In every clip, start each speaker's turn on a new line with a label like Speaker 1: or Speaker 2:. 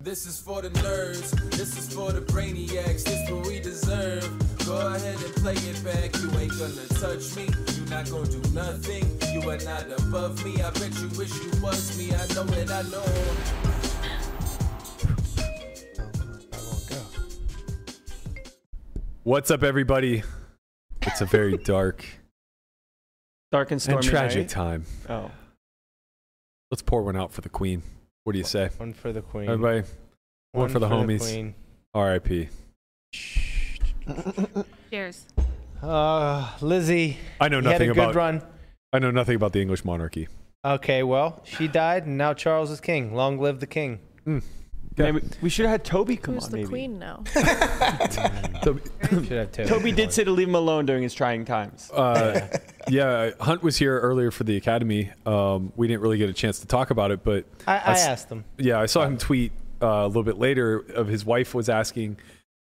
Speaker 1: This is for the nerds, this is for the brainiacs, this what we deserve. Go ahead and play it back, you ain't gonna touch me, you not gonna do nothing, you are not above me. I bet you wish you was me, I know it, I know.
Speaker 2: What's up, everybody? It's a very dark
Speaker 3: Dark and stormy
Speaker 2: and tragic
Speaker 3: night.
Speaker 2: time.
Speaker 3: Oh,
Speaker 2: Let's pour one out for the queen. What do you say?
Speaker 4: One for the queen.
Speaker 2: Everybody, one for the homies.
Speaker 4: queen.
Speaker 2: RIP.
Speaker 5: Cheers.
Speaker 4: Uh, Lizzie.
Speaker 2: I know
Speaker 4: you had a
Speaker 2: nothing
Speaker 4: good
Speaker 2: about
Speaker 4: run.
Speaker 2: I know nothing about the English monarchy.
Speaker 4: Okay, well, she died, and now Charles is king. Long live the king.
Speaker 2: Yeah.
Speaker 3: Maybe- we should have had Toby come
Speaker 5: Who's
Speaker 3: on.
Speaker 5: the
Speaker 3: maybe.
Speaker 5: queen now?
Speaker 4: Should have Toby.
Speaker 3: Toby did say to leave him alone during his trying times.
Speaker 2: Uh, yeah, Hunt was here earlier for the academy. Um, we didn't really get a chance to talk about it, but
Speaker 4: I, I
Speaker 2: s-
Speaker 4: asked him.
Speaker 2: yeah, I saw him tweet uh, a little bit later of his wife was asking,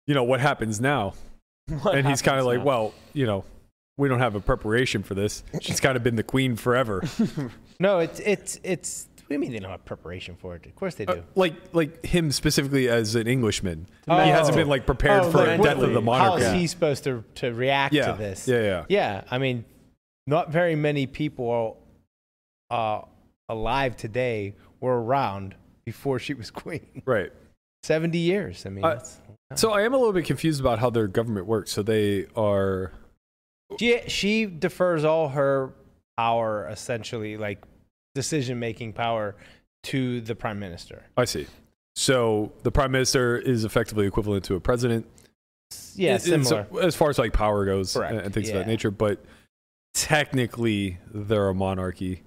Speaker 2: you know, what happens now?
Speaker 3: What
Speaker 2: and he's kind of like,
Speaker 3: happens now?
Speaker 2: well, you know, we don't have a preparation for this. She's kind of been the queen forever.
Speaker 4: No, it's it's it's. What do you mean they don't have preparation for it? Of course they do.
Speaker 2: Uh, like like him specifically as an Englishman.
Speaker 4: Oh.
Speaker 2: He hasn't been like prepared
Speaker 4: Oh,
Speaker 2: for
Speaker 4: like,
Speaker 2: a death
Speaker 3: mentally.
Speaker 2: of the
Speaker 4: How
Speaker 2: monarch.
Speaker 4: is
Speaker 2: Yeah.
Speaker 4: he supposed to to react
Speaker 2: Yeah.
Speaker 4: to this?
Speaker 2: yeah, yeah,
Speaker 4: Yeah, I mean, not very many people uh, alive today were around before she was queen.
Speaker 2: Right.
Speaker 4: 70 years. I mean,
Speaker 2: Uh,
Speaker 4: that's-
Speaker 2: So I am a little bit confused about how their government works. So they are
Speaker 4: she, she defers all her power, essentially, like decision making power, to the prime minister.
Speaker 2: oh, I see. So the prime minister is effectively equivalent to a president.
Speaker 4: Yeah,
Speaker 2: in- in
Speaker 4: similar.
Speaker 2: so- as far as like power goes
Speaker 4: Correct.
Speaker 2: and, and things of that
Speaker 4: Yeah.
Speaker 2: nature, but technically they're a monarchy.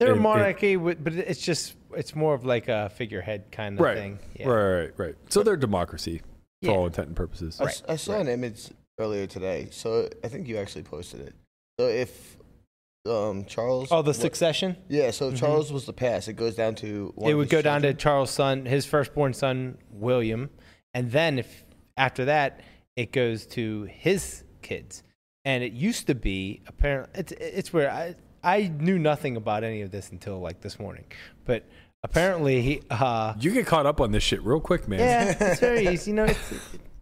Speaker 4: They're a
Speaker 2: it- it-
Speaker 4: monarchy, wi- but it's just, it's more of like a figurehead kind of
Speaker 2: Right,
Speaker 4: thing. Yeah.
Speaker 2: Right, right, right. So they're a democracy for
Speaker 4: Yeah.
Speaker 2: all intent and purposes.
Speaker 6: I, s- I saw an image earlier today, so I think you actually posted it. So if um, Charles,
Speaker 4: Oh, the
Speaker 6: wa-
Speaker 4: succession?
Speaker 6: yeah. So if Charles was the pass, it goes down to one
Speaker 4: it
Speaker 6: of
Speaker 4: would
Speaker 6: his
Speaker 4: go down to
Speaker 6: children?
Speaker 4: Charles' son, his firstborn son William, and then if after that it goes to his kids. And it used to be apparently it's it's where I I knew nothing about any of this until like this morning, but apparently he uh,
Speaker 2: You get caught up on this shit real quick, man.
Speaker 4: yeah, it's very easy. You know, it's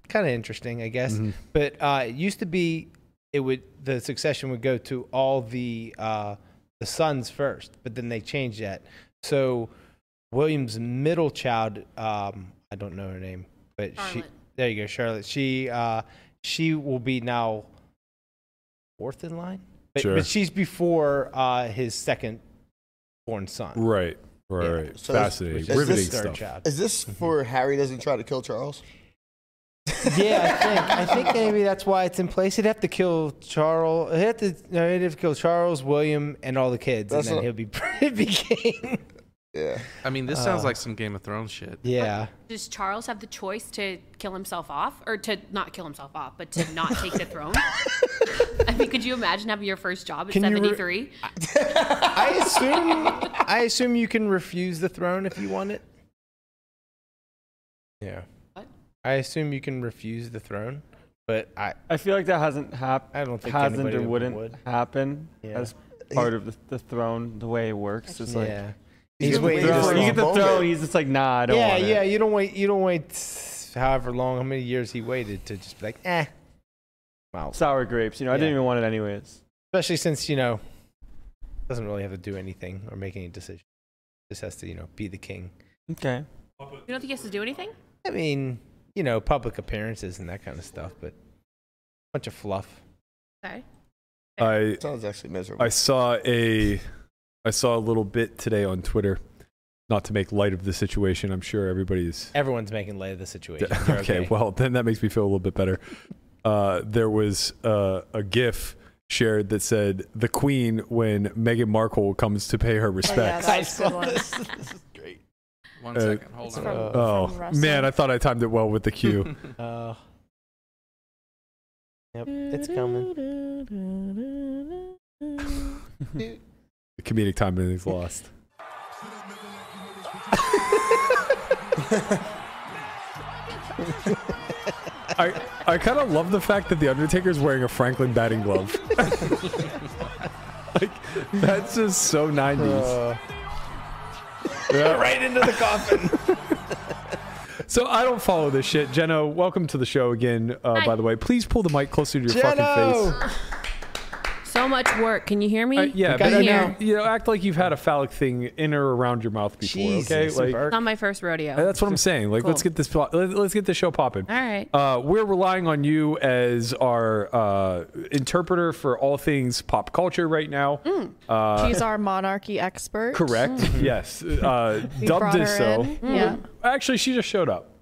Speaker 4: kind of interesting, I guess.
Speaker 2: Mm-hmm.
Speaker 4: But uh, it used to be it would the succession would go to all the uh, the sons first, but then they changed that. So William's middle child, um, I don't know her name, but she
Speaker 5: Charlotte.
Speaker 4: there you go, Charlotte. She uh, she will be now fourth in line, but,
Speaker 2: Sure.
Speaker 4: but she's before uh, his second born son.
Speaker 2: Right, right,
Speaker 4: Yeah.
Speaker 2: right.
Speaker 6: So is-
Speaker 2: Fascinating,
Speaker 6: is this
Speaker 2: riveting
Speaker 4: third
Speaker 2: stuff.
Speaker 4: child.
Speaker 6: Is this
Speaker 2: Mm-hmm.
Speaker 6: for Harry doesn't try to kill Charles?
Speaker 4: Yeah, I think I think maybe that's why it's in place. He'd have to kill Charles. He'd have to no, he'd have to kill Charles, William, and all the kids,
Speaker 6: That's
Speaker 4: and
Speaker 6: not-
Speaker 4: then he'll be, be king.
Speaker 6: Yeah.
Speaker 7: I mean, this sounds
Speaker 4: Uh,
Speaker 7: like some Game of Thrones shit.
Speaker 4: Yeah,
Speaker 5: Does Charles have the choice to kill himself off, or to not kill himself off, but to not take the throne? I mean, could you imagine having your first job at
Speaker 4: Can you re-
Speaker 5: 73?
Speaker 4: I assume I assume you can refuse the throne if you want it. Yeah,
Speaker 5: What?
Speaker 4: I assume you can refuse the throne, but I
Speaker 3: I feel like that hasn't happened.
Speaker 4: I don't think
Speaker 3: Hasn't
Speaker 4: anybody
Speaker 3: or wouldn't
Speaker 4: would.
Speaker 3: happen
Speaker 4: Yeah.
Speaker 3: as part of the, the throne. The way it works, it's like
Speaker 4: yeah.
Speaker 6: He's
Speaker 4: He's
Speaker 6: been
Speaker 4: waiting.
Speaker 6: waiting
Speaker 4: for
Speaker 6: for
Speaker 3: Throne,
Speaker 6: a
Speaker 3: you get the
Speaker 6: moment.
Speaker 3: throne. He's just like, nah, I don't
Speaker 4: yeah,
Speaker 3: want it.
Speaker 4: yeah. You don't wait. You don't wait. However long, how many years he waited to just be like, eh. Wow.
Speaker 3: Sour grapes. You know, I didn't
Speaker 4: Yeah.
Speaker 3: even want it anyways.
Speaker 4: especially since you know doesn't really have to do anything or make any decision just has to you know be the king
Speaker 3: Okay.
Speaker 5: You don't think he has to do anything?
Speaker 4: i mean you know public appearances and that kind of stuff but bunch of fluff
Speaker 5: Okay.
Speaker 2: I
Speaker 6: Sounds actually miserable.
Speaker 2: I saw a I saw a little bit today on Twitter. Not to make light of the situation, I'm sure everybody's
Speaker 4: everyone's making light of the situation They're
Speaker 2: okay, Well, then that makes me feel a little bit better. Uh, there was uh, a GIF shared that said the Queen when Meghan Markle comes to
Speaker 5: Oh,
Speaker 2: pay her
Speaker 7: Oh,
Speaker 2: respects.
Speaker 4: I saw this. this is great.
Speaker 7: One
Speaker 2: Uh,
Speaker 7: second, hold
Speaker 5: it's
Speaker 7: on.
Speaker 5: from-
Speaker 4: Uh,
Speaker 2: Oh
Speaker 5: From Russell.
Speaker 2: man, I thought I timed it well with the cue.
Speaker 4: Uh, yep, it's coming.
Speaker 2: the comedic timing is lost. I I kind of love the fact that the Undertaker's wearing a Franklin batting glove. like that's just so 90s.
Speaker 4: Uh,
Speaker 2: Yeah.
Speaker 4: right into the coffin.
Speaker 2: So I don't follow this shit. Jeno, welcome to the show again, uh,
Speaker 5: Hi.
Speaker 2: by the way. Please pull the mic closer to your fucking face.
Speaker 4: Jeno!
Speaker 5: So much work. Can you hear me?
Speaker 2: Uh, yeah,
Speaker 4: We got
Speaker 2: but
Speaker 5: you
Speaker 2: I
Speaker 5: here.
Speaker 2: mean, you know, act like you've had a phallic thing in or around your mouth before, okay?
Speaker 4: Jesus,
Speaker 2: Like
Speaker 4: Burke.
Speaker 5: It's not my first rodeo.
Speaker 2: Uh, that's what I'm saying. Like let's
Speaker 5: Cool.
Speaker 2: get this po- let- let's get this show popping.
Speaker 5: All right.
Speaker 2: Uh, we're relying on you as our uh, interpreter for all things pop culture right now.
Speaker 7: Mm. She's our monarchy expert.
Speaker 2: Correct.
Speaker 5: Mm-hmm.
Speaker 2: Yes. Uh,
Speaker 7: We
Speaker 2: dubbed
Speaker 7: brought her
Speaker 2: as so.
Speaker 7: in. Mm. Oh. Yeah.
Speaker 2: Actually, she just showed up.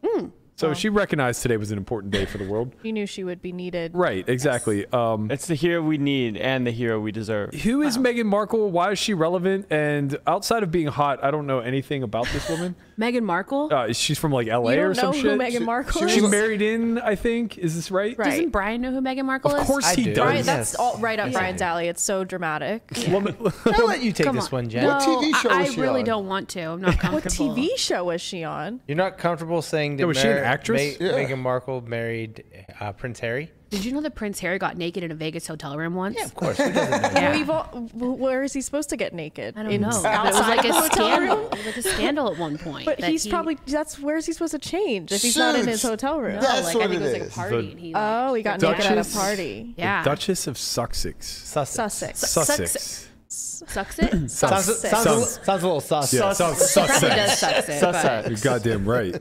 Speaker 2: So she recognized today was an important day for the world.
Speaker 7: She knew she would be needed.
Speaker 2: Right, exactly. Um,
Speaker 3: It's the hero we need and the hero we deserve.
Speaker 2: who is Meghan Markle? Why is she relevant? And outside of being hot, I don't know anything about this woman.
Speaker 5: Meghan Markle?
Speaker 2: Uh, she's from like LA
Speaker 7: You
Speaker 2: or
Speaker 7: don't
Speaker 2: some
Speaker 7: know who
Speaker 2: shit.
Speaker 7: Meghan
Speaker 2: She-
Speaker 7: Markle
Speaker 2: she,
Speaker 7: is?
Speaker 2: was married in, I think. Is this right?
Speaker 7: Right.
Speaker 5: Doesn't Brian know who Meghan Markle
Speaker 2: Of
Speaker 5: is?
Speaker 2: course
Speaker 4: I
Speaker 2: he
Speaker 4: do.
Speaker 2: does.
Speaker 7: Brian,
Speaker 4: Yes.
Speaker 7: that's all right up
Speaker 4: Yeah.
Speaker 7: Brian's alley. It's so dramatic.
Speaker 2: Woman-
Speaker 4: I'll let you take
Speaker 5: Come
Speaker 4: this
Speaker 5: on.
Speaker 4: one, Jen.
Speaker 5: No,
Speaker 6: TV show
Speaker 5: I,
Speaker 6: is she
Speaker 5: I really
Speaker 6: on?
Speaker 5: don't want to. I'm not comfortable.
Speaker 7: What TV show was she on?
Speaker 4: You're not comfortable saying that
Speaker 2: Yeah, was she an
Speaker 4: Mer-
Speaker 2: actress?
Speaker 4: Ma-
Speaker 6: Yeah.
Speaker 4: Meghan Markle married uh, Prince Harry?
Speaker 5: Did you know that Prince Harry got naked in a Vegas hotel room once?
Speaker 4: Of course. Who doesn't know?
Speaker 5: Yeah.
Speaker 7: We've all, w- where is he supposed to get naked?
Speaker 5: I don't
Speaker 7: In-
Speaker 5: know. It was
Speaker 7: outside
Speaker 5: like
Speaker 7: the
Speaker 5: a
Speaker 7: hotel
Speaker 5: scandal.
Speaker 7: room?
Speaker 5: It was like a scandal at one point.
Speaker 7: But
Speaker 5: that
Speaker 7: he's
Speaker 5: he-
Speaker 7: probably that's where's he supposed to change if he's not in his
Speaker 6: Suits.
Speaker 7: hotel room?
Speaker 5: No,
Speaker 6: That's
Speaker 5: Oh, like, I
Speaker 6: what
Speaker 5: think
Speaker 6: it
Speaker 5: it was like a
Speaker 6: is.
Speaker 5: party. and he, like,
Speaker 7: Oh, he got
Speaker 5: took
Speaker 7: naked at a
Speaker 2: Duchess?
Speaker 7: party.
Speaker 5: Yeah.
Speaker 2: Duchess of Sussex.
Speaker 4: Sussex.
Speaker 7: Sussex.
Speaker 2: Sussex.
Speaker 5: Sucks it?
Speaker 4: Sounds,
Speaker 7: Sussex.
Speaker 4: sounds, a, li- sounds a little sus.
Speaker 2: Yeah, Sus-
Speaker 5: Probably
Speaker 2: Sussex.
Speaker 5: does sucks it. but-
Speaker 3: Sussex.
Speaker 2: You're goddamn right.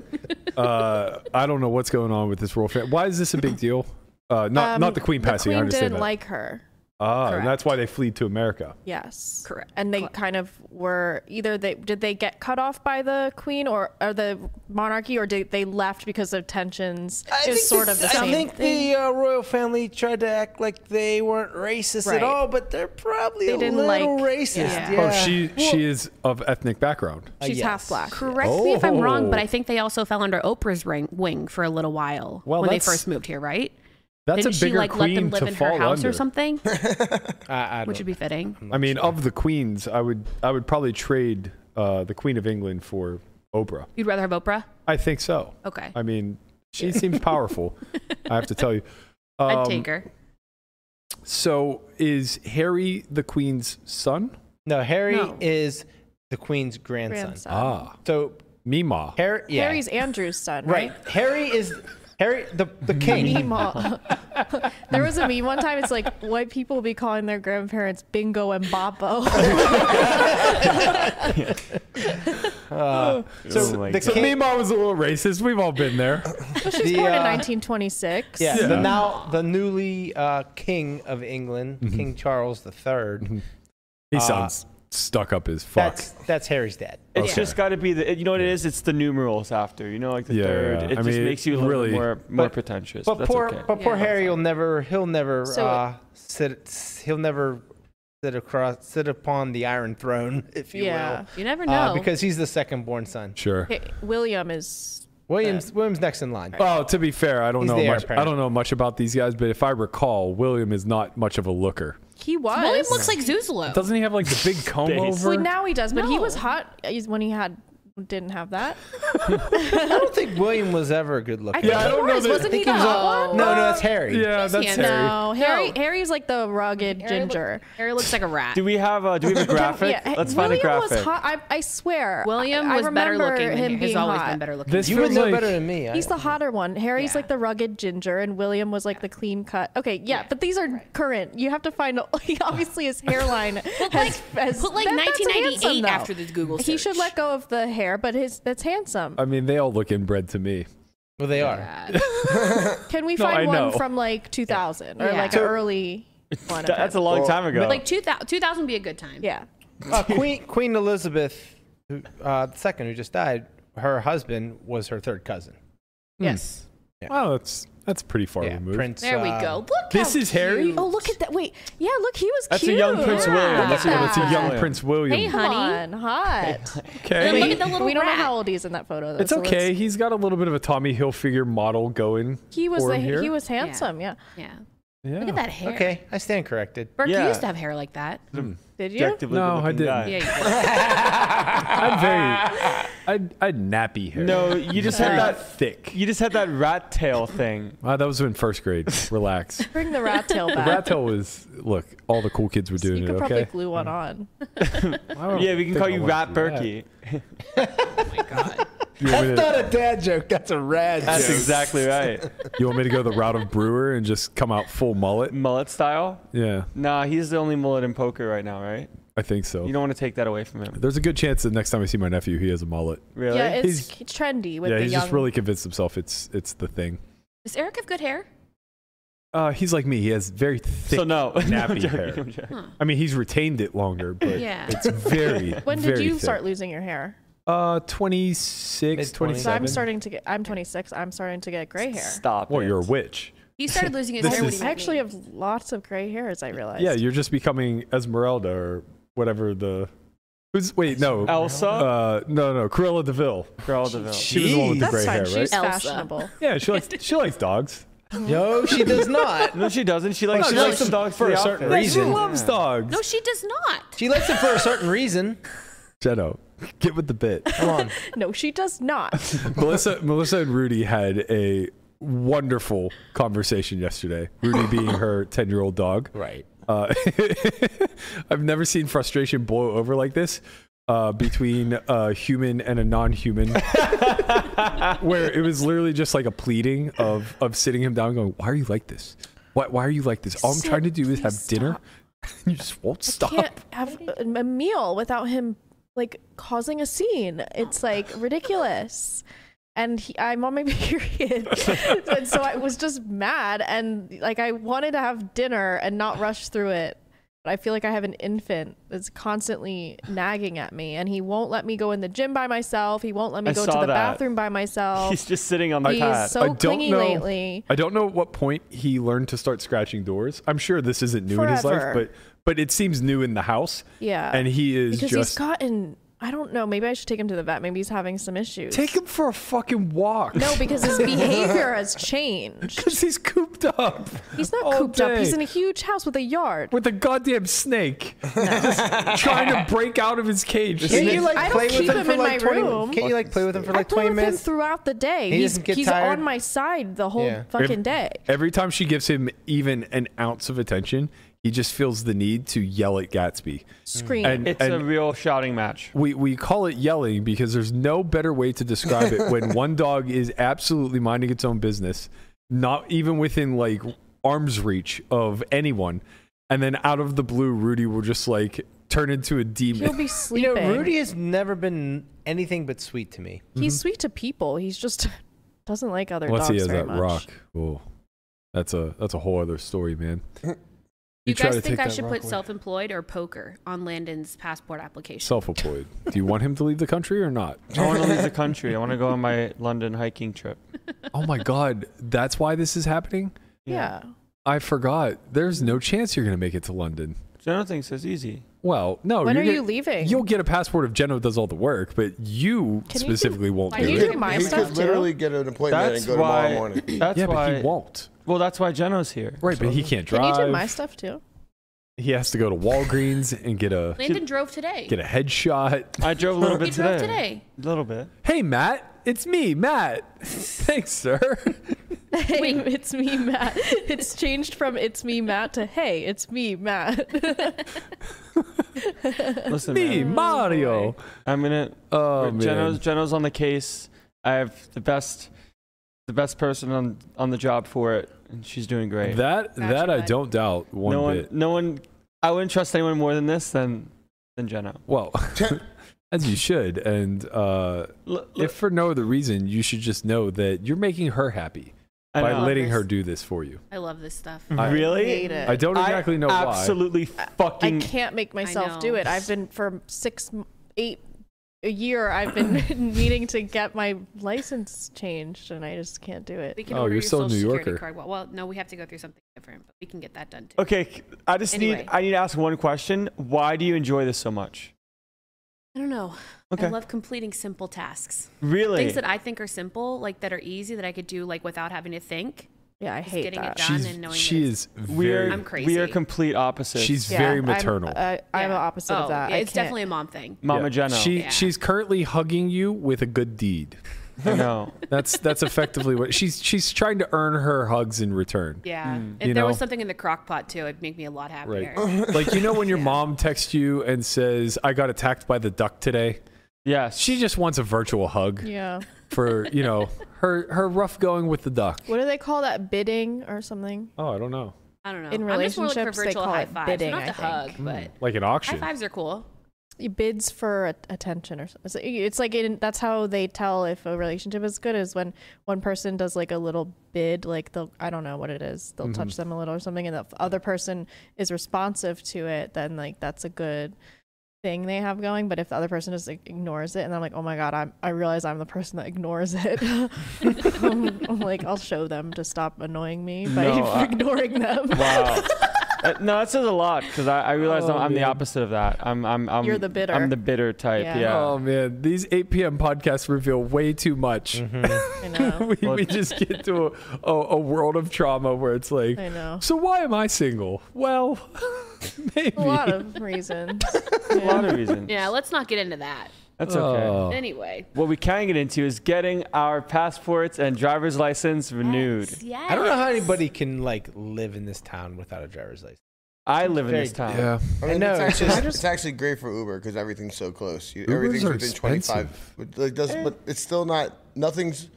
Speaker 2: Uh, I don't know what's going on with this royal family. Why is this a big deal? Uh, not
Speaker 7: Um,
Speaker 2: not the queen passing.
Speaker 7: The
Speaker 2: I
Speaker 7: queen
Speaker 2: understand
Speaker 7: didn't
Speaker 2: that.
Speaker 7: like her.
Speaker 2: ah, and
Speaker 7: correct.
Speaker 2: that's why they flee to America.
Speaker 7: Yes.
Speaker 5: Correct.
Speaker 7: And they kind of were either they did they get cut off by the queen or or the monarchy or did they left because of tensions? It was sort of the
Speaker 4: I
Speaker 7: same.
Speaker 4: think the uh, royal family tried to act like they weren't racist
Speaker 7: Right.
Speaker 4: at all, but they're probably
Speaker 7: They
Speaker 4: a
Speaker 7: didn't
Speaker 4: little
Speaker 7: like-
Speaker 4: racist.
Speaker 7: yeah.
Speaker 4: Yeah.
Speaker 7: Oh,
Speaker 2: Oh, she she is of ethnic background.
Speaker 7: She's
Speaker 4: Uh, yes.
Speaker 7: half black.
Speaker 5: Correct me if I'm
Speaker 2: Oh.
Speaker 5: wrong, but I think they also fell under Oprah's ring, wing for a little while
Speaker 2: Well,
Speaker 5: when they
Speaker 2: that's-
Speaker 5: first moved here, right?
Speaker 2: That's
Speaker 5: Didn't
Speaker 2: a
Speaker 5: she
Speaker 2: bigger
Speaker 5: like let
Speaker 2: queen
Speaker 5: them live
Speaker 2: to
Speaker 5: in
Speaker 2: fall
Speaker 5: her house
Speaker 2: under.
Speaker 5: or something?
Speaker 4: Uh, I, I
Speaker 5: Which would be fitting.
Speaker 2: I mean, of the queens, I would I would probably trade uh, the Queen of England for Oprah.
Speaker 5: You'd rather have Oprah?
Speaker 2: I think so.
Speaker 5: Okay.
Speaker 2: I mean, she seems powerful. I have to tell you.
Speaker 5: I'd
Speaker 2: Um,
Speaker 5: take her.
Speaker 2: So, is Harry the Queen's son?
Speaker 4: No, Harry
Speaker 5: No.
Speaker 4: is the queen's grandson.
Speaker 7: Grandson.
Speaker 2: Ah,
Speaker 4: So
Speaker 2: Mima.
Speaker 4: Harry, yeah,
Speaker 7: Harry's Andrew's son,
Speaker 4: right.
Speaker 7: right?
Speaker 4: Harry is Harry the the king.
Speaker 7: Meemaw. there was a meme one time. It's like white people be calling their grandparents Bingo and Boppo.
Speaker 4: so
Speaker 3: Oh my
Speaker 4: the
Speaker 3: God.
Speaker 2: So
Speaker 4: king,
Speaker 2: Mima was a little racist. We've all been there.
Speaker 7: She was born in
Speaker 4: uh,
Speaker 7: 1926.
Speaker 4: yeah,
Speaker 2: Yeah.
Speaker 4: the now the newly uh, king of England,
Speaker 2: Mm-hmm.
Speaker 4: King Charles the 3rd
Speaker 2: He sounds stuck up as Mm-hmm. fuck.
Speaker 4: That's that's Harry's dad.
Speaker 3: It's
Speaker 2: Okay.
Speaker 3: just got to be the. You know what it is? It's the numerals after. You know, like the
Speaker 2: Yeah,
Speaker 3: third.
Speaker 2: yeah.
Speaker 3: It
Speaker 2: I
Speaker 3: just
Speaker 2: mean,
Speaker 3: makes you a little
Speaker 2: really-
Speaker 3: bit more more pretentious.
Speaker 4: But
Speaker 3: That's
Speaker 4: poor,
Speaker 3: okay.
Speaker 4: but poor
Speaker 5: Yeah.
Speaker 4: Harry will never. He'll never
Speaker 7: So-
Speaker 4: uh, sit. He'll never sit across, sit upon the Iron Throne, if you
Speaker 7: Yeah.
Speaker 5: You never
Speaker 4: will,
Speaker 5: know.
Speaker 4: uh, because he's the second born son.
Speaker 2: Sure.
Speaker 7: Hey, William is
Speaker 4: Williams, Williams next in line.
Speaker 2: Well, to be fair, I don't
Speaker 4: He's
Speaker 2: know
Speaker 4: the heir
Speaker 2: much. I
Speaker 4: apparent.
Speaker 2: don't know much about these guys, but if I recall, William is not much of a looker.
Speaker 7: he was.
Speaker 5: William looks like Zuzalo.
Speaker 2: Doesn't he have like the big comb
Speaker 3: Face.
Speaker 2: over?
Speaker 7: Well, now he does, but he was
Speaker 5: No.
Speaker 7: hot is when he had didn't have that.
Speaker 4: I don't think William was ever good looking.
Speaker 2: Yeah, I don't know
Speaker 7: was,
Speaker 2: that-
Speaker 7: wasn't
Speaker 4: think he
Speaker 7: he, the
Speaker 4: was
Speaker 7: hot
Speaker 4: no,
Speaker 7: one?
Speaker 4: no, that's Harry.
Speaker 2: yeah,
Speaker 5: Yes,
Speaker 2: that's
Speaker 5: he is.
Speaker 2: Harry.
Speaker 7: No, Oh, Harry.
Speaker 5: No.
Speaker 7: Harry's like the rugged ginger.
Speaker 5: Harry looks like a rat.
Speaker 3: do we have a? Do we have a graphic?
Speaker 7: Yeah,
Speaker 3: Let's
Speaker 7: William
Speaker 3: find a graphic.
Speaker 7: was hot. I, I swear.
Speaker 5: William
Speaker 7: I,
Speaker 5: was
Speaker 7: I
Speaker 5: better
Speaker 7: remember
Speaker 5: looking
Speaker 7: Him
Speaker 5: than
Speaker 7: being
Speaker 5: he's always
Speaker 7: hot.
Speaker 5: been better looking.
Speaker 2: This
Speaker 4: You would
Speaker 2: feels
Speaker 4: know
Speaker 2: like-
Speaker 4: better than me. I-
Speaker 7: He's the hotter one. Harry's
Speaker 5: Yeah.
Speaker 7: like the rugged ginger, and William was like the clean cut. Okay, yeah, but these are current. You have to find. He obviously, his hairline has, has
Speaker 5: put like
Speaker 7: that- that's
Speaker 5: 1998
Speaker 7: handsome, though.
Speaker 5: after this Google
Speaker 7: He should
Speaker 5: search.
Speaker 7: let go of the hair, but his that's handsome.
Speaker 2: I mean, they all look inbred to me.
Speaker 4: well, they are.
Speaker 7: Can we
Speaker 2: No,
Speaker 7: find
Speaker 2: I
Speaker 7: one
Speaker 2: know.
Speaker 7: from like 2000 or
Speaker 5: Yeah.
Speaker 7: like
Speaker 5: So-
Speaker 7: an early one?
Speaker 3: Th- That's a long time ago.
Speaker 5: like 2000, 2000 would be a good time.
Speaker 7: yeah.
Speaker 4: Uh, Queen Queen Elizabeth who, uh, the second, who just died, her husband was her third cousin.
Speaker 5: Yes.
Speaker 2: Wow, that's that's pretty far
Speaker 4: Yeah,
Speaker 2: removed.
Speaker 4: Prince.
Speaker 5: There we
Speaker 4: uh,
Speaker 5: go. Look.
Speaker 2: This
Speaker 5: how
Speaker 2: is Harry?
Speaker 5: cute.
Speaker 7: Oh, look at that! Wait, yeah, look, he was
Speaker 3: That's a
Speaker 7: cute.
Speaker 3: young Prince
Speaker 7: Yeah.
Speaker 3: William.
Speaker 7: Look
Speaker 3: That's
Speaker 7: at
Speaker 3: a-
Speaker 2: It's a young
Speaker 3: Yeah.
Speaker 2: Prince William.
Speaker 5: Hey,
Speaker 7: Come
Speaker 5: honey.
Speaker 7: on, hot.
Speaker 5: Then
Speaker 2: okay.
Speaker 5: look at the little
Speaker 7: we don't
Speaker 5: rat.
Speaker 7: know how old he is in that photo. Though,
Speaker 2: It's
Speaker 7: so let's-
Speaker 2: okay. He's got a little bit of a Tommy Hilfiger model going.
Speaker 7: He was
Speaker 2: for
Speaker 7: the,
Speaker 2: him here.
Speaker 7: he was handsome. Yeah.
Speaker 5: Yeah.
Speaker 2: Yeah.
Speaker 5: Look at that hair.
Speaker 4: Okay, I stand corrected.
Speaker 5: Burke, you
Speaker 3: Yeah.
Speaker 5: used to have hair like that.
Speaker 7: Did you?
Speaker 3: Objectively
Speaker 2: No, I
Speaker 3: good-looking
Speaker 2: didn't.
Speaker 3: guy.
Speaker 5: Yeah. You did.
Speaker 2: I'm very. I'd, I'd nappy hair.
Speaker 3: No, you just
Speaker 2: Very
Speaker 3: had that.
Speaker 2: thick.
Speaker 3: You just had that rat tail thing.
Speaker 2: Wow, that was in first grade. Relax.
Speaker 7: Bring the rat tail
Speaker 2: The
Speaker 7: back.
Speaker 2: rat tail was look. All the cool kids were doing
Speaker 7: you
Speaker 2: it.
Speaker 7: could probably
Speaker 2: Okay. Mm-hmm.
Speaker 7: glue one on.
Speaker 2: I don't
Speaker 3: Yeah, we
Speaker 2: Oh,
Speaker 3: can
Speaker 2: think
Speaker 3: call
Speaker 2: I
Speaker 3: you
Speaker 2: wanna do
Speaker 3: Rat
Speaker 2: that.
Speaker 3: Berkey.
Speaker 5: oh my god.
Speaker 2: You want, me
Speaker 4: That's
Speaker 2: to,
Speaker 4: not a dad joke. That's a rad
Speaker 3: That's
Speaker 4: joke.
Speaker 3: exactly right.
Speaker 2: you want me to go the route of Brewer and just come out full mullet?
Speaker 3: mullet style?
Speaker 2: Yeah,
Speaker 3: Nah, he's the only mullet in poker right now, right?
Speaker 2: I think so.
Speaker 3: You don't want to take that away from him.
Speaker 2: There's a good chance that next time I see my nephew, he has a mullet.
Speaker 3: Really?
Speaker 7: Yeah, it's
Speaker 2: He's-
Speaker 7: k- trendy with
Speaker 2: yeah,
Speaker 7: the
Speaker 2: he's
Speaker 7: young.
Speaker 2: just really convinced himself it's it's the thing.
Speaker 5: Does Eric have good hair?
Speaker 2: Uh, he's like me. He has very thick.
Speaker 3: so no,
Speaker 2: nappy
Speaker 3: I'm joking,
Speaker 2: hair.
Speaker 3: I'm joking.
Speaker 2: I mean, he's retained it longer, but
Speaker 5: Yeah.
Speaker 2: it's very.
Speaker 7: when did
Speaker 2: very
Speaker 7: you
Speaker 2: thick.
Speaker 7: start losing your hair?
Speaker 2: Uh, 26,
Speaker 4: Mid-twenties.
Speaker 2: 27.
Speaker 4: So
Speaker 7: So I'm starting to get. I'm 26. I'm starting to get gray hair.
Speaker 3: Stop.
Speaker 2: Well,
Speaker 3: it.
Speaker 2: Oh, you're a witch.
Speaker 5: He started losing his
Speaker 2: This
Speaker 5: hair when
Speaker 2: is-
Speaker 5: he
Speaker 7: I
Speaker 5: met
Speaker 7: actually
Speaker 5: me.
Speaker 7: have lots of gray hairs. I realize.
Speaker 2: Yeah, you're just becoming Esmeralda or whatever the. Who's wait no.
Speaker 3: Elsa.
Speaker 2: Uh, no, no, Cruella Deville.
Speaker 3: Girl Deville.
Speaker 2: She was the one with the
Speaker 7: That's
Speaker 2: gray
Speaker 7: fine.
Speaker 2: hair, right?
Speaker 7: She's
Speaker 5: Elsa.
Speaker 7: fashionable.
Speaker 2: Yeah, she likes she likes dogs.
Speaker 4: No, she does not.
Speaker 3: No, she doesn't. She likes,
Speaker 4: No,
Speaker 3: she
Speaker 4: she
Speaker 3: likes
Speaker 4: likes
Speaker 3: the dogs
Speaker 4: for
Speaker 3: for the
Speaker 4: a certain
Speaker 3: outfit.
Speaker 2: Like,
Speaker 4: reason.
Speaker 2: She loves
Speaker 3: Yeah.
Speaker 2: dogs.
Speaker 5: No, she does not.
Speaker 4: She likes it for a certain reason.
Speaker 2: Jeno, get with the bit.
Speaker 4: Come on.
Speaker 7: No, she does not.
Speaker 2: Melissa, Melissa and Rudy had a wonderful conversation yesterday. Rudy being her ten-year-old dog.
Speaker 4: Right.
Speaker 2: Uh, I've never seen frustration blow over like this uh, between a human and a non-human, where it was literally just like a pleading of of sitting him down, and going, "Why are you like this? Why, why are you like this? All I'm
Speaker 7: Sit,
Speaker 2: trying to do is
Speaker 7: please
Speaker 2: have dinner. you just won't
Speaker 7: I
Speaker 2: stop."
Speaker 7: can't have a, a meal without him like causing a scene. It's like ridiculous. And he, I'm on my period, and so I was just mad, and like I wanted to have dinner and not rush through it. But I feel like I have an infant that's constantly nagging at me, and he won't let me go in the gym by myself. He won't let me
Speaker 3: I
Speaker 7: go to
Speaker 3: saw
Speaker 7: the
Speaker 3: that.
Speaker 7: bathroom by myself.
Speaker 3: He's just sitting on the
Speaker 7: He's
Speaker 3: pad.
Speaker 7: so clingy lately.
Speaker 2: I don't know at what point he learned to start scratching doors. I'm sure this isn't new in his life,
Speaker 7: Forever.
Speaker 2: but but it seems new in the house.
Speaker 7: Yeah.
Speaker 2: And he is
Speaker 7: because
Speaker 2: just
Speaker 7: he's gotten. I don't know. Maybe I should take him to the vet. Maybe he's having some issues.
Speaker 2: take him for a fucking walk.
Speaker 7: No, because his behavior has changed.
Speaker 2: Because he's cooped up
Speaker 7: He's not
Speaker 2: All
Speaker 7: cooped up. He's
Speaker 2: day.
Speaker 7: in a huge house with a yard.
Speaker 2: with a goddamn snake Just trying to break out of his cage.
Speaker 4: Can't you like
Speaker 7: I don't
Speaker 4: play with
Speaker 7: keep
Speaker 4: him
Speaker 7: him
Speaker 4: for
Speaker 7: in
Speaker 4: like
Speaker 7: my
Speaker 4: 20
Speaker 7: room.
Speaker 4: Can't you like play with him for
Speaker 7: I
Speaker 4: like
Speaker 7: play
Speaker 4: 20
Speaker 7: with
Speaker 4: minutes?
Speaker 7: him throughout the day.
Speaker 4: He
Speaker 7: he's
Speaker 4: doesn't get
Speaker 7: he's
Speaker 4: tired?
Speaker 7: on my side the whole
Speaker 4: Yeah.
Speaker 7: fucking day.
Speaker 2: Every time she gives him even an ounce of attention, he just feels the need to yell at Gatsby.
Speaker 7: Scream.
Speaker 2: And,
Speaker 3: it's
Speaker 2: and
Speaker 3: a real shouting match.
Speaker 2: we, we call it yelling because there's no better way to describe it when one dog is absolutely minding its own business, not even within like arm's reach of anyone. And then out of the blue, Rudy will just like turn into a demon.
Speaker 7: He'll be
Speaker 4: You
Speaker 7: sleeping.
Speaker 4: know, Rudy has never been anything but sweet to me.
Speaker 7: He's sweet to people. He's just doesn't like other
Speaker 2: Once
Speaker 7: dogs
Speaker 2: Mm-hmm. he has that
Speaker 7: very much.
Speaker 2: rock, oh, that's a that's a whole other story, man.
Speaker 5: You
Speaker 2: try
Speaker 5: guys
Speaker 2: to
Speaker 5: think
Speaker 2: take
Speaker 5: I
Speaker 2: that
Speaker 5: should
Speaker 2: rock
Speaker 5: put
Speaker 2: away.
Speaker 5: self-employed or poker on Landon's passport application?
Speaker 2: self-employed? Do you want him to leave the country or not?
Speaker 3: I want to leave the country. I want to go on my London hiking trip.
Speaker 2: Oh my God, that's why this is happening.
Speaker 7: Yeah.
Speaker 2: I forgot. There's no chance you're gonna make it to London.
Speaker 3: Jenna thinks it's easy.
Speaker 2: Well, no.
Speaker 7: When
Speaker 2: you're
Speaker 7: are
Speaker 2: gonna-
Speaker 7: you leaving?
Speaker 2: You'll get a passport if Jeno does all the work, but you
Speaker 7: Can you do-
Speaker 2: specifically won't
Speaker 5: why
Speaker 2: do
Speaker 7: You
Speaker 2: it.
Speaker 7: do my
Speaker 6: he
Speaker 7: stuff
Speaker 6: could
Speaker 7: too.
Speaker 6: literally get an appointment
Speaker 3: That's
Speaker 6: and go
Speaker 3: why.
Speaker 6: tomorrow morning.
Speaker 3: That's
Speaker 2: yeah,
Speaker 3: why.
Speaker 2: but he won't.
Speaker 3: Well, that's why Jenna's here.
Speaker 2: Right, but he can't
Speaker 7: Can
Speaker 2: drive.
Speaker 7: you do my stuff too?
Speaker 2: He has to go to Walgreens and get a
Speaker 5: Landon drove today.
Speaker 2: get a headshot.
Speaker 3: I drove a little
Speaker 5: he
Speaker 3: bit
Speaker 5: drove today.
Speaker 3: A little bit.
Speaker 2: Hey, Matt, it's me, Matt. Thanks, sir.
Speaker 7: Hey, it's me, Matt. It's changed from it's me, Matt to hey, it's me, Matt.
Speaker 3: Listen,
Speaker 2: me,
Speaker 3: man,
Speaker 2: Mario.
Speaker 3: I'm gonna.
Speaker 2: Oh man.
Speaker 3: Jenna's Jenna's on the case. I have the best, the best person on on the job for it, and she's doing great.
Speaker 2: that
Speaker 5: Gotcha,
Speaker 2: that I
Speaker 5: bud.
Speaker 2: don't doubt one
Speaker 3: no one,
Speaker 2: bit.
Speaker 3: no one. I wouldn't trust anyone more than this than than Jenna.
Speaker 2: Well, as you should, and uh,
Speaker 3: L-
Speaker 2: if for no other reason, you should just know that you're making her happy
Speaker 3: I
Speaker 2: by
Speaker 3: know.
Speaker 2: letting
Speaker 5: This-
Speaker 2: her do this for you.
Speaker 5: I love this stuff.
Speaker 2: I-
Speaker 3: really,
Speaker 7: Mm-hmm. Hate it.
Speaker 2: I don't
Speaker 3: I
Speaker 2: exactly know
Speaker 3: absolutely
Speaker 7: I
Speaker 3: fucking.
Speaker 7: can't make myself
Speaker 5: know.
Speaker 7: do it. I've been for six, m- eight, a year. I've been needing to get my license changed, and I just can't do it.
Speaker 5: We can
Speaker 2: Oh,
Speaker 5: order
Speaker 2: you're
Speaker 5: your
Speaker 2: so
Speaker 5: social
Speaker 2: New Yorker.
Speaker 5: security card. Well, well, no, we have to go through something different, but we can get that done too.
Speaker 3: Okay, I just
Speaker 5: Anyway.
Speaker 3: need I need to ask one question. Why do you enjoy this so much?
Speaker 5: I don't know.
Speaker 3: Okay.
Speaker 5: I love completing simple tasks.
Speaker 3: Really?
Speaker 5: Things that I think are simple, like that are easy, that I could do like without having to think.
Speaker 7: Yeah, I hate
Speaker 5: getting it
Speaker 7: that.
Speaker 2: why.
Speaker 5: done.
Speaker 2: She's,
Speaker 5: and knowing
Speaker 2: she
Speaker 5: that
Speaker 2: is
Speaker 3: we're
Speaker 2: very,
Speaker 5: I'm crazy.
Speaker 3: we are complete opposites.
Speaker 2: she's
Speaker 7: Yeah,
Speaker 2: very
Speaker 7: I'm- uh,
Speaker 2: maternal.
Speaker 7: I- I'm
Speaker 5: Yeah.
Speaker 7: the opposite
Speaker 5: Oh,
Speaker 7: of that. I
Speaker 5: It's
Speaker 7: can't-
Speaker 5: definitely a mom thing.
Speaker 3: Mama
Speaker 2: Yeah.
Speaker 3: Jenna.
Speaker 2: She
Speaker 5: Yeah.
Speaker 2: she's currently hugging you with a good deed.
Speaker 3: I know.
Speaker 2: That's that's effectively what she's she's trying to earn her hugs in return.
Speaker 5: Yeah.
Speaker 4: Mm.
Speaker 5: If
Speaker 2: You
Speaker 5: there was
Speaker 2: know?
Speaker 5: something in the crock pot too, it'd make me a lot happier.
Speaker 2: Right. like you know when your mom texts you and says, "I got attacked by the duck today."
Speaker 3: Yes.
Speaker 2: She just wants a virtual hug
Speaker 7: Yeah.
Speaker 2: for you know her her rough going with the duck.
Speaker 7: What do they call that? Bidding or something?
Speaker 2: Oh, I don't know,
Speaker 5: I don't know.
Speaker 7: In
Speaker 5: I'm just more looking for
Speaker 7: relationships, they
Speaker 5: virtual
Speaker 7: call
Speaker 5: high
Speaker 7: it
Speaker 5: fives.
Speaker 7: bidding,
Speaker 5: Not
Speaker 7: I
Speaker 5: the
Speaker 7: think.
Speaker 5: high
Speaker 4: Hmm.
Speaker 5: hug, but
Speaker 2: Hmm. like an auction.
Speaker 5: high fives are cool.
Speaker 7: He bids for a- attention or something. It's like in, that's how they tell if a relationship is good is when one person does like a little bid, like they'll I don't know what it is. They'll touch
Speaker 3: Mm-hmm.
Speaker 7: them a little or something, and if the other person is responsive to it, then like that's a good thing they have going. But if the other person just like, ignores it, and I'm like, oh my god, I'm I realize I'm the person that ignores it. I'm, I'm like, I'll show them to stop annoying me by
Speaker 3: No, I-
Speaker 7: ignoring them.
Speaker 3: Wow. Uh, no, that says a lot because I, I realize I'm, I'm the opposite of that. I'm, I'm, I'm
Speaker 7: You're the bitter.
Speaker 3: I'm the bitter type.
Speaker 7: Yeah.
Speaker 3: Yeah.
Speaker 2: Oh man, these 8 p.m. podcasts reveal way too much.
Speaker 7: I know.
Speaker 2: we, we just get to a, a, a world of trauma where it's like,
Speaker 7: I know.
Speaker 2: so why am I single? Well, maybe.
Speaker 7: A lot of reasons.
Speaker 3: a lot of reasons.
Speaker 5: Yeah, let's not get into that.
Speaker 3: That's okay.
Speaker 2: Oh.
Speaker 5: Anyway.
Speaker 3: What we can get into is getting our passports and driver's license renewed.
Speaker 5: Yes.
Speaker 4: I don't know how anybody can like live in this town without a driver's license.
Speaker 3: I live in
Speaker 4: Very-
Speaker 3: this town.
Speaker 2: yeah.
Speaker 6: I mean,
Speaker 4: know,
Speaker 6: it's, actually,
Speaker 4: I
Speaker 6: it's actually great for Uber because everything's so close. You,
Speaker 2: Ubers
Speaker 6: everything's
Speaker 2: are
Speaker 6: within 25. But, like, does, but it's still not, nothing's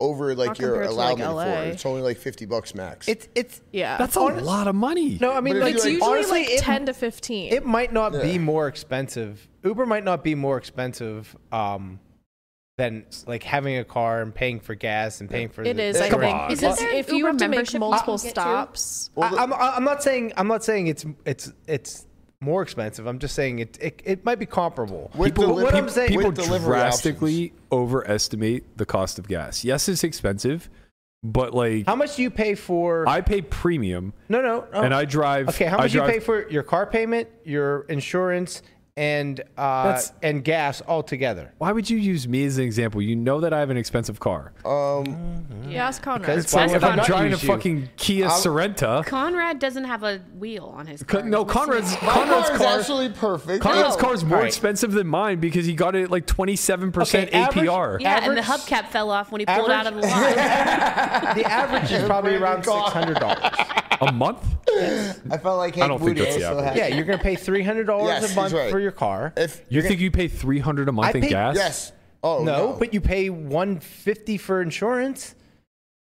Speaker 6: over like
Speaker 7: Not
Speaker 6: your
Speaker 7: compared to, like,
Speaker 6: allowance for
Speaker 7: LA.
Speaker 6: it. It's only like 50 bucks max.
Speaker 4: It's it's
Speaker 7: Yeah.
Speaker 2: That's a
Speaker 4: Honest-
Speaker 2: lot of money.
Speaker 4: no, I mean
Speaker 6: But
Speaker 4: like,
Speaker 7: It's
Speaker 6: it's Like,
Speaker 7: usually
Speaker 4: honestly,
Speaker 7: like
Speaker 4: it-
Speaker 7: ten to fifteen.
Speaker 4: It might not be
Speaker 6: Yeah.
Speaker 4: more expensive. Uber might not be more expensive um, than like having a car and paying for gas and paying for
Speaker 7: it
Speaker 4: the-
Speaker 7: is. I
Speaker 6: Come
Speaker 7: think.
Speaker 2: on.
Speaker 5: Isn't there an
Speaker 7: if you
Speaker 5: Uber
Speaker 7: have to make
Speaker 5: membership
Speaker 7: multiple
Speaker 5: you can get to?
Speaker 7: stops,
Speaker 6: Well, the-
Speaker 4: I, I'm I'm not saying I'm not saying it's it's it's more expensive. I'm just saying it it, it might be comparable.
Speaker 6: With
Speaker 4: But
Speaker 6: deli-
Speaker 4: what I'm
Speaker 6: peop-
Speaker 4: saying,
Speaker 2: People
Speaker 6: With delivery
Speaker 2: drastically overestimate the cost of gas. Yes, it's expensive, but like
Speaker 4: how much do you pay for?
Speaker 2: I pay premium
Speaker 4: no, no, no.
Speaker 2: and I drive.
Speaker 4: Okay, how
Speaker 2: I
Speaker 4: much do you
Speaker 2: drive-
Speaker 4: pay for your car payment, your insurance, and uh,
Speaker 2: That's-
Speaker 4: and gas all together?
Speaker 2: Why would you use me as an example? You know that I have an expensive car.
Speaker 6: um,
Speaker 7: you ask Conrad.
Speaker 4: Because Uh, why
Speaker 2: if
Speaker 4: would I
Speaker 2: I'm
Speaker 4: not
Speaker 2: driving a
Speaker 4: use you?
Speaker 2: fucking Kia Sorrento,
Speaker 5: Conrad doesn't have a wheel on his
Speaker 2: Co-
Speaker 5: car.
Speaker 2: no, Conrad's
Speaker 6: my
Speaker 2: Conrad's
Speaker 6: car is
Speaker 2: car.
Speaker 6: actually perfect.
Speaker 2: Conrad's
Speaker 5: No.
Speaker 2: car is more
Speaker 4: Alright.
Speaker 2: expensive than mine because he got it at like 27%
Speaker 4: Okay, average-
Speaker 2: APR.
Speaker 5: Yeah, and the
Speaker 4: Average-
Speaker 5: hubcap fell off when he pulled out of the
Speaker 4: average-
Speaker 5: lot.
Speaker 4: The average is probably around six
Speaker 6: car.
Speaker 4: hundred dollars.
Speaker 2: A month?
Speaker 6: I felt like Hank
Speaker 2: don't think
Speaker 6: Moody.
Speaker 2: that's the
Speaker 6: also
Speaker 2: average.
Speaker 6: had-
Speaker 4: Yeah, you're gonna pay three hundred dollars
Speaker 6: Yes,
Speaker 4: a
Speaker 6: he's
Speaker 4: month
Speaker 6: right.
Speaker 4: for your car.
Speaker 6: If
Speaker 2: You think you pay 300 a month in
Speaker 4: pay-
Speaker 2: gas?
Speaker 6: yes. Oh
Speaker 4: no, but you pay one fifty for insurance,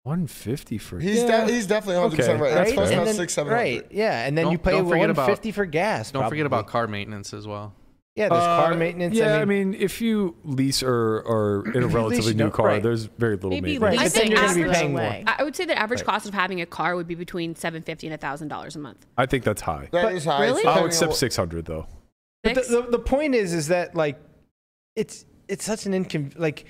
Speaker 2: 150 for
Speaker 6: he's
Speaker 2: Yeah.
Speaker 6: de- he's definitely 100
Speaker 2: Okay.
Speaker 6: percent right.
Speaker 4: right?
Speaker 6: That's close
Speaker 4: And
Speaker 6: about
Speaker 4: then-
Speaker 6: six seven
Speaker 4: right?
Speaker 6: hundred.
Speaker 4: Yeah, and then you
Speaker 8: Don't-
Speaker 4: pay
Speaker 8: don't forget
Speaker 4: one
Speaker 8: about-
Speaker 4: fifty for gas.
Speaker 8: Don't forget
Speaker 4: probably.
Speaker 8: about car maintenance as well.
Speaker 4: yeah. There's
Speaker 2: Uh,
Speaker 4: car maintenance.
Speaker 2: Yeah,
Speaker 4: I mean,
Speaker 2: if you lease or are in a
Speaker 4: lease,
Speaker 2: relatively
Speaker 4: you
Speaker 2: new
Speaker 4: don't-
Speaker 2: car,
Speaker 4: right.
Speaker 2: there's very little
Speaker 7: Maybe
Speaker 2: maintenance.
Speaker 5: I
Speaker 4: But then
Speaker 5: think
Speaker 4: you're gonna be
Speaker 5: average-
Speaker 4: paying more.
Speaker 7: way.
Speaker 5: I I would say the average cost of having a car would be between seven fifty and thousand dollars a month.
Speaker 2: I think that's high.
Speaker 6: That is high.
Speaker 5: really?
Speaker 6: It's
Speaker 2: I'll
Speaker 6: depending on
Speaker 2: accept
Speaker 6: what-
Speaker 2: 600 though.
Speaker 4: But the,
Speaker 5: Six?
Speaker 4: the, the point is, is that like, it's it's such an incon like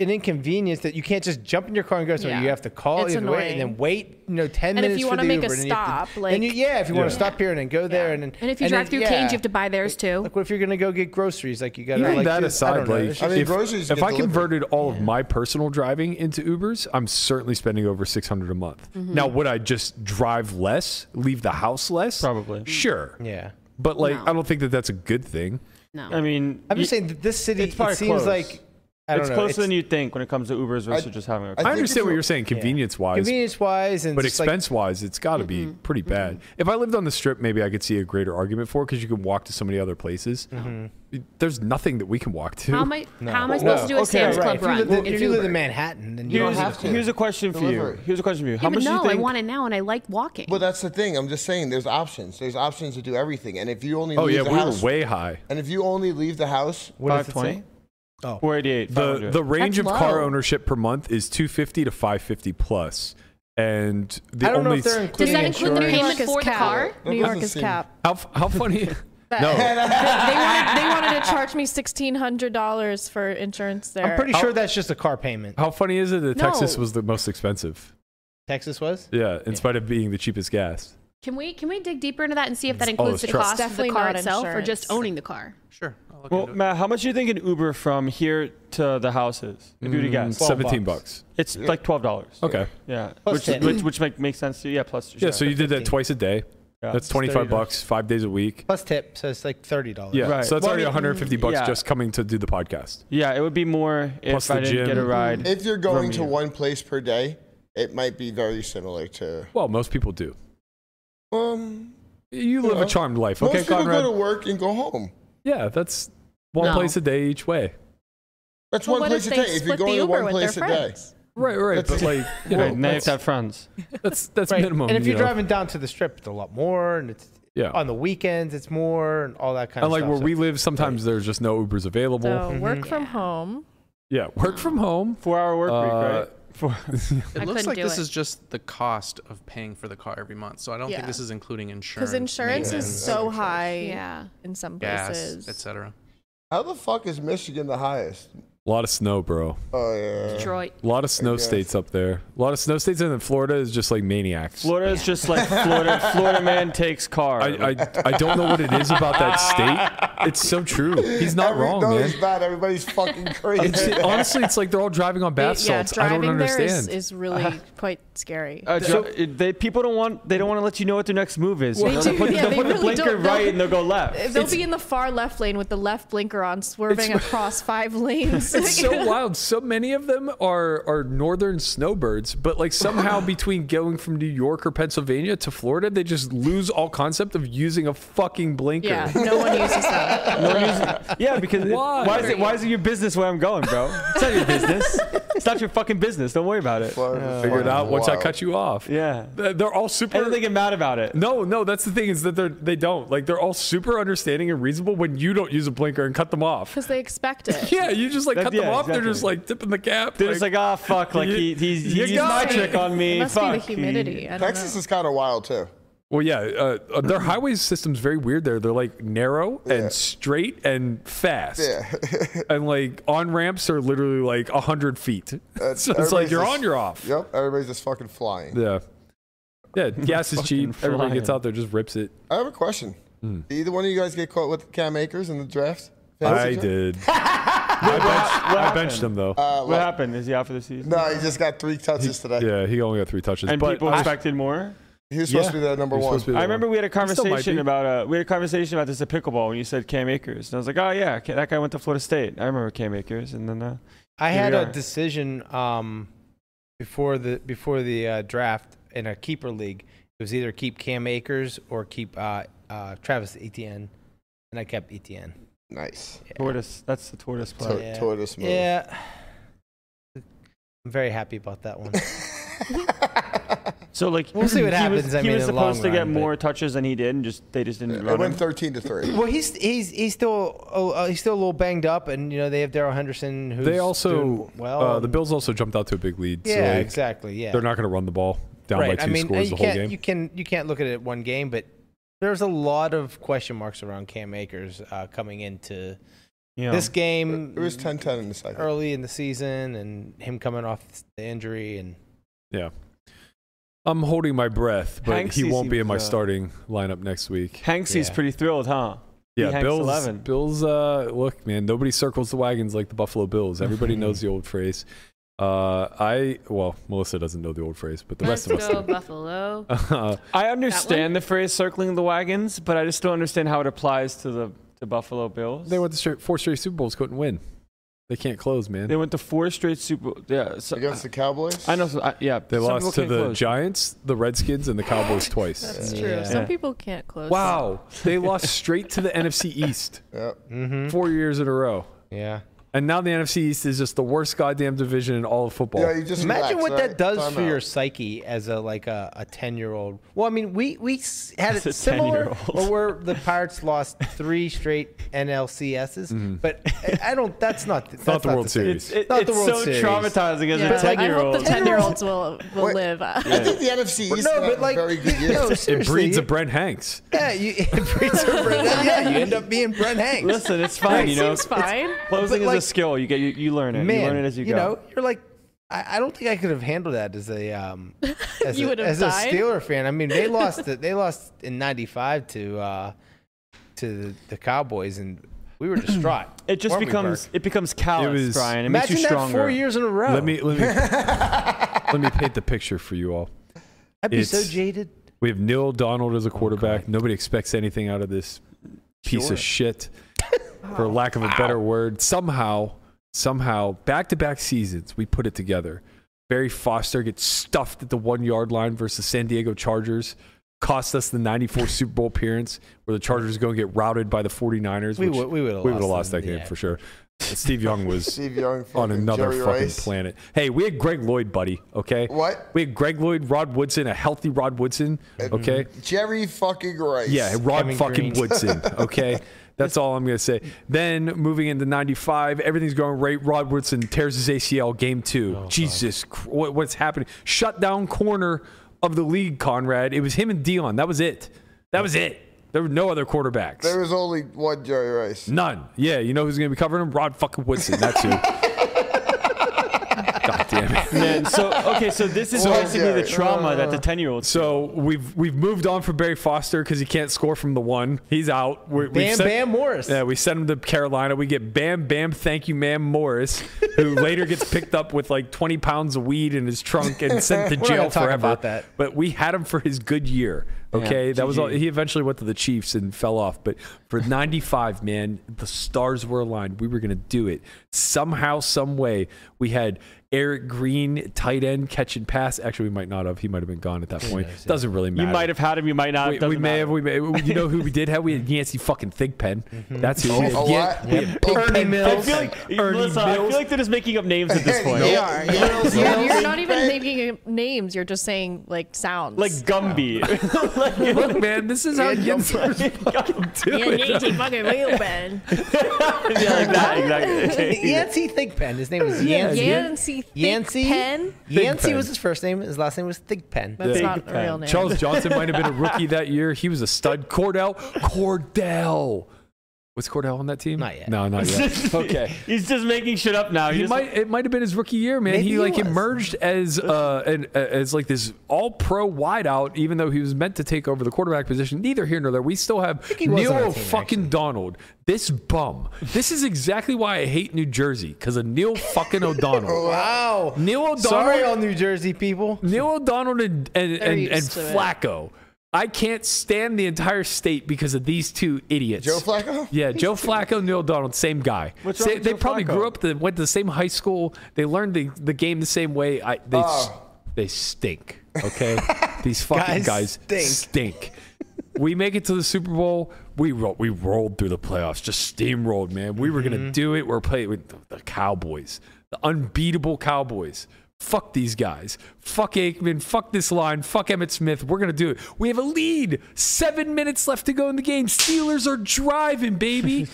Speaker 4: an inconvenience that you can't just jump in your car and go somewhere.
Speaker 7: Yeah.
Speaker 4: You have to call
Speaker 7: It's
Speaker 4: you have to wait, and then
Speaker 7: annoying.
Speaker 4: wait, you know, ten
Speaker 7: And if
Speaker 4: minutes
Speaker 7: you
Speaker 4: for
Speaker 7: wanna
Speaker 4: the
Speaker 7: make a
Speaker 4: Uber, and you have
Speaker 7: stop,
Speaker 4: to,
Speaker 7: like-
Speaker 4: then you, yeah, if you want
Speaker 2: Yeah.
Speaker 4: to stop here and then go there,
Speaker 7: Yeah.
Speaker 4: and then
Speaker 5: And if you drive
Speaker 4: then-
Speaker 5: through
Speaker 4: yeah.
Speaker 5: Cage, you have to buy theirs too.
Speaker 4: Like, what if you're gonna go get groceries? Like, you gotta
Speaker 2: Even
Speaker 4: like
Speaker 2: that
Speaker 4: do- I
Speaker 2: aside,
Speaker 4: don't know,
Speaker 2: like
Speaker 4: it's
Speaker 6: I mean,
Speaker 2: if,
Speaker 6: groceries
Speaker 2: if
Speaker 6: get
Speaker 2: I
Speaker 6: delivered.
Speaker 2: converted all of my personal driving into Ubers, I'm certainly spending over 600 a month. Now, would I just drive less, leave the house less?
Speaker 3: Probably.
Speaker 2: Sure.
Speaker 4: just- yeah.
Speaker 2: But like,
Speaker 5: No.
Speaker 2: I don't think that that's a good thing.
Speaker 5: No.
Speaker 3: I mean,
Speaker 4: I'm
Speaker 3: you-
Speaker 4: just saying that this city it
Speaker 3: it's
Speaker 4: seems
Speaker 3: probably close.
Speaker 4: like I don't
Speaker 3: it's
Speaker 4: know.
Speaker 3: closer than you'd think when it comes to Ubers versus
Speaker 6: I-
Speaker 3: just having a car.
Speaker 6: I
Speaker 2: I,
Speaker 6: think if
Speaker 2: understand what
Speaker 6: you-
Speaker 2: you're saying, convenience wise,
Speaker 4: convenience wise and
Speaker 2: but
Speaker 4: just, like,
Speaker 2: expense wise, it's got to be pretty bad. If I lived on the strip, maybe I could see a greater argument for because you can walk to so many other places.
Speaker 4: Mm-hmm.
Speaker 2: It- There's nothing that we can walk to. Oh,
Speaker 5: how am I how am I
Speaker 4: No.
Speaker 5: supposed to do a
Speaker 4: Okay,
Speaker 5: Sam's
Speaker 4: right.
Speaker 5: Club
Speaker 4: If you
Speaker 5: run?
Speaker 4: live in-
Speaker 5: in
Speaker 4: If you live
Speaker 5: Uber?
Speaker 4: in Manhattan, then you don't
Speaker 3: Here's,
Speaker 4: have
Speaker 6: have
Speaker 4: to.
Speaker 6: to.
Speaker 3: here's a question for you.
Speaker 6: Delivery.
Speaker 3: Here's a question for you. How
Speaker 5: Yeah, but
Speaker 3: much do you
Speaker 5: no, I
Speaker 3: think?
Speaker 5: want it now and I like walking.
Speaker 6: Well, that's the thing. I'm just saying, there's options. There's options to do everything. And if you only
Speaker 2: oh
Speaker 6: leave
Speaker 2: yeah,
Speaker 6: the
Speaker 2: we were
Speaker 6: house,
Speaker 2: way high.
Speaker 6: and if you only leave the house,
Speaker 4: does it
Speaker 3: 520?
Speaker 4: say? Oh.
Speaker 3: 488.
Speaker 2: the
Speaker 3: 500.
Speaker 2: the range
Speaker 5: That's
Speaker 2: of car
Speaker 5: low.
Speaker 2: ownership per month is 250 to 550 plus and the
Speaker 4: I don't know
Speaker 2: only
Speaker 4: if they're
Speaker 5: Does
Speaker 4: including
Speaker 5: that include the
Speaker 4: insurance.
Speaker 5: payment
Speaker 7: is
Speaker 5: for the
Speaker 7: capped.
Speaker 5: car?
Speaker 6: That
Speaker 7: New York
Speaker 6: doesn't
Speaker 7: is
Speaker 6: seem-
Speaker 7: capped.
Speaker 2: how, f- how funny no
Speaker 7: But they, wanted, they wanted to charge me sixteen hundred dollars for insurance there.
Speaker 4: I'm pretty sure that's just a car payment.
Speaker 2: how funny is it that
Speaker 7: No.
Speaker 2: texas was the most expensive
Speaker 4: Texas was?
Speaker 2: yeah in spite of being the cheapest gas
Speaker 5: Can we can we dig deeper into that and see if that includes
Speaker 2: Oh, it's
Speaker 5: the
Speaker 2: true.
Speaker 5: cost of the
Speaker 7: Definitely
Speaker 5: car
Speaker 7: not
Speaker 5: itself or
Speaker 7: insurance.
Speaker 5: just owning the car?
Speaker 8: Sure. I'll look
Speaker 3: well,
Speaker 8: into it.
Speaker 3: Matt, how much do you think an Uber from here to the house is? If you were to
Speaker 2: Mm,
Speaker 3: guess,
Speaker 2: 17
Speaker 4: bucks.
Speaker 2: bucks,
Speaker 3: it's like twelve dollars.
Speaker 6: Oh.
Speaker 2: okay
Speaker 3: Yeah,
Speaker 4: Plus
Speaker 3: which,
Speaker 4: ten.
Speaker 3: which which make, makes sense to you. Yeah, plus
Speaker 2: yeah so you did that
Speaker 4: 15.
Speaker 2: twice a day
Speaker 3: Yeah.
Speaker 2: that's
Speaker 3: It's
Speaker 2: 25
Speaker 3: $30.
Speaker 2: bucks five days a week
Speaker 4: Plus tip, so it's like thirty dollars.
Speaker 2: yeah
Speaker 3: Right.
Speaker 2: so that's
Speaker 3: Well, I
Speaker 2: already
Speaker 3: mean,
Speaker 2: 150 bucks
Speaker 3: yeah.
Speaker 2: just coming to do the podcast
Speaker 3: yeah, it would be more if
Speaker 2: Plus
Speaker 3: I
Speaker 2: the
Speaker 3: didn't
Speaker 2: gym.
Speaker 3: get a ride.
Speaker 6: if you're
Speaker 3: from
Speaker 6: going to
Speaker 3: you.
Speaker 6: one place per day, it might be very similar to.
Speaker 2: well most people do
Speaker 6: Um,
Speaker 2: you live a
Speaker 6: Yeah.
Speaker 2: charmed life
Speaker 6: most
Speaker 2: okay
Speaker 6: people
Speaker 2: conrad
Speaker 6: go to work and go home.
Speaker 2: yeah that's one
Speaker 5: No.
Speaker 2: place a day each way.
Speaker 6: That's
Speaker 7: Well,
Speaker 6: one
Speaker 7: what
Speaker 6: place a
Speaker 7: if
Speaker 6: day.
Speaker 7: they
Speaker 6: If you're
Speaker 7: split the
Speaker 6: going to
Speaker 7: Uber
Speaker 6: one
Speaker 7: with
Speaker 6: place a
Speaker 7: their
Speaker 6: day,
Speaker 7: friends?
Speaker 2: Right, right.
Speaker 6: That's-
Speaker 2: But like, you
Speaker 3: Right,
Speaker 2: know,
Speaker 3: now you have
Speaker 2: that's,
Speaker 3: to have friends.
Speaker 2: that's that's
Speaker 4: Right.
Speaker 2: minimum.
Speaker 4: and if
Speaker 2: you
Speaker 4: you're
Speaker 2: know.
Speaker 4: driving down to the strip, it's a lot more, and it's
Speaker 2: yeah.
Speaker 4: on the weekends, it's more, and all that kind
Speaker 2: And like
Speaker 4: of
Speaker 2: where
Speaker 4: stuff.
Speaker 2: we live, sometimes there's just no Ubers available.
Speaker 7: So work from
Speaker 5: Yeah.
Speaker 7: home.
Speaker 2: yeah, work from home.
Speaker 3: Four hour work week, right?
Speaker 2: Uh,
Speaker 3: Four.
Speaker 5: I
Speaker 8: It looks
Speaker 5: couldn't
Speaker 8: like
Speaker 5: do
Speaker 8: this
Speaker 5: it.
Speaker 8: is just the cost of paying for the car every month. So I don't
Speaker 7: Yeah.
Speaker 8: think this is including insurance.
Speaker 7: Because insurance
Speaker 6: maintenance,
Speaker 7: is so
Speaker 6: insurance.
Speaker 7: high
Speaker 5: Yeah.
Speaker 7: in some places.
Speaker 8: gas, etc.
Speaker 6: how the fuck is Michigan the highest?
Speaker 2: A lot of snow, bro.
Speaker 6: Oh
Speaker 7: Uh,
Speaker 6: yeah.
Speaker 5: Detroit.
Speaker 2: A lot of snow
Speaker 6: guess.
Speaker 2: states up there. A lot of snow states, and then Florida is just like maniacs.
Speaker 3: Florida is just like Florida. Florida man takes car.
Speaker 2: I, I, I don't know what it is about that state. It's so true. He's not
Speaker 6: Every-
Speaker 2: wrong,
Speaker 6: no,
Speaker 2: man.
Speaker 6: it's not. Everybody's fucking crazy.
Speaker 2: It's, honestly, it's like they're all driving on bath
Speaker 7: It- yeah,
Speaker 2: salts. I
Speaker 7: driving
Speaker 2: don't understand.
Speaker 7: there is, is really quite scary.
Speaker 3: Uh, so, they people don't want they don't want to let you know what their next move is.
Speaker 7: They
Speaker 3: they'll
Speaker 7: do,
Speaker 3: put,
Speaker 7: yeah,
Speaker 3: they'll
Speaker 7: they
Speaker 3: put the
Speaker 7: really
Speaker 3: blinker
Speaker 7: don't. They'll-
Speaker 3: right and they'll go left.
Speaker 7: Uh, They'll be in the far left lane with the left blinker on, swerving across five lanes.
Speaker 2: It's so wild. So many of them are are northern snowbirds, but like somehow between going from New York or Pennsylvania to Florida, they just lose all concept of using a fucking blinker.
Speaker 7: yeah, no one uses that.
Speaker 3: yeah, because it-
Speaker 2: Why?
Speaker 3: why? is it why is it your business where I'm going, bro? It's not your business. it's not your fucking business. Don't worry about it.
Speaker 2: Figure it out once I cut you off.
Speaker 3: Yeah.
Speaker 2: They're they're all super.
Speaker 3: And then they get mad about it.
Speaker 2: no, no, that's the thing is that they're they don't like they're all super understanding and reasonable when you don't use a blinker and cut them off.
Speaker 7: Because they expect it.
Speaker 2: Yeah, you just like
Speaker 3: That-
Speaker 2: cut
Speaker 3: yeah,
Speaker 2: them off. They're
Speaker 3: exactly.
Speaker 2: just like tipping the cap.
Speaker 3: They're just like, ah, fuck. Like
Speaker 2: You-
Speaker 3: he, he's
Speaker 2: you
Speaker 3: he used
Speaker 2: got
Speaker 3: my
Speaker 2: me.
Speaker 3: trick on me.
Speaker 7: It must
Speaker 3: fuck.
Speaker 7: be the humidity. I don't
Speaker 6: Texas
Speaker 7: know.
Speaker 6: is kind of wild too.
Speaker 2: Well, yeah, uh, uh, their highway system's very weird. There, they're like narrow
Speaker 6: Mm-hmm. Yeah.
Speaker 2: and straight and fast.
Speaker 6: Yeah.
Speaker 2: and like on ramps are literally like hundred feet.
Speaker 6: That's-
Speaker 2: so it's like
Speaker 6: everybody's
Speaker 2: you're
Speaker 6: just-
Speaker 2: on, you're off.
Speaker 6: yep. Everybody's just fucking flying.
Speaker 2: Yeah, yeah. Gas is cheap.
Speaker 3: Fucking
Speaker 2: Everybody gets
Speaker 3: flying.
Speaker 2: out there, just rips it.
Speaker 6: I have a question. Did either one of you guys get caught with Cam Akers in the draft?
Speaker 2: Hmm. I
Speaker 6: Fantasy draft?
Speaker 2: did. I, benched, I benched him though.
Speaker 6: Uh,
Speaker 3: What
Speaker 6: like-
Speaker 3: happened? Is he out for the season?
Speaker 6: No, he just got three touches today.
Speaker 2: yeah, he only got three touches.
Speaker 3: And
Speaker 2: but
Speaker 3: people
Speaker 2: I-
Speaker 3: expected more.
Speaker 6: He was supposed
Speaker 2: Yeah.
Speaker 6: to be the number
Speaker 2: he was
Speaker 6: one.
Speaker 2: supposed to be the
Speaker 3: I remember we had a
Speaker 2: might
Speaker 3: conversation
Speaker 2: be.
Speaker 3: about uh, we had a conversation about this at pickleball when you said Cam Akers, and I was like, oh yeah, Ca- that guy went to Florida State. I remember Cam Akers, and then uh,
Speaker 4: I
Speaker 3: Here
Speaker 4: had
Speaker 3: we
Speaker 4: a
Speaker 3: are.
Speaker 4: decision um, before the before the uh, draft in a keeper league. It was either keep Cam Akers or keep uh, uh, Travis Etienne, and I kept Etienne.
Speaker 6: Nice.
Speaker 3: tortoise. That's the tortoise
Speaker 6: Tor-
Speaker 3: play.
Speaker 4: Yeah.
Speaker 6: Tortoise move.
Speaker 4: Yeah, I'm very happy about that one.
Speaker 3: So like,
Speaker 4: We'll see what
Speaker 3: he was-
Speaker 4: happens, I
Speaker 3: he
Speaker 4: mean,
Speaker 3: was
Speaker 4: in the long
Speaker 3: supposed to
Speaker 4: run,
Speaker 3: get
Speaker 4: but-
Speaker 3: more touches than he did, and just they just didn't
Speaker 6: it
Speaker 3: run him.
Speaker 6: went 13 to 3.
Speaker 4: Well, he's he's he's still oh, uh, he's still a little banged up, and you know they have Daryl Henderson. Who's
Speaker 2: they also
Speaker 4: doing well.
Speaker 2: uh, the
Speaker 4: and-
Speaker 2: Bills also jumped out to a big lead.
Speaker 4: Yeah,
Speaker 2: so like,
Speaker 4: exactly. Yeah,
Speaker 2: They're not going to run the ball down
Speaker 4: right.
Speaker 2: by
Speaker 4: I
Speaker 2: two
Speaker 4: mean, uh,
Speaker 2: scores
Speaker 4: you
Speaker 2: the whole
Speaker 4: can't-
Speaker 2: game.
Speaker 4: You can you can't look at it one game, but there's a lot of question marks around Cam Akers uh, coming into
Speaker 3: You know.
Speaker 4: this game.
Speaker 6: It was 10 10 in the second.
Speaker 4: early in the season, and him coming off the injury, and
Speaker 2: I'm holding my breath, but
Speaker 3: Hanks
Speaker 2: he won't be in my
Speaker 3: seems, uh,
Speaker 2: starting lineup next week.
Speaker 3: Hanksy's
Speaker 4: Yeah.
Speaker 3: pretty thrilled, huh? He
Speaker 2: Yeah,
Speaker 3: hangs
Speaker 2: Bills.
Speaker 3: 11.
Speaker 2: Bills. Uh, look, man, nobody circles the wagons like the Buffalo Bills. Everybody knows the old phrase. Uh, I well, Melissa doesn't know the old phrase, but the
Speaker 5: Let's
Speaker 2: rest of us
Speaker 5: go
Speaker 2: do.
Speaker 5: Buffalo.
Speaker 2: Uh,
Speaker 3: I understand the phrase "circling the wagons," but I just don't understand how it applies to the to Buffalo Bills.
Speaker 2: they went to straight, four straight Super Bowls, couldn't win. They can't close, man.
Speaker 3: They
Speaker 2: They,
Speaker 3: went to four straight Super. Yeah, so,
Speaker 6: Against the Cowboys?
Speaker 3: I know. So, I, yeah, some people
Speaker 2: lost to
Speaker 3: can't
Speaker 2: the
Speaker 3: close.
Speaker 2: Giants, the Redskins, and the Cowboys twice.
Speaker 7: That's true.
Speaker 4: Yeah.
Speaker 7: Some people can't close.
Speaker 2: Wow, they lost straight to the NFC East
Speaker 6: Yep.
Speaker 3: Mm-hmm.
Speaker 4: hmm
Speaker 2: four years in a row,
Speaker 4: yeah.
Speaker 2: and now the NFC East is just the worst goddamn division in all of football.
Speaker 6: Yeah, you just
Speaker 4: Imagine
Speaker 6: relax,
Speaker 4: what
Speaker 6: right?
Speaker 4: that does
Speaker 6: Time
Speaker 4: for
Speaker 6: out.
Speaker 4: your psyche as a like a, a ten year old. Well, I mean, we we s- had
Speaker 3: As
Speaker 4: it
Speaker 3: a
Speaker 4: similar
Speaker 3: 10-year-old.
Speaker 4: where we're- the Pirates lost three straight NLCSs, but I- I don't. That's not. That's
Speaker 2: not Mm-hmm. the World
Speaker 4: same.
Speaker 2: Series.
Speaker 3: It's, it,
Speaker 4: Not the
Speaker 3: it's
Speaker 4: World
Speaker 3: so
Speaker 4: Series.
Speaker 3: traumatizing as a
Speaker 7: Yeah, like, I hope
Speaker 3: ten-year-old.
Speaker 7: the ten-year-olds will will
Speaker 6: Wait.
Speaker 7: live.
Speaker 6: I think the NFC East
Speaker 4: No,
Speaker 6: had
Speaker 4: but like,
Speaker 6: a very good year.
Speaker 4: no,
Speaker 2: it
Speaker 4: seriously,
Speaker 2: breeds a
Speaker 4: you-
Speaker 2: Brent Hanks.
Speaker 4: Yeah, you it breeds a Brent. Yeah, you end up being Brent Hanks.
Speaker 3: Listen, it's fine. you know,
Speaker 7: seems fine.
Speaker 3: closing
Speaker 4: But,
Speaker 3: is a
Speaker 4: like,
Speaker 3: skill. You get you, you learn it.
Speaker 4: Man,
Speaker 3: you learn it as you, go.
Speaker 4: know, you're like, I, I don't think I could have handled that as a um, as,
Speaker 7: You
Speaker 4: a,
Speaker 7: would have
Speaker 4: as
Speaker 7: died?
Speaker 4: a Steeler fan. I mean, they lost it. They lost in '95 to uh, to the, the Cowboys, and we were distraught.
Speaker 3: it just
Speaker 4: weren't we,
Speaker 3: becomes
Speaker 4: Burke?
Speaker 3: it becomes callous,
Speaker 2: It was-
Speaker 3: Brian. It
Speaker 4: Imagine
Speaker 3: makes you
Speaker 4: that
Speaker 3: stronger.
Speaker 4: four years in a row.
Speaker 2: Let me let me let me paint the picture for you all.
Speaker 4: I'd be so
Speaker 2: it's-
Speaker 4: jaded.
Speaker 2: We have Neil Donald as a quarterback. Nobody expects anything out of this piece
Speaker 3: Sure.
Speaker 2: of shit, for lack of a better word. Somehow, somehow, back to back seasons, we put it together. Barry Foster gets stuffed at the one yard line versus San Diego Chargers. cost us the 94 Super Bowl appearance where the Chargers going to get routed by the 49ers.
Speaker 4: We
Speaker 2: which
Speaker 4: would we would have
Speaker 2: we would have lost that game for sure. Steve Young was
Speaker 6: Steve Young
Speaker 2: on
Speaker 6: fucking
Speaker 2: another
Speaker 6: Jerry
Speaker 2: fucking
Speaker 6: Rice.
Speaker 2: planet. Hey, we had Greg Lloyd, buddy. Okay.
Speaker 6: What?
Speaker 2: We had Greg Lloyd, Rod Woodson, a healthy Rod Woodson. Okay.
Speaker 6: Jerry fucking Rice.
Speaker 2: Yeah, Rod
Speaker 4: Kevin
Speaker 2: fucking
Speaker 4: Green.
Speaker 2: Woodson. Okay. That's all I'm going to say. Then moving into 95, everything's going right. Rod Woodson tears his ACL game two. Jesus, Chr- what, what's happening? Shutdown corner of the league, Conrad. It was him and Dion. That was it. That was it. There were no other quarterbacks.
Speaker 6: There was only one Jerry Rice.
Speaker 2: None. Yeah, you know who's going to be covering him? Rod fucking Woodson. That's who. God damn it.
Speaker 3: Man, so okay, so this is
Speaker 6: So-
Speaker 3: basically the
Speaker 6: Yeah.
Speaker 3: trauma that
Speaker 4: Uh,
Speaker 3: the ten year olds
Speaker 2: So we've we've moved on from Barry Foster because he can't score from the one. He's out. We're, we've
Speaker 4: Bam
Speaker 2: sent-
Speaker 4: Bam Morris.
Speaker 2: Yeah, we send him to Carolina. We get Bam Bam, thank you, ma'am Morris, who later gets picked up with like 20 pounds of weed in his trunk and sent to
Speaker 4: not
Speaker 2: jail
Speaker 4: gonna talk
Speaker 2: forever.
Speaker 4: about that.
Speaker 2: But we had him for his good year. Okay, that was all. He eventually went to the Chiefs and fell off. But for 95, man, the stars were aligned. We were gonna do it somehow, some way. We had Eric Green, tight end, catch and pass. Actually, we might not have. He might have been gone at that point. Doesn't really
Speaker 3: You
Speaker 2: matter.
Speaker 3: might have had him, you might not.
Speaker 2: We,
Speaker 3: doesn't
Speaker 2: we may
Speaker 3: matter.
Speaker 2: have. We may. You know who we did have? We had Yancey fucking Thigpen. That's who.
Speaker 6: Oh,
Speaker 2: we had.
Speaker 6: a
Speaker 2: Yan-
Speaker 6: lot?
Speaker 2: we had
Speaker 6: Yeah.
Speaker 2: Ernie
Speaker 6: I
Speaker 3: Mm-hmm. I
Speaker 2: Mills.
Speaker 3: feel like
Speaker 2: Ernie
Speaker 3: listen, I feel
Speaker 2: Mills.
Speaker 3: like they're just making up names at this point.
Speaker 6: They
Speaker 7: are.
Speaker 6: Mills,
Speaker 7: Yeah,
Speaker 6: Mills,
Speaker 7: you're not even
Speaker 6: Fred.
Speaker 7: thinking of names. You're just saying like sounds.
Speaker 3: Like Gumby.
Speaker 2: Look, man, this is how Yancey do
Speaker 7: yeah,
Speaker 2: it.
Speaker 7: Yancey fucking Wheelman.
Speaker 3: yeah, like that, exactly.
Speaker 4: Yancey Thigpen. His name was
Speaker 2: Yeah,
Speaker 4: Yancey.
Speaker 7: Yancey.
Speaker 4: Yancey.
Speaker 7: Pen.
Speaker 4: Yancey
Speaker 2: Thigpen.
Speaker 4: was his first name. His last name was Thigpen.
Speaker 7: That's
Speaker 3: Yeah.
Speaker 7: not a real name.
Speaker 2: Charles Johnson might have been a rookie that year. He was a stud. Cordell. Cordell. Was Cordell on that team?
Speaker 4: Not yet.
Speaker 2: No, not yet. okay.
Speaker 3: He's just making shit up now.
Speaker 2: He
Speaker 3: just,
Speaker 2: might. It might have been his rookie year, man.
Speaker 4: Maybe
Speaker 2: he
Speaker 4: he
Speaker 2: like
Speaker 4: was.
Speaker 2: emerged as uh an, uh, as like this all pro wideout, even though he was meant to take over the quarterback position. Neither here nor there. We still have
Speaker 4: he was on our
Speaker 2: Neil
Speaker 4: team,
Speaker 2: fucking Donald. This bum. This is exactly why I hate New Jersey because of Neil fucking O'Donnell.
Speaker 4: Wow.
Speaker 2: Neil O'Donnell.
Speaker 4: Oh, Sorry, all New Jersey people.
Speaker 2: Neil O'Donnell and and,
Speaker 7: They're
Speaker 2: and, and
Speaker 7: used to it.
Speaker 2: Flacco. I can't stand the entire state because of these two idiots.
Speaker 6: Joe Flacco?
Speaker 2: Yeah, Joe Flacco, Neil Donald, same guy.
Speaker 3: What's
Speaker 2: Sa-
Speaker 3: wrong with
Speaker 2: they
Speaker 3: Joe
Speaker 2: probably
Speaker 3: Flacco?
Speaker 2: grew up, the, went to the same high school. They learned the, the game the same way. I, they, s-
Speaker 6: Oh.
Speaker 2: they stink, okay? These fucking guys,
Speaker 4: Guys
Speaker 2: stink. we make it to the Super Bowl. We, ro- we rolled through the playoffs, just steamrolled, man. We were going to do it. We're playing with the- the Cowboys, the unbeatable Cowboys. Fuck these guys. Fuck Aikman. Fuck this line. Fuck Emmett Smith. We're going to do it. We have a lead. Seven minutes left to go in the game. Steelers are driving, baby.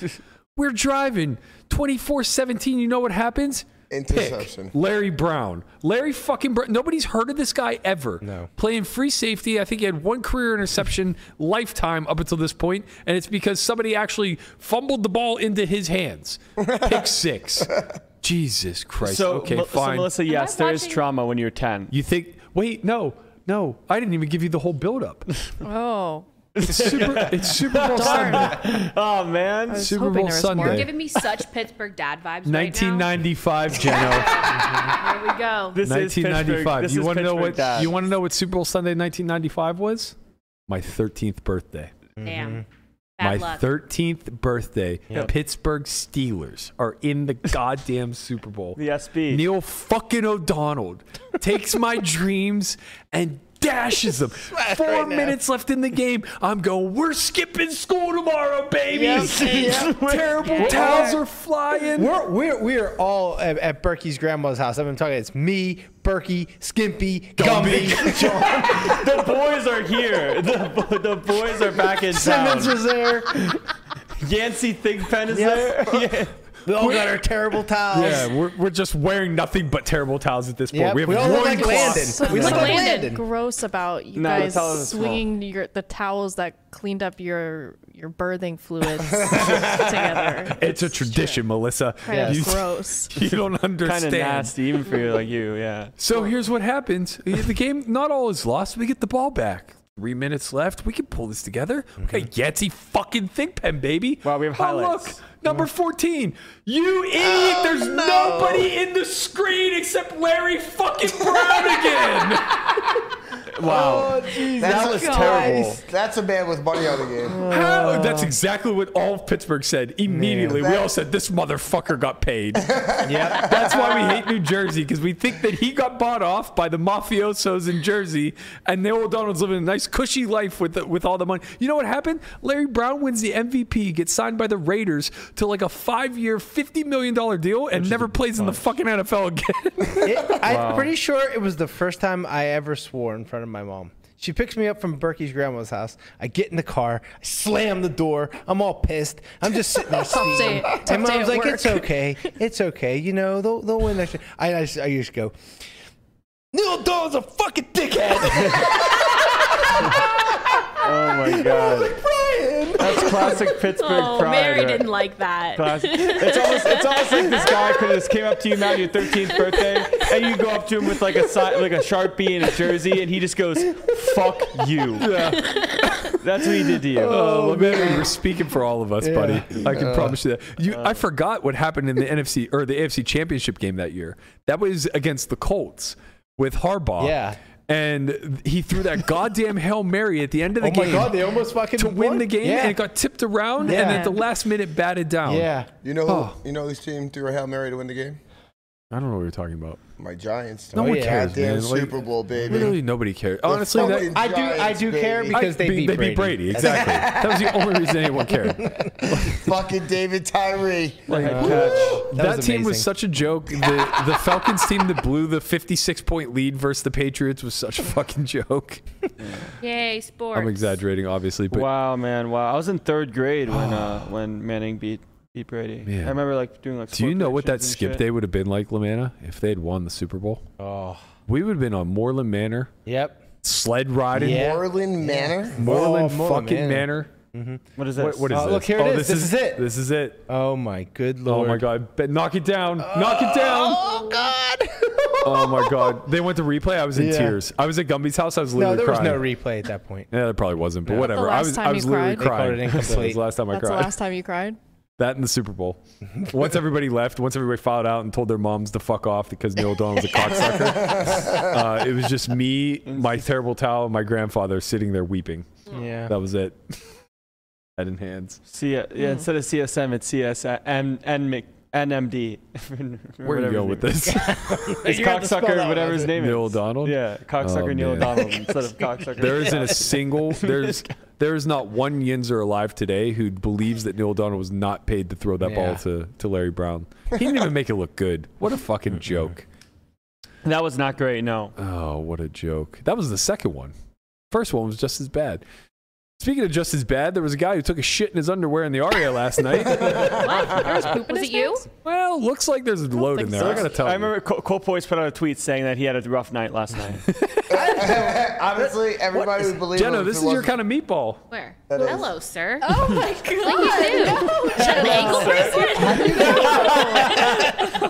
Speaker 2: We're driving 24 17. You know what happens? Pick,
Speaker 6: Interception.
Speaker 2: Larry Brown. Larry fucking Brown. Nobody's heard of this guy ever.
Speaker 4: No.
Speaker 2: Playing free safety. I think he had one career interception lifetime up until this point, and it's because somebody actually fumbled the ball into his hands. Pick six. Jesus Christ.
Speaker 3: so,
Speaker 2: okay,
Speaker 3: Mel- so
Speaker 2: fine.
Speaker 3: Melissa,
Speaker 5: I
Speaker 3: yes, there is
Speaker 5: watching-
Speaker 3: trauma when you're ten.
Speaker 2: you think, wait, no, no, I didn't even give you the whole buildup.
Speaker 7: Oh.
Speaker 2: It's Super, it's Super Bowl Sunday.
Speaker 7: Darn.
Speaker 3: Oh man.
Speaker 7: was
Speaker 2: Super
Speaker 7: hoping
Speaker 2: Bowl
Speaker 7: there was more.
Speaker 2: Sunday.
Speaker 5: You're giving me such Pittsburgh dad vibes right
Speaker 2: 1995, Jeno.
Speaker 5: now. Here we go.
Speaker 3: This is Pittsburgh.
Speaker 2: 1995.
Speaker 3: This
Speaker 2: you
Speaker 3: is
Speaker 2: want to know
Speaker 3: Pittsburgh
Speaker 2: what?
Speaker 3: dad.
Speaker 2: You want to know what Super Bowl Sunday 1995 was? My 13th birthday.
Speaker 5: Damn. Bad
Speaker 2: My
Speaker 5: luck.
Speaker 2: 13th birthday. The Pittsburgh Steelers are in the goddamn Super Bowl.
Speaker 3: the SB.
Speaker 2: Neil fucking O'Donnell takes my dreams and dashes them. Four minutes left in the game. I'm going, we're skipping school tomorrow, baby. Terrible
Speaker 5: Yeah.
Speaker 2: towels are flying.
Speaker 4: We're we're we're all at, at Berkey's grandma's house. I've been talking. It's me, Berkey, Skimpy, Gumby, John
Speaker 3: the boys are here. The, bo- the boys are back in
Speaker 4: Simmons
Speaker 3: town.
Speaker 4: was there.
Speaker 3: Yancey Thigpen is there. Yeah.
Speaker 4: We all got our terrible towels.
Speaker 2: Yeah, we're, we're just wearing nothing but terrible towels at this point.
Speaker 4: Yep,
Speaker 2: We have
Speaker 4: we all look
Speaker 2: loin
Speaker 4: like
Speaker 2: cloths.
Speaker 4: Landon.
Speaker 7: So
Speaker 4: We
Speaker 7: what's
Speaker 4: look like
Speaker 7: Landon
Speaker 4: Landon.
Speaker 7: gross about you
Speaker 3: No, the
Speaker 7: guys
Speaker 3: towels are small.
Speaker 7: swinging your, the towels that cleaned up your your birthing fluids together.
Speaker 2: It's a tradition, Melissa.
Speaker 7: Kind
Speaker 2: You,
Speaker 7: of gross.
Speaker 2: you don't
Speaker 3: Kind of
Speaker 2: understand.
Speaker 3: nasty, even for you, like you. Yeah.
Speaker 2: So here's what happens: the game, not all is lost. We get the ball back. Three minutes left. We can pull this together. Okay, Yeti fucking Thigpen, baby.
Speaker 3: Mhm. Wow, we have highlights. Mm. Oh,
Speaker 2: Oh, look, number 14. You idiot! There's nobody in the screen except Larry fucking Brown again.
Speaker 4: Oh,
Speaker 3: Wow. that was
Speaker 6: a-
Speaker 3: terrible.
Speaker 6: That's a man with money on the game.
Speaker 2: How? That's exactly what all of Pittsburgh said immediately. we all said this motherfucker got paid.
Speaker 4: Yeah.
Speaker 2: That's why we hate New Jersey because we think that he got bought off by the mafiosos in Jersey, and Neil O'Donnell's living a nice, cushy life with with all the money. You know what happened? Larry Brown wins the MVP, gets signed by the Raiders to like a five-year, fifty million dollar deal, and never plays in the fucking NFL again.
Speaker 4: It- I'm pretty sure it was the first time I ever swore in front of my mom. She picks me up from Berkey's grandma's house. I get in the car, I slam the door. I'm all pissed. I'm just sitting there
Speaker 5: day-
Speaker 4: sneezing.
Speaker 5: tough
Speaker 4: And
Speaker 5: day
Speaker 4: mom's
Speaker 5: at
Speaker 4: like,
Speaker 5: work.
Speaker 4: "It's okay, it's okay. You know, they'll they'll win next year." I I just, I just go, "Neil Dawn's a fucking dickhead."
Speaker 3: Oh my god.
Speaker 4: Brian.
Speaker 3: That's classic Pittsburgh
Speaker 5: Oh,
Speaker 3: pride.
Speaker 5: Mary
Speaker 3: right?
Speaker 5: didn't like that.
Speaker 3: Classic. It's almost it's almost like this guy could have just came up to you now your 13th birthday and you go up to him with like a si- like a sharpie and a jersey and he just goes fuck you. That's what he did to you.
Speaker 2: Oh, man, you're speaking for all of us, buddy. I can promise you that. You,
Speaker 4: Uh.
Speaker 2: I forgot what happened in the NFC or the AFC Championship game that year. That was against the Colts with Harbaugh.
Speaker 4: Yeah.
Speaker 2: And he threw that goddamn hail mary at the end of the
Speaker 4: Oh my
Speaker 2: game.
Speaker 4: God, they almost fucking
Speaker 2: to win
Speaker 4: won.
Speaker 2: the game,
Speaker 4: Yeah.
Speaker 2: and it got tipped around, and
Speaker 4: Yeah.
Speaker 2: at the last minute batted down.
Speaker 4: Yeah.
Speaker 6: You know who?
Speaker 2: Oh.
Speaker 6: You know whose team threw a hail mary to win the game?
Speaker 2: I don't know what you're talking about.
Speaker 6: My Giants.
Speaker 2: No
Speaker 4: Oh,
Speaker 2: one
Speaker 4: yeah.
Speaker 2: cares,
Speaker 6: Goddamn
Speaker 2: man. Like,
Speaker 6: Super Bowl, baby.
Speaker 2: Literally nobody cares. Honestly, that,
Speaker 6: fucking
Speaker 4: I do- I
Speaker 6: Giants,
Speaker 4: do care
Speaker 6: baby.
Speaker 4: because- they beat Brady.
Speaker 2: Exactly. that was the only reason anyone cared.
Speaker 6: fucking David Tyree.
Speaker 3: Like, catch.
Speaker 4: That
Speaker 2: That,
Speaker 4: was
Speaker 2: team was
Speaker 4: amazing.
Speaker 2: such a joke. The the Falcons team that blew the 56 point lead versus the Patriots was such a fucking joke.
Speaker 5: Yay, sports.
Speaker 2: I'm exaggerating, obviously, but
Speaker 3: Wow, man. Wow. I was in 3rd grade when uh when Manning beat beat Brady.
Speaker 2: Man.
Speaker 3: I remember like doing like
Speaker 2: do you
Speaker 3: sport
Speaker 2: know what that
Speaker 3: predictions and
Speaker 2: skip
Speaker 3: shit.
Speaker 2: day would have been like, Lamanna, if they had won the Super Bowl? Oh, we would have been on Moreland Manor,
Speaker 4: Yep.
Speaker 2: sled riding,
Speaker 4: Yeah.
Speaker 6: Moreland Manor.
Speaker 2: Moreland
Speaker 4: Oh, Moreland
Speaker 2: fucking
Speaker 4: Manor.
Speaker 2: Manor. Uh,
Speaker 3: What is that?
Speaker 2: What, what is
Speaker 4: Oh,
Speaker 2: this?
Speaker 4: look, here it is. This is it.
Speaker 2: This is it.
Speaker 4: Oh my good
Speaker 2: Oh
Speaker 4: lord.
Speaker 2: my god! But knock it down! knock it down!
Speaker 4: Oh god.
Speaker 2: Oh my god! They went to replay. I was in
Speaker 4: Yeah.
Speaker 2: tears. I was at Gumby's house. I was
Speaker 4: no,
Speaker 2: literally
Speaker 4: there was
Speaker 2: crying.
Speaker 4: no replay at that point.
Speaker 2: Yeah, that probably wasn't, but whatever.
Speaker 7: The
Speaker 2: I
Speaker 7: last
Speaker 2: was,
Speaker 7: time
Speaker 2: I
Speaker 7: you
Speaker 2: was literally
Speaker 7: cried? They
Speaker 4: called it
Speaker 2: crying. that was
Speaker 4: incomplete.
Speaker 2: the last time I
Speaker 7: That's
Speaker 2: cried.
Speaker 7: the last time you cried.
Speaker 2: That and the Super Bowl. Once everybody left, once everybody filed out and told their moms to fuck off because Neil O'Donnell was a cocksucker, uh, it was just me, my terrible towel, and my grandfather sitting there weeping.
Speaker 4: Yeah.
Speaker 2: That was it. Head in hands.
Speaker 3: C- yeah, instead of CSM it's uh, CSM and and NMD.
Speaker 2: Where are you going with this?
Speaker 3: It's
Speaker 4: You had to spell that
Speaker 3: cocksucker,
Speaker 4: one,
Speaker 3: whatever
Speaker 4: I
Speaker 3: his
Speaker 4: think.
Speaker 3: name
Speaker 2: Neil
Speaker 3: is.
Speaker 2: O'Donnell?
Speaker 3: Yeah, cocksucker
Speaker 2: Oh,
Speaker 3: Neil
Speaker 2: man.
Speaker 3: O'Donnell instead of cocksucker.
Speaker 2: There isn't a single there's there is not one Yinzer alive today who believes that Neil O'Donnell was not paid to throw that
Speaker 4: Yeah.
Speaker 2: ball to, to Larry Brown. He didn't even make it look good. What a fucking joke.
Speaker 3: that was not great. No.
Speaker 2: Oh, what a joke. That was the second one. First one was just as bad. Speaking of just as bad, there was a guy who took a shit in his underwear in the aria last night.
Speaker 5: What? There was poop in
Speaker 7: Was
Speaker 5: his
Speaker 7: it you?
Speaker 5: pants?
Speaker 2: well, looks like there's a load in
Speaker 7: think
Speaker 2: there.
Speaker 7: so.
Speaker 2: I gotta tell
Speaker 3: I
Speaker 2: you.
Speaker 3: remember Col- Cole Poise put out a tweet saying that he had a rough night last night.
Speaker 6: Honestly, everybody would believe.
Speaker 2: Jenna,
Speaker 6: him if
Speaker 2: this
Speaker 6: it
Speaker 2: is your
Speaker 6: wasn't-
Speaker 2: kind of meatball.
Speaker 5: Where?
Speaker 6: That is-
Speaker 5: Hello, sir.
Speaker 7: Oh my
Speaker 5: What do you do? An ankle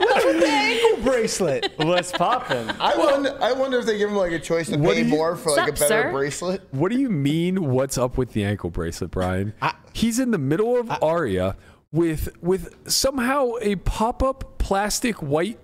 Speaker 5: bracelet?
Speaker 4: Ankle bracelet.
Speaker 3: What's popping?
Speaker 6: I wonder. I wonder if they give him like a choice to
Speaker 2: What
Speaker 6: pay
Speaker 2: do you-
Speaker 6: more for like
Speaker 5: Sup,
Speaker 6: a better
Speaker 5: sir?
Speaker 6: bracelet.
Speaker 2: What do you mean? What's up with the ankle bracelet, Brian? He's in the middle of Aria with with somehow a pop up plastic white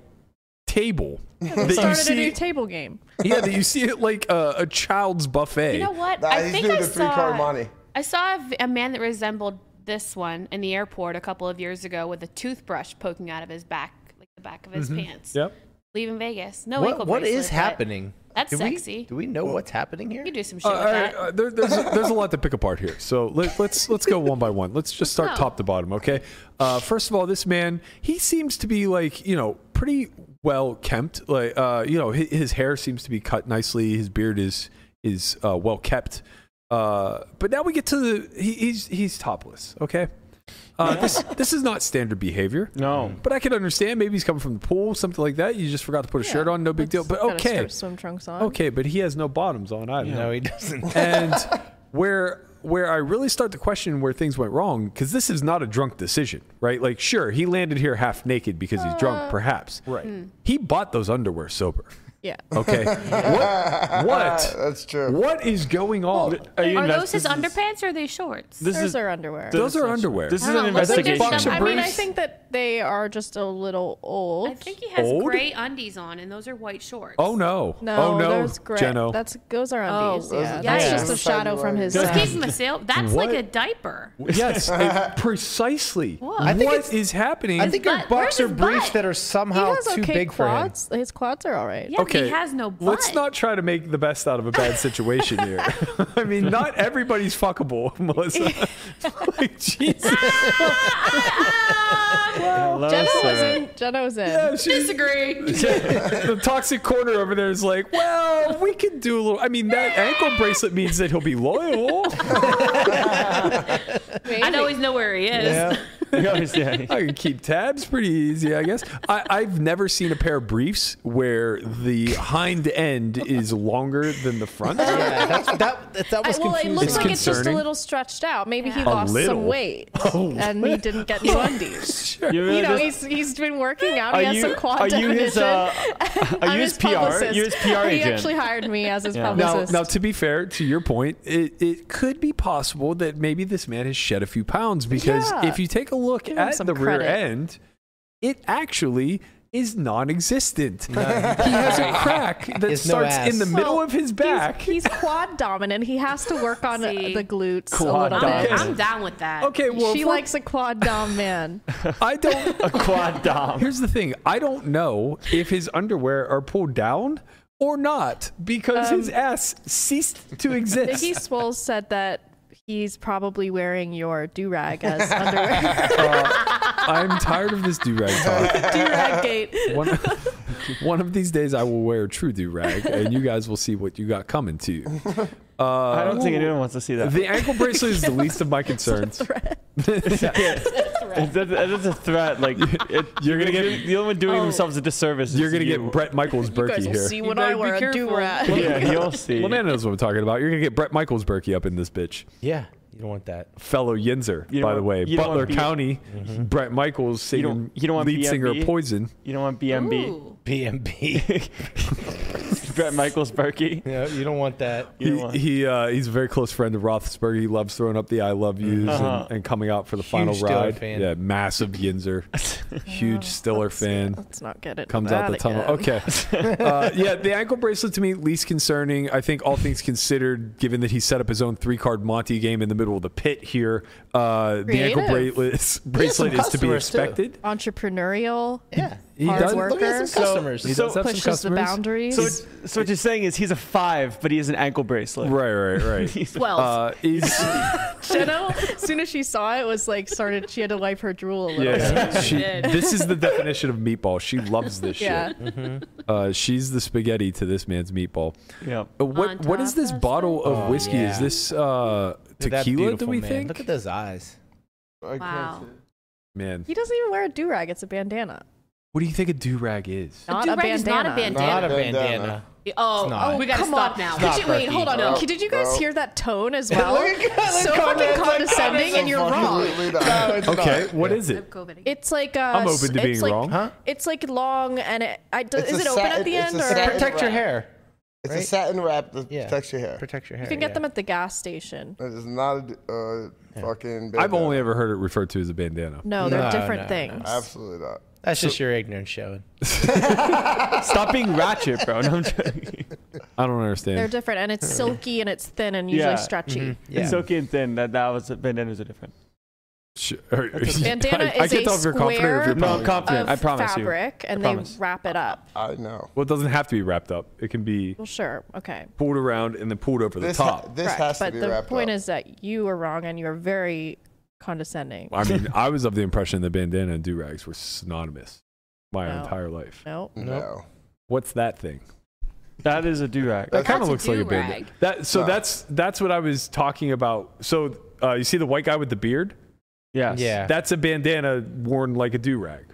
Speaker 2: table
Speaker 7: We
Speaker 2: that you
Speaker 7: started a
Speaker 2: see.
Speaker 7: new table game.
Speaker 2: yeah, that you see it like a, a child's buffet.
Speaker 5: You know what?
Speaker 6: Nah,
Speaker 5: I
Speaker 6: he's
Speaker 5: think
Speaker 6: doing
Speaker 5: I
Speaker 6: the three card
Speaker 5: saw.
Speaker 6: money.
Speaker 5: I saw a v- a man that resembled this one in the airport a couple of years ago with a toothbrush poking out of his back, like the back of his
Speaker 2: Mm-hmm.
Speaker 5: pants.
Speaker 2: Yep.
Speaker 5: Leaving Vegas. No ankle
Speaker 4: What, what
Speaker 5: bracelet,
Speaker 4: is
Speaker 5: but
Speaker 4: happening?
Speaker 5: That's
Speaker 4: do
Speaker 5: sexy.
Speaker 4: We, do we know what's happening here?
Speaker 5: You can do some shit
Speaker 2: Uh,
Speaker 5: with
Speaker 2: all right,
Speaker 5: that.
Speaker 2: uh, there, there's there's a lot to pick apart here, so let, let's let's go one by one. Let's just start
Speaker 5: go.
Speaker 2: top to bottom, okay? Uh, first of all, this man he seems to be like you know pretty well kempt. Like uh, you know his, his hair seems to be cut nicely. His beard is is uh, well kept. Uh, but now we get to the he, he's he's topless, okay? Uh, this this is not standard behavior.
Speaker 3: No.
Speaker 2: But I can understand. Maybe he's coming from the pool, something like that. You just forgot to put a shirt on, no big deal. But
Speaker 7: Gotta
Speaker 2: okay,
Speaker 7: strip swim trunks on.
Speaker 2: okay. But he has no bottoms on either
Speaker 4: no, he doesn't.
Speaker 2: and where where I really start to question where things went wrong because this is not a drunk decision, right? Like, sure, he landed here half naked because he's drunk, perhaps. Right. He bought those underwear sober.
Speaker 7: Yeah.
Speaker 2: Okay. what? What?
Speaker 6: That's true.
Speaker 2: What is going on?
Speaker 3: Are, you
Speaker 5: Are
Speaker 3: invest-
Speaker 5: those his
Speaker 3: this is-
Speaker 5: underpants or are they shorts?
Speaker 3: This
Speaker 7: There's
Speaker 3: is
Speaker 7: their underwear.
Speaker 3: this
Speaker 2: Those
Speaker 3: is
Speaker 2: are
Speaker 3: not-
Speaker 2: underwear.
Speaker 3: This is
Speaker 5: I don't
Speaker 3: an
Speaker 5: know, looks like
Speaker 3: investigation.
Speaker 5: there's some-
Speaker 7: I mean, I
Speaker 2: briefs?
Speaker 7: think that they are just a little old.
Speaker 5: I think he has
Speaker 2: Old?
Speaker 5: gray undies on, and those are white shorts.
Speaker 2: Oh no.
Speaker 7: no,
Speaker 2: oh no.
Speaker 7: those gray.
Speaker 2: Jeno.
Speaker 7: That's those are undies.
Speaker 5: Oh, those
Speaker 7: yeah,
Speaker 5: are-
Speaker 7: that's
Speaker 5: yeah.
Speaker 7: just a shadow from his.
Speaker 5: Those
Speaker 7: uh,
Speaker 5: gave him a sale. That's
Speaker 2: What?
Speaker 5: like a diaper.
Speaker 2: yes, it- precisely.
Speaker 5: What?
Speaker 2: What
Speaker 5: I
Speaker 2: is
Speaker 4: think it's-
Speaker 2: happening?
Speaker 4: I think your
Speaker 5: butt- where's
Speaker 4: boxer
Speaker 5: his
Speaker 4: briefs
Speaker 5: butt?
Speaker 4: that are
Speaker 7: he
Speaker 4: somehow
Speaker 7: has
Speaker 4: Oh, too
Speaker 7: okay
Speaker 4: big
Speaker 7: quads. His quads are all right.
Speaker 5: Yeah, but he has no butt.
Speaker 2: Let's not try to make the best out of a bad situation here. I mean, not everybody's fuckable, Melissa. like, Jesus.
Speaker 5: Ah,
Speaker 3: Hello,
Speaker 7: Jenna was
Speaker 3: sir.
Speaker 7: in. Jenna was in.
Speaker 2: Yeah, she's-
Speaker 5: disagree.
Speaker 2: the toxic corner over there is like, well, we can do a little. I mean, that ankle bracelet means that he'll be loyal.
Speaker 5: I'd always know where he is.
Speaker 3: You always- yeah.
Speaker 2: I can keep tabs pretty easy, I guess. I, I've never seen a pair of briefs where the hind end is longer than the front.
Speaker 4: Yeah, that's, that, that, that
Speaker 7: I,
Speaker 4: was
Speaker 7: well, it
Speaker 4: confusing.
Speaker 7: looks
Speaker 2: It's
Speaker 7: like it's just a
Speaker 2: concerning.
Speaker 7: little stretched out. Maybe he
Speaker 5: A
Speaker 7: lost
Speaker 2: little?
Speaker 7: some weight and he didn't get new undies.
Speaker 3: You really
Speaker 7: You know,
Speaker 3: just-
Speaker 7: he's he's been working out.
Speaker 3: are
Speaker 7: He has
Speaker 3: you,
Speaker 7: some quad
Speaker 3: are you
Speaker 7: definition.
Speaker 3: his, uh, are
Speaker 7: I'm
Speaker 3: you his, PR?
Speaker 7: publicist.
Speaker 3: You his PR
Speaker 7: He
Speaker 3: agent?
Speaker 7: actually hired me as his
Speaker 3: Yeah. Now-
Speaker 2: Now,
Speaker 7: publicist.
Speaker 2: now, to be fair, to your point, it, it could be possible that maybe this man has shed a few pounds because
Speaker 7: Yeah.
Speaker 2: if you take a look
Speaker 7: Give him
Speaker 2: at
Speaker 7: some
Speaker 2: the rear
Speaker 7: credit.
Speaker 2: end, it actually is non-existent. He has a crack that
Speaker 4: There's no
Speaker 2: starts in the
Speaker 4: ass.
Speaker 2: middle
Speaker 7: Well,
Speaker 2: of his
Speaker 7: he's-
Speaker 2: back.
Speaker 7: He's, quad dominant. He has to work on uh,
Speaker 5: See?
Speaker 7: the glutes
Speaker 3: Quad
Speaker 7: a little
Speaker 3: dominant.
Speaker 7: bit.
Speaker 5: I'm, I'm down with that.
Speaker 2: okay, well,
Speaker 7: she
Speaker 2: if we're-
Speaker 7: likes a quad dom man.
Speaker 2: I don't.
Speaker 3: a quad dom.
Speaker 2: Here's the thing: I don't know if his underwear are pulled down or not because his
Speaker 7: Um,
Speaker 2: ass ceased to exist.
Speaker 7: Nikki Swole said that he's probably wearing your do rag as underwear.
Speaker 2: I'm tired of this do rag talk.
Speaker 7: do rag gate.
Speaker 2: one, one of these days I will wear a true do rag, and you guys will see what you got coming to you.
Speaker 3: I don't think anyone wants to see that.
Speaker 2: Uh, The ankle bracelet is the least of my concerns.
Speaker 3: That- that- That's a threat. Like it, you're gonna get the only one
Speaker 5: Oh.
Speaker 3: doing themselves a disservice. is
Speaker 2: You're gonna
Speaker 3: you.
Speaker 2: get Brett Michaels Berkey here.
Speaker 7: when
Speaker 5: better be careful.
Speaker 7: rag.
Speaker 3: Yeah, you'll see.
Speaker 2: Well, man knows what I'm talking about. You're gonna get Brett Michaels Berkey up in this bitch.
Speaker 4: Yeah, you don't want that.
Speaker 2: Fellow Yinzer,
Speaker 3: You don't
Speaker 2: by the way,
Speaker 3: want- you don't
Speaker 2: Butler
Speaker 3: want B-
Speaker 2: County. Brett Michaels singing
Speaker 3: don't- Mm-hmm. you don't want
Speaker 2: lead singer of
Speaker 3: BMB?
Speaker 2: Poison.
Speaker 3: You don't want BMB.
Speaker 5: Ooh.
Speaker 4: BMB.
Speaker 3: Brett Michaels Berkey.
Speaker 4: no, you don't want that.
Speaker 3: You don't
Speaker 2: He,
Speaker 3: want-
Speaker 2: he uh, he's a very close friend of Roethlisberger. He loves throwing up the "I love yous"
Speaker 3: Uh-huh.
Speaker 2: and, and coming out for the final
Speaker 4: Stiller
Speaker 2: ride.
Speaker 4: fan.
Speaker 2: Yeah, massive Yinzer, huge Stiller fan.
Speaker 7: Let's not get it.
Speaker 2: comes out the tunnel. Okay. uh, yeah, the ankle bracelet to me least concerning. I think all things considered, given that he set up his own three card Monty game in the middle of the pit here, uh, the ankle
Speaker 7: Creative.
Speaker 2: bracelet bracelet is to be
Speaker 6: customers, too.
Speaker 2: expected.
Speaker 7: Entrepreneurial.
Speaker 4: Yeah.
Speaker 2: He
Speaker 7: Hard
Speaker 2: does.
Speaker 7: work.
Speaker 4: Look at some
Speaker 7: So-
Speaker 4: customers.
Speaker 2: He does have some
Speaker 7: Pushes the
Speaker 2: customers.
Speaker 7: boundaries.
Speaker 3: So, it's, so what you're saying is he's a five, but he has an ankle bracelet.
Speaker 2: Right, right, right.
Speaker 3: He's-
Speaker 5: Well,
Speaker 2: Uh, is
Speaker 7: Jenna, as soon as she saw it, was like started. She had to wipe her drool a little. bit.
Speaker 2: yeah, she,
Speaker 5: did.
Speaker 2: this is the definition of meatball. She loves this
Speaker 7: Yeah.
Speaker 2: shit. Uh, she's the spaghetti to this man's meatball.
Speaker 3: Yeah.
Speaker 2: Uh,
Speaker 5: On
Speaker 2: What what is
Speaker 5: top
Speaker 2: this
Speaker 5: of
Speaker 2: bottle of
Speaker 4: Oh,
Speaker 2: whiskey? Is
Speaker 4: yeah.
Speaker 2: this uh,
Speaker 4: Look at that
Speaker 2: tequila? Do
Speaker 4: beautiful
Speaker 2: we
Speaker 4: man.
Speaker 2: think?
Speaker 4: Look at those eyes.
Speaker 6: I
Speaker 5: Wow.
Speaker 6: can't
Speaker 2: Man,
Speaker 7: He doesn't even wear a do rag. It's a bandana.
Speaker 2: what do you think a do rag is?
Speaker 7: Not a
Speaker 5: do-rag is not a
Speaker 7: bandana.
Speaker 5: bandana.
Speaker 4: Not a
Speaker 6: Bandana.
Speaker 4: bandana.
Speaker 5: oh,
Speaker 4: not.
Speaker 5: oh, we gotta
Speaker 7: Come
Speaker 5: stop
Speaker 7: on. Oh,
Speaker 5: now.
Speaker 7: Did you, wait, hold on.
Speaker 6: No.
Speaker 7: Did you guys
Speaker 6: No.
Speaker 7: hear that tone as well?
Speaker 6: Look at that
Speaker 7: so
Speaker 6: comment.
Speaker 7: fucking
Speaker 6: It's like,
Speaker 7: condescending, and you're wrong.
Speaker 6: Absolutely not.
Speaker 2: Okay, what is
Speaker 5: I'm
Speaker 2: it?
Speaker 5: coveting.
Speaker 7: It's like uh,
Speaker 2: I'm open to
Speaker 7: it's
Speaker 2: being
Speaker 7: like,
Speaker 2: wrong.
Speaker 4: Huh?
Speaker 7: It's like long, and it I, do,
Speaker 6: It's
Speaker 7: is
Speaker 6: a
Speaker 7: it open
Speaker 6: sa-
Speaker 7: at the
Speaker 6: it's
Speaker 7: end?
Speaker 6: a
Speaker 7: Or
Speaker 6: satin-
Speaker 7: you
Speaker 4: Protect your hair.
Speaker 6: It's a
Speaker 4: Right?
Speaker 6: satin wrap that
Speaker 4: Yeah.
Speaker 6: protects your hair.
Speaker 4: Protect your hair.
Speaker 7: can get
Speaker 4: yeah.
Speaker 7: them at the gas station.
Speaker 6: It is not a uh, fucking.
Speaker 2: I've
Speaker 6: bandana.
Speaker 2: only ever heard it referred to as a bandana.
Speaker 7: No, they're
Speaker 4: No,
Speaker 7: different
Speaker 4: no,
Speaker 7: things.
Speaker 6: Absolutely not.
Speaker 4: That's just your ignorance showing.
Speaker 3: Stop being ratchet, bro. No, I'm joking.
Speaker 2: I don't
Speaker 7: They're
Speaker 2: understand.
Speaker 7: different, and it's silky and it's thin and usually
Speaker 3: Yeah.
Speaker 7: stretchy.
Speaker 2: Mm-hmm.
Speaker 4: Mm-hmm. Yeah.
Speaker 3: It's okay and thin. That that was bandanas are different.
Speaker 2: Sh- or-
Speaker 7: Bandana
Speaker 2: I, I can't
Speaker 7: is a
Speaker 2: tell if you're confident or if you're
Speaker 3: No,
Speaker 7: square- No,
Speaker 3: I'm
Speaker 2: probably.
Speaker 3: confident.
Speaker 7: Of
Speaker 3: I promise you.
Speaker 7: fabric, and
Speaker 3: promise.
Speaker 7: they wrap it up.
Speaker 6: I know.
Speaker 2: Well, it doesn't have to be wrapped up. It can be
Speaker 7: Well, sure, okay.
Speaker 2: pulled around and then pulled over the
Speaker 6: This,
Speaker 2: top.
Speaker 6: ha- this
Speaker 7: Correct.
Speaker 6: has to
Speaker 7: but
Speaker 6: be
Speaker 7: the
Speaker 6: wrapped
Speaker 7: point
Speaker 6: up.
Speaker 7: is that you are wrong, and you're very condescending.
Speaker 2: I mean, I was of the impression that bandana and do rags were synonymous my
Speaker 7: No.
Speaker 2: entire life.
Speaker 7: No,
Speaker 6: no.
Speaker 2: What's that thing?
Speaker 3: That is a durag.
Speaker 2: That kind
Speaker 5: That's
Speaker 2: of
Speaker 5: a
Speaker 2: looks like a
Speaker 5: do-rag.
Speaker 2: bandana. That so
Speaker 6: No.
Speaker 2: that's that's what I was talking about. So uh, you see the white guy with the beard?
Speaker 3: Yes.
Speaker 4: Yeah.
Speaker 2: That's a bandana worn like a do rag.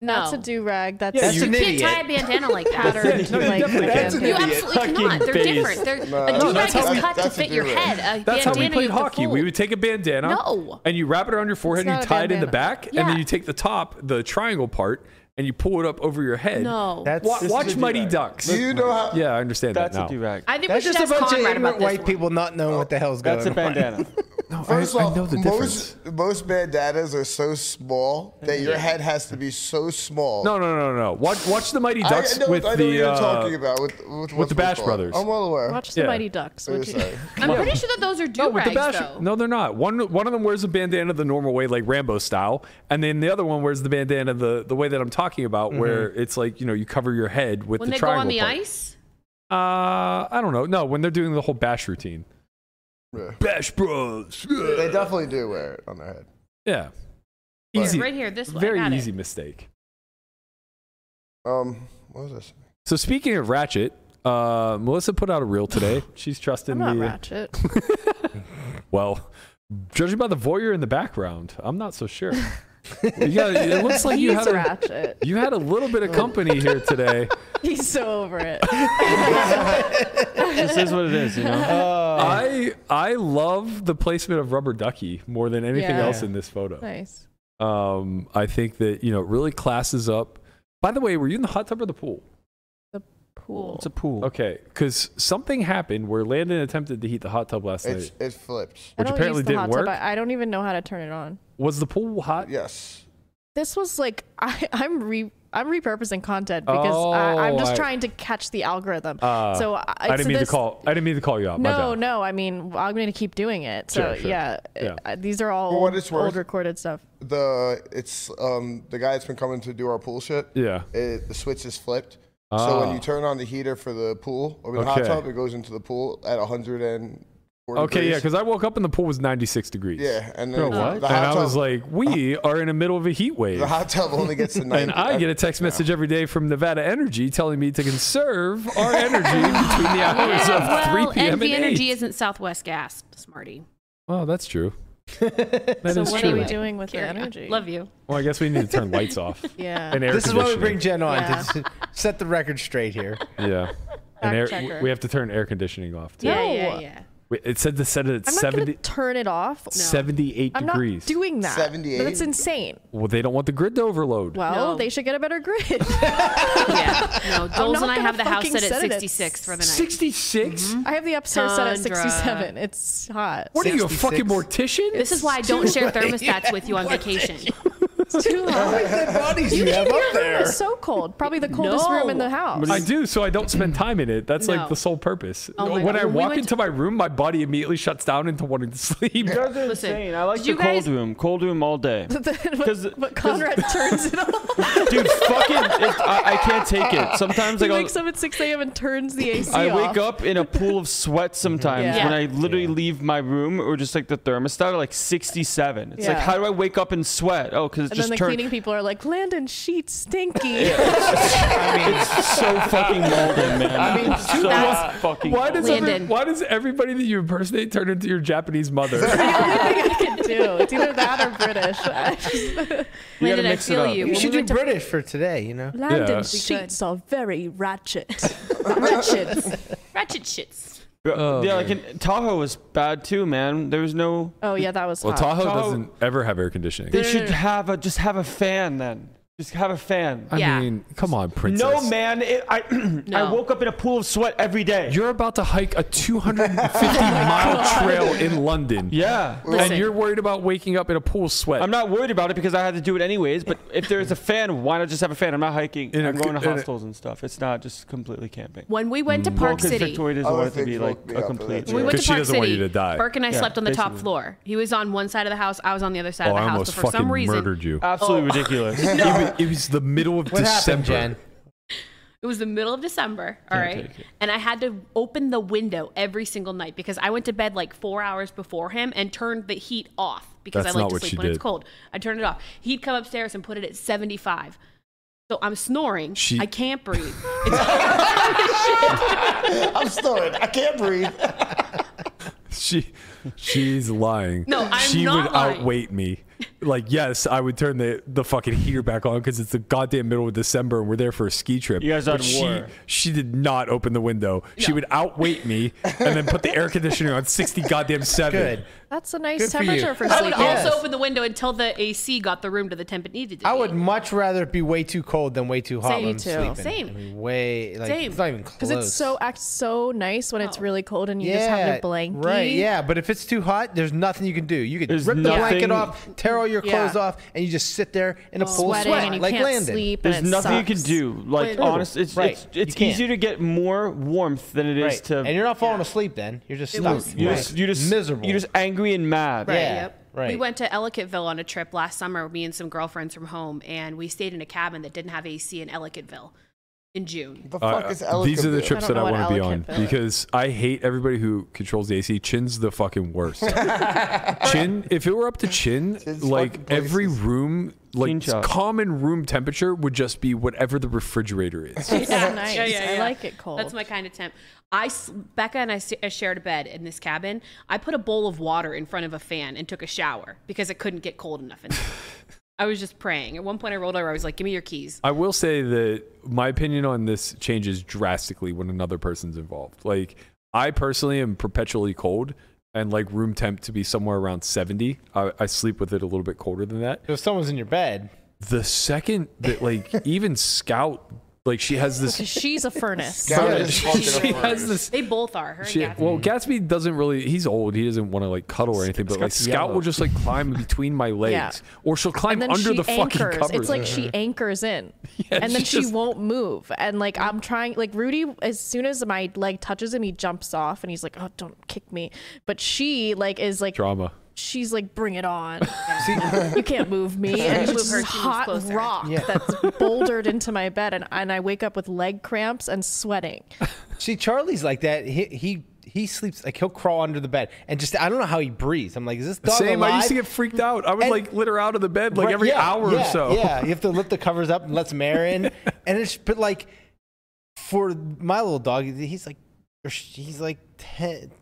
Speaker 7: that's a
Speaker 5: No.
Speaker 7: do rag. That's,
Speaker 4: That's
Speaker 7: a
Speaker 4: an
Speaker 5: you can't tie a
Speaker 4: idiot.
Speaker 5: bandana like that.
Speaker 7: pattern.
Speaker 2: no, you
Speaker 7: like,
Speaker 2: definitely
Speaker 7: like
Speaker 2: can't.
Speaker 5: You
Speaker 7: bandana.
Speaker 5: absolutely
Speaker 3: Fucking
Speaker 5: cannot. They're
Speaker 3: face.
Speaker 5: different.
Speaker 6: No,
Speaker 5: They're, a
Speaker 6: that's-
Speaker 5: do-rag is
Speaker 6: that's-
Speaker 5: cut to
Speaker 6: that's a
Speaker 5: fit your
Speaker 6: do-rag.
Speaker 5: head. A
Speaker 2: That's how we
Speaker 5: bandana
Speaker 2: played
Speaker 5: you have to
Speaker 2: hockey. We
Speaker 5: fold.
Speaker 2: would take a bandana
Speaker 5: No.
Speaker 2: and you wrap it around your forehead
Speaker 7: It's
Speaker 2: and you
Speaker 7: not a
Speaker 2: tie it in the
Speaker 7: bandana.
Speaker 2: back and then
Speaker 5: Yeah.
Speaker 2: you take the top, the triangle part, and you pull it up over your head.
Speaker 5: No.
Speaker 4: That's
Speaker 2: Wa-
Speaker 4: this is
Speaker 2: watch
Speaker 4: a
Speaker 2: Mighty
Speaker 4: do-rag.
Speaker 2: Ducks.
Speaker 6: Do you know how?
Speaker 2: Yeah, I understand
Speaker 3: That's a
Speaker 2: that now.
Speaker 3: do rag.
Speaker 5: I think
Speaker 4: That's
Speaker 5: we should
Speaker 4: just a
Speaker 5: have
Speaker 4: bunch of
Speaker 5: Conrad about
Speaker 4: ignorant
Speaker 5: this
Speaker 4: white
Speaker 5: one.
Speaker 4: people not knowing what the hell's
Speaker 3: That's a
Speaker 4: going on.
Speaker 3: bandana.
Speaker 2: No,
Speaker 6: First
Speaker 2: I,
Speaker 6: off,
Speaker 2: I know the difference.
Speaker 6: most most bandanas are so small that your head has to be so small.
Speaker 2: No, no, no, no, no. Watch, watch the Mighty
Speaker 6: I-
Speaker 2: Ducks
Speaker 6: I know,
Speaker 2: with
Speaker 6: I know
Speaker 2: the
Speaker 6: what you're
Speaker 2: uh,
Speaker 6: talking about with with, what's
Speaker 2: the Bash
Speaker 6: called.
Speaker 2: Brothers.
Speaker 6: I'm well aware.
Speaker 7: Watch the
Speaker 2: Yeah.
Speaker 7: Mighty Ducks.
Speaker 6: Wait a
Speaker 7: would you-
Speaker 6: second.
Speaker 5: I'm pretty sure that those are do
Speaker 2: with the
Speaker 5: rags
Speaker 2: bash-
Speaker 5: though.
Speaker 2: No, they're not. One one of them wears a bandana the normal way, like Rambo style, and then the other one wears the bandana the, the way that I'm talking about, where it's like you know you cover your head with
Speaker 5: when
Speaker 2: the
Speaker 5: they go
Speaker 2: triangle.
Speaker 5: on the
Speaker 2: part.
Speaker 5: ice,
Speaker 2: Uh, I don't know. No, when they're doing the whole bash routine.
Speaker 6: Yeah.
Speaker 2: Bash Bros.
Speaker 6: They definitely do wear it on their head.
Speaker 2: Yeah.
Speaker 5: Here,
Speaker 2: Easy.
Speaker 5: right here, this way.
Speaker 2: Very
Speaker 5: Got it.
Speaker 2: easy mistake.
Speaker 6: Um, what was this?
Speaker 2: So speaking of Ratchet, uh, Melissa put out a reel today. She's
Speaker 7: I'm
Speaker 2: trusting
Speaker 7: not
Speaker 2: me.
Speaker 7: Ratchet.
Speaker 2: Well, judging by the voyeur in the background, I'm not so sure. yeah, it looks like you
Speaker 7: He's
Speaker 2: had a,
Speaker 7: Ratchet.
Speaker 2: you had a little bit of company here today.
Speaker 7: He's so over it.
Speaker 4: Uh,
Speaker 3: This is what it is, you know.
Speaker 7: Oh.
Speaker 2: I I love the placement of Rubber Ducky more than anything
Speaker 7: Yeah.
Speaker 2: else in this photo.
Speaker 7: Nice.
Speaker 2: Um, I think that you know it really classes up. By the way, were you in the hot tub or the pool?
Speaker 7: Pool.
Speaker 3: It's a pool.
Speaker 2: Okay, because something happened where Landon attempted to heat the hot tub last
Speaker 6: It's
Speaker 2: night.
Speaker 6: it flips.
Speaker 7: I
Speaker 2: which
Speaker 7: don't
Speaker 2: apparently
Speaker 7: use the
Speaker 2: didn't
Speaker 7: hot
Speaker 2: work.
Speaker 7: tub. I, I don't even know how to turn it on.
Speaker 2: Was the pool hot?
Speaker 6: Yes.
Speaker 7: This was like I, I'm re I'm repurposing content because I, I'm
Speaker 2: Oh,
Speaker 7: just
Speaker 2: I-
Speaker 7: trying to catch the algorithm.
Speaker 2: Ah,
Speaker 7: so I,
Speaker 2: I didn't
Speaker 7: so
Speaker 2: mean
Speaker 7: this-
Speaker 2: to call. I didn't mean to call you out. my
Speaker 7: No,
Speaker 2: bad.
Speaker 7: no. I mean, I'm going to keep doing it. So
Speaker 2: Sure, sure.
Speaker 7: yeah,
Speaker 2: Yeah.
Speaker 7: uh, these are all
Speaker 6: For what
Speaker 7: old-
Speaker 6: it's worth-
Speaker 7: old recorded stuff.
Speaker 6: The it's um the guy that's been coming to do our pool shit.
Speaker 2: Yeah.
Speaker 6: It, the switch is flipped. So when
Speaker 2: Ah.
Speaker 6: you turn on the heater for the pool or the hot
Speaker 2: Okay.
Speaker 6: tub, it goes into the pool at 104
Speaker 2: Okay, yeah,
Speaker 6: degrees.
Speaker 2: because I woke up and the pool was 96 degrees.
Speaker 6: yeah, and then
Speaker 2: Oh,
Speaker 6: the-
Speaker 2: what?
Speaker 6: the
Speaker 2: and
Speaker 6: hot
Speaker 2: I
Speaker 6: tub,
Speaker 2: was like, we are in the middle of a heat wave.
Speaker 6: the hot tub only gets to 90.
Speaker 2: and I get a text message every day from Nevada Energy telling me to conserve our energy between the hours
Speaker 5: Yeah,
Speaker 2: of
Speaker 5: well,
Speaker 2: 3 p.m.
Speaker 5: and
Speaker 2: and,
Speaker 5: the energy
Speaker 2: 8.
Speaker 5: isn't Southwest Gas, smarty.
Speaker 2: Well, that's true. That is
Speaker 7: so what
Speaker 2: true.
Speaker 7: are we doing with
Speaker 5: Carry
Speaker 7: the
Speaker 5: on.
Speaker 7: energy?
Speaker 5: Love you.
Speaker 2: Well, I guess we need to turn lights off.
Speaker 7: Yeah.
Speaker 2: And air
Speaker 4: This is why we bring
Speaker 2: conditioning.
Speaker 4: Jen on
Speaker 7: Yeah.
Speaker 4: to s- set the record straight here.
Speaker 2: Yeah. And air,
Speaker 7: Fact checker.
Speaker 2: we have to turn air conditioning off too.
Speaker 7: No.
Speaker 5: Yeah, yeah, yeah.
Speaker 2: Wait, It said to set it at
Speaker 7: I'm not going
Speaker 2: 70,
Speaker 7: to turn it off.
Speaker 2: 78
Speaker 7: I'm
Speaker 2: degrees.
Speaker 7: not doing that.
Speaker 6: 78?
Speaker 7: That's insane.
Speaker 2: well, they don't want the grid to overload.
Speaker 7: Well,
Speaker 5: No.
Speaker 7: they should get a better grid.
Speaker 5: yeah. No, Doles
Speaker 7: not
Speaker 5: and I
Speaker 7: gonna
Speaker 5: have the house
Speaker 7: fucking
Speaker 5: set at
Speaker 7: set it at
Speaker 5: 66 for the night.
Speaker 2: 66?
Speaker 5: Mm-hmm.
Speaker 7: I have the upstairs set at
Speaker 5: Tundra.
Speaker 7: 67. It's hot.
Speaker 2: What are you, a
Speaker 4: 66?
Speaker 2: fucking mortician?
Speaker 5: This is why I don't share thermostats with you on vacation.
Speaker 7: It's too hot.
Speaker 4: bodies you have up
Speaker 7: Your room
Speaker 4: there.
Speaker 7: is so cold. Probably the coldest room in the house.
Speaker 2: I do, so I don't spend time in it. That's
Speaker 5: No.
Speaker 2: like the sole purpose.
Speaker 5: Oh my
Speaker 2: when
Speaker 5: God.
Speaker 2: I
Speaker 5: When we
Speaker 2: walk
Speaker 5: went
Speaker 2: into
Speaker 5: to-
Speaker 2: my room, my body immediately shuts down into wanting to sleep.
Speaker 3: You guys are
Speaker 5: Listen,
Speaker 3: insane. I like
Speaker 5: did
Speaker 3: the
Speaker 5: you guys-
Speaker 3: cold room. Cold room all day. Because-
Speaker 7: but Conrad turns it on.
Speaker 3: Dude, fucking, it, I, I can't take it. Sometimes
Speaker 7: He
Speaker 3: like, I'll-
Speaker 7: wakes up at 6 a.m. and turns the AC
Speaker 3: I
Speaker 7: off.
Speaker 3: wake up in a pool of sweat sometimes
Speaker 7: Yeah.
Speaker 3: when I literally leave my room or just like the thermostat at like 67. It's like,
Speaker 7: Yeah.
Speaker 3: how do I wake up in sweat? Oh, because it
Speaker 7: And
Speaker 3: just
Speaker 7: then the
Speaker 3: turned.
Speaker 7: cleaning people are like, Landon sheets stinky.
Speaker 3: I mean, it's so fucking molding, man. I mean, so
Speaker 5: That's-
Speaker 3: fucking.
Speaker 2: Why does
Speaker 3: molding.
Speaker 5: Landon.
Speaker 2: every, why does everybody that you impersonate turn into your Japanese mother?
Speaker 7: the only thing I can do. It's either that or British. I just-
Speaker 3: You gotta
Speaker 5: Landon, I
Speaker 3: mix it
Speaker 5: feel
Speaker 3: up.
Speaker 5: you.
Speaker 4: You
Speaker 5: When
Speaker 4: should
Speaker 5: we
Speaker 4: do
Speaker 5: went to-
Speaker 4: British for today, you know?
Speaker 2: Yeah.
Speaker 7: Landon's
Speaker 5: sheets
Speaker 7: sheets are very ratchet. ratchet.
Speaker 5: Ratchet shits.
Speaker 2: Oh,
Speaker 3: yeah, like in, Tahoe was bad too, man. There was no.
Speaker 7: Oh yeah, that was
Speaker 2: well,
Speaker 7: hot.
Speaker 2: Tahoe
Speaker 3: Tahoe-
Speaker 2: doesn't ever have air conditioning.
Speaker 3: They should have a just have a fan then. Just have a fan.
Speaker 2: I
Speaker 5: Yeah.
Speaker 2: mean, come on, princess.
Speaker 3: No, man. It, I I
Speaker 5: No.
Speaker 3: woke up in a pool of sweat every day.
Speaker 2: You're about to hike a 250 mile trail in London,
Speaker 3: yeah.
Speaker 2: and you're worried about waking up in a pool of sweat.
Speaker 3: I'm not worried about it because I had to do it anyways. But if there's a fan, why not just have a fan? I'm not hiking.
Speaker 2: In a
Speaker 3: I'm going to
Speaker 2: co- in a-
Speaker 3: hostels and stuff. It's not just completely camping.
Speaker 5: When we went to Park
Speaker 3: Because
Speaker 5: City,
Speaker 3: Victoria doesn't
Speaker 6: Other
Speaker 3: want it to
Speaker 6: things
Speaker 3: be
Speaker 6: woke
Speaker 3: like
Speaker 6: me
Speaker 3: a
Speaker 6: up,
Speaker 3: complete.
Speaker 6: that's
Speaker 5: we went
Speaker 2: Because
Speaker 5: to
Speaker 2: she
Speaker 5: Park
Speaker 2: doesn't
Speaker 5: City.
Speaker 2: want you to die.
Speaker 5: Burke and I
Speaker 3: Yeah,
Speaker 5: slept on the top
Speaker 3: basically.
Speaker 5: floor. He was on one side of the house. I was on the other side
Speaker 2: oh,
Speaker 5: of the
Speaker 2: I
Speaker 5: house.
Speaker 2: almost
Speaker 5: But for
Speaker 2: fucking
Speaker 5: some reason, Uh,
Speaker 2: murdered you.
Speaker 3: Absolutely ridiculous.
Speaker 2: It was- it was the middle of
Speaker 4: What happened,
Speaker 2: December.
Speaker 4: Jen?
Speaker 5: It was the middle of December, all
Speaker 3: Can't
Speaker 5: right?
Speaker 3: take it.
Speaker 5: And I had to open the window every single night because I went to bed like four hours before him and turned the heat off because
Speaker 2: That's
Speaker 5: I
Speaker 2: not
Speaker 5: like to
Speaker 2: what she
Speaker 5: sleep when
Speaker 2: did.
Speaker 5: it's cold. I turned it off. He'd come upstairs and put it at 75. So I'm snoring.
Speaker 2: She-
Speaker 5: I can't breathe.
Speaker 6: I'm snoring. I can't breathe.
Speaker 2: She, she's lying.
Speaker 5: No, I'm
Speaker 2: she
Speaker 5: not
Speaker 2: would
Speaker 5: lying.
Speaker 2: outweight me. like yes, I would turn the, the fucking heater back on because it's the goddamn middle of December and we're there for a ski trip.
Speaker 3: You guys
Speaker 2: But
Speaker 3: had
Speaker 2: she
Speaker 3: war.
Speaker 2: she did not open the window. She
Speaker 5: No.
Speaker 2: would outweight me and then put the air conditioner on sixty goddamn seven.
Speaker 4: Good.
Speaker 7: That's a nice
Speaker 4: Good for you.
Speaker 7: temperature for,
Speaker 5: I would
Speaker 7: sleeping.
Speaker 4: Yes.
Speaker 5: also open the window until the AC got the room to the temp it needed to
Speaker 4: I
Speaker 5: be.
Speaker 4: would much rather it be way too cold than way too hot
Speaker 7: Same
Speaker 4: when I'm
Speaker 7: too.
Speaker 4: sleeping.
Speaker 5: Same.
Speaker 4: I mean, way like
Speaker 5: Same.
Speaker 4: it's not even close.
Speaker 7: Because it's so acts so nice when it's
Speaker 5: Oh.
Speaker 7: really cold and you just have your blanket.
Speaker 4: Right, yeah, but if it's too hot, there's nothing you can do. You could
Speaker 3: There's
Speaker 4: rip the blanket
Speaker 3: nothing-
Speaker 4: off, tear all your clothes
Speaker 5: Yeah.
Speaker 4: off, and you just sit there in a pool of
Speaker 7: Sweating
Speaker 4: sweat,
Speaker 7: and you
Speaker 4: like
Speaker 7: can't
Speaker 4: Landon.
Speaker 7: sleep. and
Speaker 3: There's
Speaker 7: it
Speaker 3: nothing you can
Speaker 7: sucks.
Speaker 3: do. Like
Speaker 7: Wait,
Speaker 3: honest, it's
Speaker 4: Right.
Speaker 3: it's,
Speaker 4: You
Speaker 3: it's
Speaker 4: can't.
Speaker 3: easier to get more warmth than it is
Speaker 4: Right.
Speaker 3: to.
Speaker 4: and you're not falling asleep then. You're just stuck.
Speaker 3: you just, you just
Speaker 4: miserable.
Speaker 3: You're just angry and mad.
Speaker 5: Right.
Speaker 4: Yeah,
Speaker 5: yep.
Speaker 4: right.
Speaker 5: We went to Ellicottville on a trip last summer, me and some girlfriends from home, and we stayed in a cabin that didn't have AC in Ellicottville in June.
Speaker 6: The
Speaker 2: Uh,
Speaker 6: fuck is Ellicottville?
Speaker 2: these are the trips
Speaker 7: I
Speaker 2: that
Speaker 7: don't
Speaker 2: I
Speaker 7: know
Speaker 2: want to
Speaker 7: what
Speaker 2: be on
Speaker 7: Ellicottville is.
Speaker 2: because I hate everybody who controls the AC. Chin's the fucking worst. Chin, if it were up to Chin,
Speaker 6: Chin's
Speaker 2: like
Speaker 6: fucking places.
Speaker 2: every room, like
Speaker 3: Chin shop.
Speaker 2: common room temperature would just be whatever the refrigerator is.
Speaker 7: It's nice. I like it cold.
Speaker 5: That's my kind of temp. I s- Becca and I s- uh, shared a bed in this cabin. I put a bowl of water in front of a fan and took a shower because it couldn't get cold enough. In there. I was just praying. At one point, I rolled over. I was like, "Give me your keys."
Speaker 2: I will say that my opinion on this changes drastically when another person's involved. Like I personally am perpetually cold and like room temp to be somewhere around 70. I, I sleep with it a little bit colder than that.
Speaker 4: So if someone's in your bed,
Speaker 2: The second that like even Scout like she has this
Speaker 7: She's a furnace.
Speaker 6: Gavin
Speaker 2: Yeah,
Speaker 6: is
Speaker 2: she-
Speaker 6: fucking
Speaker 2: she has
Speaker 6: hilarious.
Speaker 2: this.
Speaker 5: They both are. Her and
Speaker 2: She,
Speaker 5: Gatsby.
Speaker 2: well, Gatsby doesn't really. He's old. He doesn't want to like cuddle or anything. But like
Speaker 3: Scout's
Speaker 2: Scout
Speaker 3: yellow.
Speaker 2: will just like climb between my legs, or she'll climb
Speaker 7: and then
Speaker 2: under
Speaker 7: she
Speaker 2: the fucking
Speaker 7: anchors.
Speaker 2: covers.
Speaker 7: It's like she anchors in, and then
Speaker 2: she
Speaker 7: she
Speaker 2: just-
Speaker 7: won't move. And like I'm trying, like Rudy, as soon as my leg touches him, he jumps off, and he's like, "Oh, don't kick me!" But she like is like
Speaker 2: drama.
Speaker 7: she's like, "Bring it on! you can't move me!" And
Speaker 5: Move
Speaker 7: it's this
Speaker 5: her, she moves
Speaker 7: hot
Speaker 5: closer.
Speaker 7: rock that's bouldered into my bed, and and I wake up with leg cramps and sweating.
Speaker 4: see Charlie's like that. He he he sleeps like he'll crawl under the bed and just I don't know how he breathes. I'm like, is this dog
Speaker 2: Same.
Speaker 4: alive?
Speaker 2: I used to get freaked out. I would
Speaker 4: And-
Speaker 2: like litter out of the bed like
Speaker 4: Right,
Speaker 2: every
Speaker 4: yeah,
Speaker 2: hour or
Speaker 4: yeah,
Speaker 2: so.
Speaker 4: Yeah, you have to lift the covers up and let some air in. and it's but like for my little dog, he's like or she- he's like 10,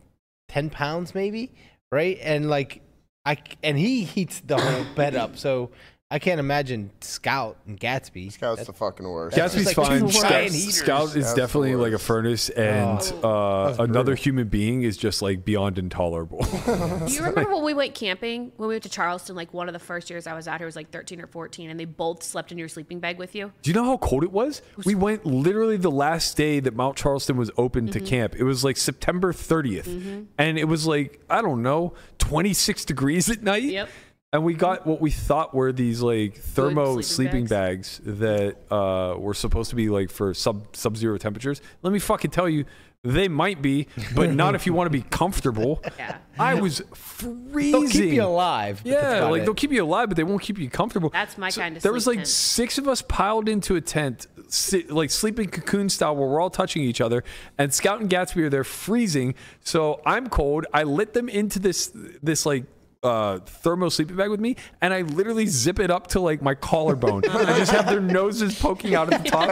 Speaker 4: 10 pounds maybe, right? And like I c- and he heats the whole bed up, so I can't imagine Scout and Gatsby.
Speaker 6: Scout's the fucking worst.
Speaker 2: Gatsby's
Speaker 4: Just like
Speaker 2: fine.
Speaker 4: two
Speaker 2: Scout,
Speaker 4: giant heaters.
Speaker 2: Scout is
Speaker 6: That's
Speaker 2: definitely
Speaker 6: the
Speaker 2: like a
Speaker 6: worst.
Speaker 2: furnace, and
Speaker 4: Oh.
Speaker 2: uh, another human being is just like beyond intolerable.
Speaker 5: Do you remember when we went camping? When we went to Charleston, like one of the first years I was out here was like 13 or 14, and they both slept in your sleeping bag with you.
Speaker 2: Do you know how cold it was? We went literally the last day that Mount Charleston was open to camp. It was like September 30th. And it was like, I don't know, 26 degrees at night.
Speaker 5: Yep.
Speaker 2: And we got what we thought were these like thermo
Speaker 5: sleeping
Speaker 2: sleeping bags, that uh, were supposed to be like for sub sub zero temperatures. Let me fucking tell you, they might be, but not if you want to be comfortable.
Speaker 5: Yeah.
Speaker 2: I was freezing.
Speaker 4: They'll keep you alive. but that's
Speaker 2: Yeah,
Speaker 4: about
Speaker 2: like
Speaker 4: it.
Speaker 2: they'll keep you alive, but they won't keep you comfortable.
Speaker 5: That's my kind of
Speaker 2: There was
Speaker 5: sleep
Speaker 2: like
Speaker 5: tent.
Speaker 2: six of us piled into a tent, si- like sleeping cocoon style, where we're all touching each other. And Scout and Gatsby are there freezing, so I'm cold. I let them into this this like uh thermo sleeping bag with me and i literally zip it up to like my collarbone i just have their noses poking out at the top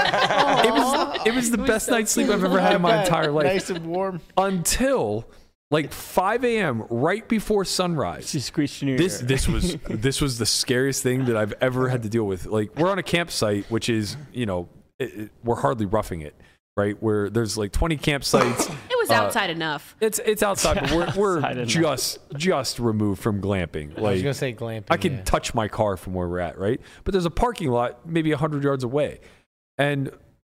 Speaker 2: it was it was the best night's sleep i've ever had in my
Speaker 4: Yeah,
Speaker 2: entire life
Speaker 4: Nice and warm.
Speaker 2: until like 5 a.m right before sunrise
Speaker 3: She screeched in your
Speaker 2: this
Speaker 3: ear.
Speaker 2: this was this was the scariest thing that I've ever had to deal with. Like we're on a campsite, which is you know it, it- we're hardly roughing it, right? Where there's like 20 campsites. Uh,
Speaker 5: It was outside enough.
Speaker 2: It's it's outside, but we're we're
Speaker 3: Outside enough.
Speaker 2: just just removed from glamping. Like
Speaker 4: I was gonna say glamping.
Speaker 2: I can
Speaker 4: yeah.
Speaker 2: touch my car from where we're at, right? But there's a parking lot maybe 100 yards away. And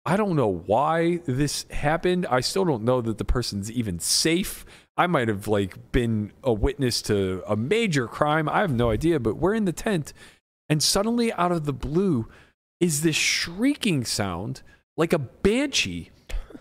Speaker 2: I don't know why this happened. I still don't know that the person's even safe. I might have like been a witness to a major crime. I have no idea, but we're in the tent and suddenly out of the blue is this shrieking sound like a banshee.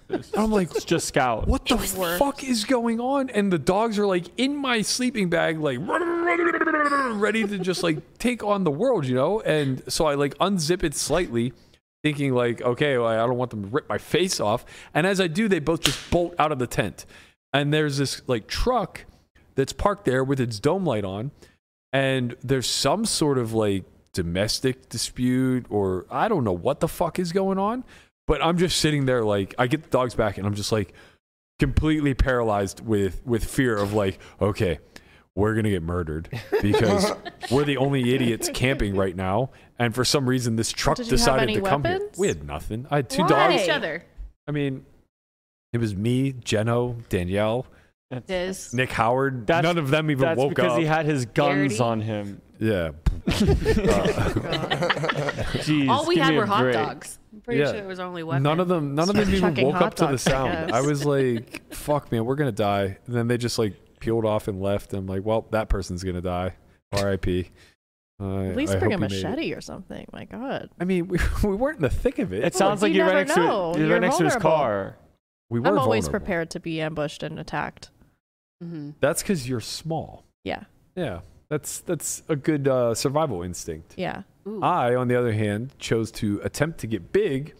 Speaker 2: And I'm like,
Speaker 3: It's just Scout.
Speaker 2: what the fuck is going on? And the dogs are like in my sleeping bag, like ready to just like take on the world, you know? And so I like unzip it slightly, thinking like, okay, well, I don't want them to rip my face off. And as I do, they both just bolt out of the tent. And there's this like truck that's parked there with its dome light on and there's some sort of like domestic dispute or I don't know what the fuck is going on. But I'm just sitting there like I get the dogs back and I'm just like completely paralyzed with with fear of like okay we're gonna get murdered because we're the only idiots camping right now. And for some reason, this truck
Speaker 7: Did you have
Speaker 2: decided
Speaker 7: any
Speaker 2: to come here.
Speaker 7: weapons?
Speaker 2: We had nothing. I had two
Speaker 7: Why?
Speaker 2: dogs.
Speaker 5: Each other.
Speaker 2: I mean, it was me, Jeno, Danielle,
Speaker 5: Diz.
Speaker 2: Nick Howard.
Speaker 3: That's-
Speaker 2: None of them even
Speaker 3: That's
Speaker 2: woke
Speaker 3: because
Speaker 2: up.
Speaker 3: he had his guns
Speaker 5: Garrity.
Speaker 3: on him.
Speaker 2: yeah,
Speaker 3: Jeez,
Speaker 5: All we
Speaker 3: give
Speaker 5: had
Speaker 3: me a
Speaker 5: were hot
Speaker 3: break.
Speaker 5: dogs. I'm pretty
Speaker 2: Yeah.
Speaker 5: sure it was our only weapon.
Speaker 2: None of them, none of them even
Speaker 7: Chucking
Speaker 2: woke
Speaker 7: hot
Speaker 2: up to the
Speaker 7: dogs, I
Speaker 2: sound.
Speaker 7: guess.
Speaker 2: I was like, "Fuck, man, we're gonna die." And then they just like peeled off and left. I'm like, "Well, that person's gonna die." R.I.P. Uh,
Speaker 7: At least
Speaker 2: I
Speaker 7: bring a
Speaker 2: hope he made it.
Speaker 7: machete or something. My God.
Speaker 2: I mean, we, we weren't in the thick of it.
Speaker 3: It sounds
Speaker 7: you
Speaker 3: like you're
Speaker 7: never
Speaker 3: right next
Speaker 7: know.
Speaker 3: to you're
Speaker 7: You're
Speaker 3: right next to his
Speaker 7: vulnerable.
Speaker 3: car.
Speaker 2: we were
Speaker 7: I'm always
Speaker 2: vulnerable.
Speaker 7: prepared to be ambushed and attacked.
Speaker 5: hmm
Speaker 2: That's because you're small.
Speaker 7: Yeah.
Speaker 2: Yeah, that's that's a good uh, survival instinct.
Speaker 7: Yeah.
Speaker 5: Mm-hmm. Ooh.
Speaker 9: Ah.
Speaker 2: I, on the other hand, chose to attempt to get big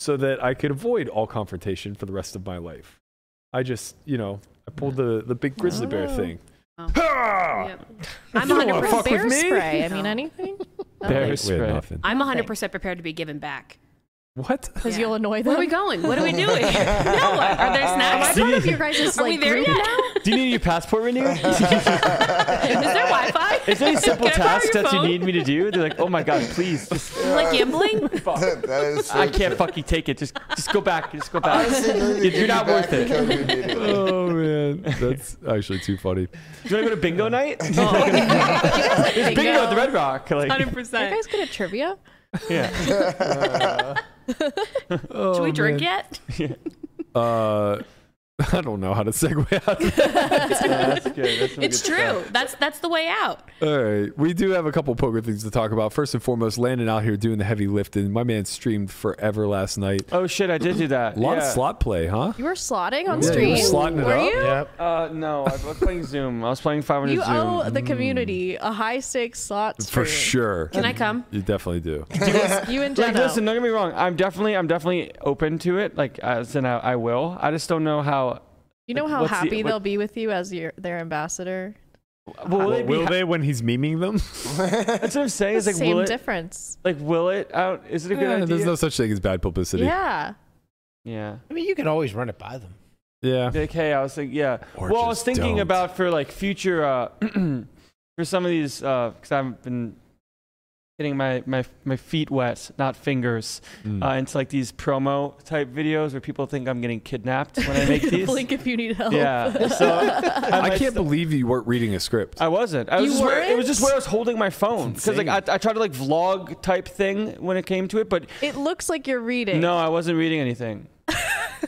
Speaker 2: so that I could avoid all confrontation for the rest of my life. I just, you know, I pulled the, the big grizzly bear
Speaker 7: Oh.
Speaker 2: thing.
Speaker 5: Oh.
Speaker 2: Ha!
Speaker 5: Yep. I'm
Speaker 2: You wanna
Speaker 5: 100%
Speaker 2: fuck
Speaker 7: bear
Speaker 2: with me?
Speaker 7: spray. I mean,
Speaker 5: No.
Speaker 7: anything.
Speaker 3: Bear
Speaker 2: We had
Speaker 3: spray.
Speaker 2: nothing.
Speaker 5: I'm
Speaker 7: Nothing.
Speaker 5: 100% prepared to be given back.
Speaker 2: What?
Speaker 7: Because
Speaker 5: Yeah.
Speaker 7: you'll annoy them.
Speaker 5: Where are we going? What are we doing? no, what? Are there
Speaker 7: Am I
Speaker 5: snacks?
Speaker 7: part of your guys'
Speaker 5: Are
Speaker 7: like
Speaker 5: we there
Speaker 7: group
Speaker 5: yet?
Speaker 7: now?
Speaker 3: Do you need your passport renewed?
Speaker 5: Is there Wi-Fi?
Speaker 3: Is there any simple
Speaker 5: Can I borrow
Speaker 3: task
Speaker 5: your
Speaker 3: that you
Speaker 5: phone?
Speaker 3: need me to do? They're like, oh my god, please, just,
Speaker 5: You like gambling?
Speaker 6: that is so
Speaker 3: I can't fucking take it. Just, just go back. Just go back.
Speaker 6: Honestly,
Speaker 3: Do
Speaker 6: literally,
Speaker 3: You're
Speaker 6: give me
Speaker 3: not
Speaker 6: back
Speaker 3: worth it.
Speaker 6: the code immediately.
Speaker 2: oh man, that's actually too funny.
Speaker 3: you want to go to bingo night? There's bingo at the Red Rock. Like,
Speaker 5: 100%.
Speaker 7: You guys good at trivia?
Speaker 3: yeah.
Speaker 5: Should we drink yet?
Speaker 2: Uh, I don't know how to segue out. of that.
Speaker 3: That's good. That's some
Speaker 5: It's
Speaker 3: good stuff.
Speaker 5: true. That's that's the way out.
Speaker 2: All right, we do have a couple poker things to talk about. First and foremost, Landon out here doing the heavy lifting. My man streamed forever last night.
Speaker 3: Oh shit, I did do that.
Speaker 2: A lot of
Speaker 3: yeah.
Speaker 2: slot play, huh?
Speaker 7: You were slotting on
Speaker 2: Yeah, you
Speaker 7: stream.
Speaker 2: were slotting it
Speaker 7: were
Speaker 2: up.
Speaker 7: you?
Speaker 4: Yep.
Speaker 3: Uh, no, I was playing Zoom. I was playing 500
Speaker 7: You
Speaker 3: Zoom.
Speaker 7: owe the community a high stakes slot stream.
Speaker 2: For sure.
Speaker 5: Can I come?
Speaker 2: You definitely do.
Speaker 7: You and
Speaker 3: Like,
Speaker 7: Jenna.
Speaker 3: listen, don't get me wrong. I'm definitely, I'm definitely open to it. Like, as in, I, I will. I just don't know how.
Speaker 7: you know how
Speaker 3: what's the-
Speaker 7: happy
Speaker 3: what-
Speaker 7: they'll be with you as your their ambassador.
Speaker 3: Will
Speaker 2: Well,
Speaker 3: they be?
Speaker 2: will they when he's memeing them?
Speaker 3: that's what I'm saying. Is like,
Speaker 7: Same
Speaker 3: will it?
Speaker 7: difference.
Speaker 3: Like, will it? Out? Is it a good
Speaker 2: Yeah,
Speaker 3: idea?
Speaker 2: there's no such thing as bad publicity.
Speaker 7: Yeah.
Speaker 3: yeah.
Speaker 4: I mean, you can always run it by them.
Speaker 2: Yeah.
Speaker 3: Like, hey, I was thinking, yeah.
Speaker 2: Or
Speaker 3: well, I was
Speaker 2: just
Speaker 3: thinking
Speaker 2: don't.
Speaker 3: about for like future, uh, for some of these, because I've been getting my, my, my feet wet, not fingers,
Speaker 2: Mm.
Speaker 3: uh, into like these promo type videos where people think I'm getting kidnapped when I make these.
Speaker 7: Blink if you need help.
Speaker 3: Yeah. So I,
Speaker 2: I
Speaker 3: might
Speaker 2: can't
Speaker 3: st-
Speaker 2: believe you weren't reading a script.
Speaker 3: I wasn't. I was
Speaker 7: You
Speaker 3: just where, it was
Speaker 7: weren't?
Speaker 3: just where I was holding my phone
Speaker 2: That's
Speaker 3: because like I, I tried to like vlog type thing when it came to it, but
Speaker 7: It looks like you're reading.
Speaker 3: no, I wasn't reading anything.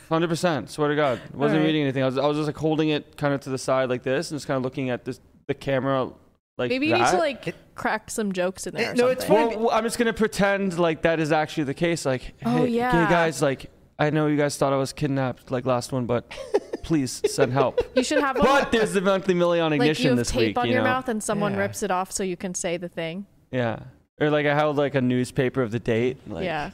Speaker 3: Hundred percent, swear to God, wasn't
Speaker 7: Alright.
Speaker 3: reading anything. I was, I was just like holding it kind of to the side like this and just kind of looking at this the camera like
Speaker 7: Maybe you need
Speaker 3: that. Eh,
Speaker 7: to like crack some jokes in there. or
Speaker 4: No, it's
Speaker 7: something.
Speaker 3: Well, well, I'm just gonna pretend like that is actually the case. Like,
Speaker 7: Oh,
Speaker 3: hey, hey,
Speaker 7: yeah.
Speaker 3: guys, like I know you guys thought I was kidnapped like last one, but please send help.
Speaker 7: You should have
Speaker 3: but there's the monthly million
Speaker 7: a, like you
Speaker 3: ignition
Speaker 7: have
Speaker 3: this
Speaker 7: tape
Speaker 3: week.
Speaker 7: on
Speaker 3: you
Speaker 7: your
Speaker 3: know?
Speaker 7: mouth and someone
Speaker 4: Yeah.
Speaker 7: rips it off so you can say the thing.
Speaker 3: Yeah. Or like I held like a newspaper of the date. Like,
Speaker 7: yeah.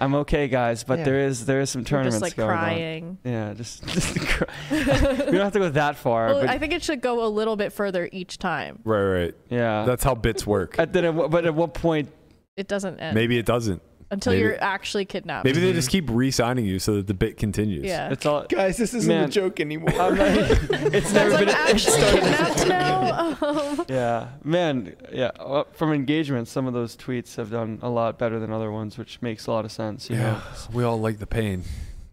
Speaker 3: I'm okay, guys, but
Speaker 4: Yeah.
Speaker 3: there is there is some
Speaker 7: You're
Speaker 3: tournaments
Speaker 7: just like
Speaker 3: going
Speaker 7: crying.
Speaker 3: on. Yeah, just just cry. we don't have to go that far,
Speaker 7: Well,
Speaker 3: but
Speaker 7: I think it should go a little bit further each time.
Speaker 2: right, right.
Speaker 3: yeah.
Speaker 2: That's how bits work.
Speaker 3: At then, at what- but at what point?
Speaker 7: It doesn't end
Speaker 2: Maybe it doesn't.
Speaker 7: until
Speaker 2: maybe-
Speaker 7: you're actually kidnapped.
Speaker 2: Maybe they just keep re-signing you so that the bit continues.
Speaker 7: Yeah.
Speaker 3: It's all.
Speaker 4: Guys, this isn't a
Speaker 3: Man.
Speaker 4: joke anymore.
Speaker 3: I'm not- it's never
Speaker 7: It's like
Speaker 3: been.
Speaker 7: actually kidnapped now. Um,
Speaker 3: yeah, man. Yeah, uh, from engagement, some of those tweets have done a lot better than other ones, which makes a lot of sense. You
Speaker 2: Yeah.
Speaker 3: know.
Speaker 2: We all like the pain.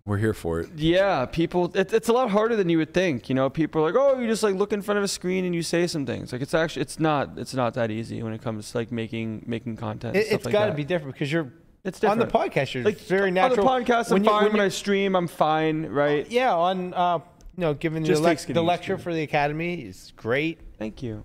Speaker 2: We're here for it.
Speaker 3: Yeah, people. It, it's a lot harder than you would think. You know, people are like, oh, you just like look in front of a screen and you say some things. Like it's actually, it's not, it's not that easy when it comes to like making making content. and
Speaker 4: it,
Speaker 3: stuff
Speaker 4: has
Speaker 3: like
Speaker 4: got to
Speaker 3: that.
Speaker 4: be different because you're
Speaker 3: It's
Speaker 4: on
Speaker 3: different.
Speaker 4: the podcast. You're
Speaker 3: Like
Speaker 4: very natural.
Speaker 3: On the podcast, I'm
Speaker 4: When you-
Speaker 3: fine.
Speaker 4: when
Speaker 3: When,
Speaker 4: you- Oh,
Speaker 3: I stream, I'm fine. Right?
Speaker 4: yeah, on uh, you know, giving your
Speaker 3: Just
Speaker 4: lec-
Speaker 3: takes
Speaker 4: the
Speaker 3: getting used
Speaker 4: lecture
Speaker 3: to.
Speaker 4: for the academy is great.
Speaker 3: Thank you.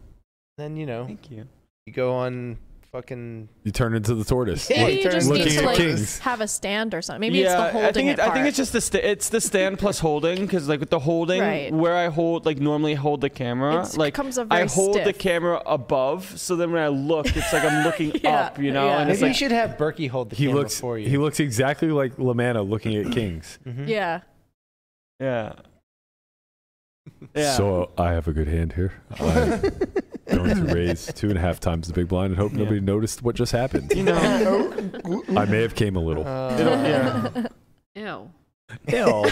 Speaker 4: Then you know
Speaker 3: Thank you.
Speaker 4: you go on fucking
Speaker 2: You turn into the tortoise.
Speaker 4: Yeah.
Speaker 7: Maybe you just
Speaker 2: Looking
Speaker 7: need to
Speaker 2: at
Speaker 7: like
Speaker 2: kings.
Speaker 7: have a stand or something. Maybe
Speaker 3: yeah,
Speaker 7: it's the holding
Speaker 3: I think
Speaker 7: it
Speaker 3: I think
Speaker 7: part.
Speaker 3: it's just the sta- it's the stand plus holding because like with the holding
Speaker 7: Right.
Speaker 3: where I hold like normally hold the camera
Speaker 7: It's-
Speaker 3: like
Speaker 7: comes up
Speaker 3: I
Speaker 7: very
Speaker 3: hold the
Speaker 7: stiff.
Speaker 3: camera above so then when I look it's like I'm looking
Speaker 7: Yeah,
Speaker 3: up you know
Speaker 7: yeah.
Speaker 3: and
Speaker 4: Maybe
Speaker 3: it's like
Speaker 4: you should have Berkey hold the
Speaker 2: He
Speaker 4: camera
Speaker 2: looks
Speaker 4: for you. Mm-hmm.
Speaker 2: he looks exactly like Lamanna looking at kings.
Speaker 7: yeah.
Speaker 3: yeah yeah
Speaker 2: So I have a good hand here. I'm going to raise two and a half times the big blind and hope
Speaker 3: Yeah.
Speaker 2: nobody noticed what just happened.
Speaker 3: you know.
Speaker 2: I may have came a little.
Speaker 4: Uh,
Speaker 3: It'll- yeah.
Speaker 5: Ew.
Speaker 2: Ill.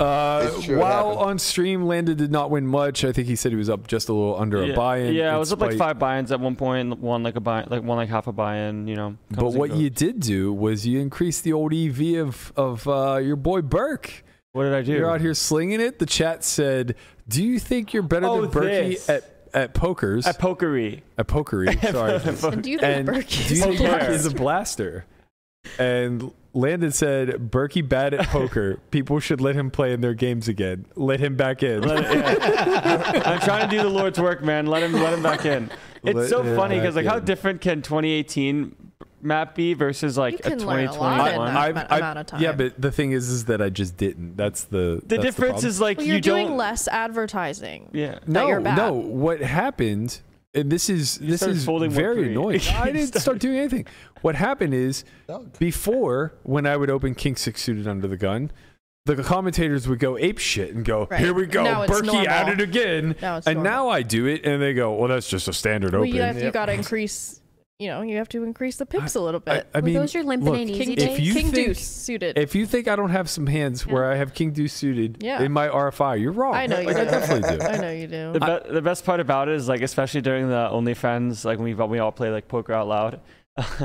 Speaker 2: Uh,
Speaker 6: It's true, it
Speaker 2: while
Speaker 6: happened.
Speaker 2: on stream, Landon did not win much. I think he said he was up just a little under
Speaker 3: yeah.
Speaker 2: uh, a buy-in.
Speaker 3: Yeah, I
Speaker 2: in
Speaker 3: was up like
Speaker 2: spite-
Speaker 3: five buy-ins at one point, one like a buy, like one like half a buy-in. You know.
Speaker 2: But
Speaker 3: comes and
Speaker 2: what
Speaker 3: goes.
Speaker 2: you did do was you increased the old EV of of uh, your boy Burke.
Speaker 3: What did I do?
Speaker 2: You're out here slinging it. The chat said, "Do you think you're better
Speaker 3: Oh,
Speaker 2: than Berkey
Speaker 3: this.
Speaker 2: at at pokers
Speaker 3: at pokery.
Speaker 2: at pokery?" Sorry.
Speaker 7: And do you think
Speaker 2: and
Speaker 7: Burke
Speaker 2: do
Speaker 7: is
Speaker 2: you think
Speaker 3: blaster?
Speaker 2: he's a blaster? And Landon said, "Berkey bad at poker. People should let him play in their games again. Let him back in."
Speaker 3: Let it- yeah. I'm trying to do the Lord's work, man. Let him let him back in. It's
Speaker 2: Let
Speaker 3: so
Speaker 2: him
Speaker 3: funny because
Speaker 2: back
Speaker 3: like how
Speaker 2: in.
Speaker 3: different can 2018 map be versus like
Speaker 7: You can
Speaker 3: a
Speaker 7: learn a lot
Speaker 3: 2021?
Speaker 7: in that. amount- amount of
Speaker 2: Yeah,
Speaker 7: time.
Speaker 2: but the thing is, is that I just didn't. That's the
Speaker 3: The
Speaker 2: that's
Speaker 3: difference
Speaker 2: problem.
Speaker 3: is like
Speaker 7: well,
Speaker 3: you
Speaker 7: you're doing
Speaker 3: don't.
Speaker 7: less advertising.
Speaker 3: yeah.
Speaker 7: that
Speaker 2: no,
Speaker 7: you're bad.
Speaker 2: no. What happened? And this is this
Speaker 3: started
Speaker 2: is
Speaker 3: folding one
Speaker 2: very
Speaker 3: three.
Speaker 2: annoying.
Speaker 3: You
Speaker 2: I didn't start doing anything. What happened is before when I would open King Six suited under the gun. The commentators would go ape shit and go,
Speaker 7: Right.
Speaker 2: "Here we go,
Speaker 7: Now it's
Speaker 2: Berkey at
Speaker 7: normal.
Speaker 2: it again."
Speaker 7: Now it's
Speaker 2: and
Speaker 7: normal.
Speaker 2: now I do it, and they go, "Well, that's just a standard
Speaker 7: Well,
Speaker 2: open."
Speaker 7: you, have, you gotta increase. You know, you have to increase the pips a little
Speaker 2: I,
Speaker 7: bit.
Speaker 2: I mean,
Speaker 5: those your length and
Speaker 2: look,
Speaker 5: an easy
Speaker 7: King,
Speaker 5: days?
Speaker 2: if you
Speaker 7: King
Speaker 2: think,
Speaker 7: Deuce suited.
Speaker 2: If you think I don't have some hands where I have King Deuce suited
Speaker 7: Yeah.
Speaker 2: in my RFI, you're wrong.
Speaker 7: I know you
Speaker 2: like, Oh, I
Speaker 7: do.
Speaker 2: definitely do.
Speaker 7: I know you do.
Speaker 3: The, be- the best part about it is like especially during the OnlyFans, like when we when we all play like poker out loud.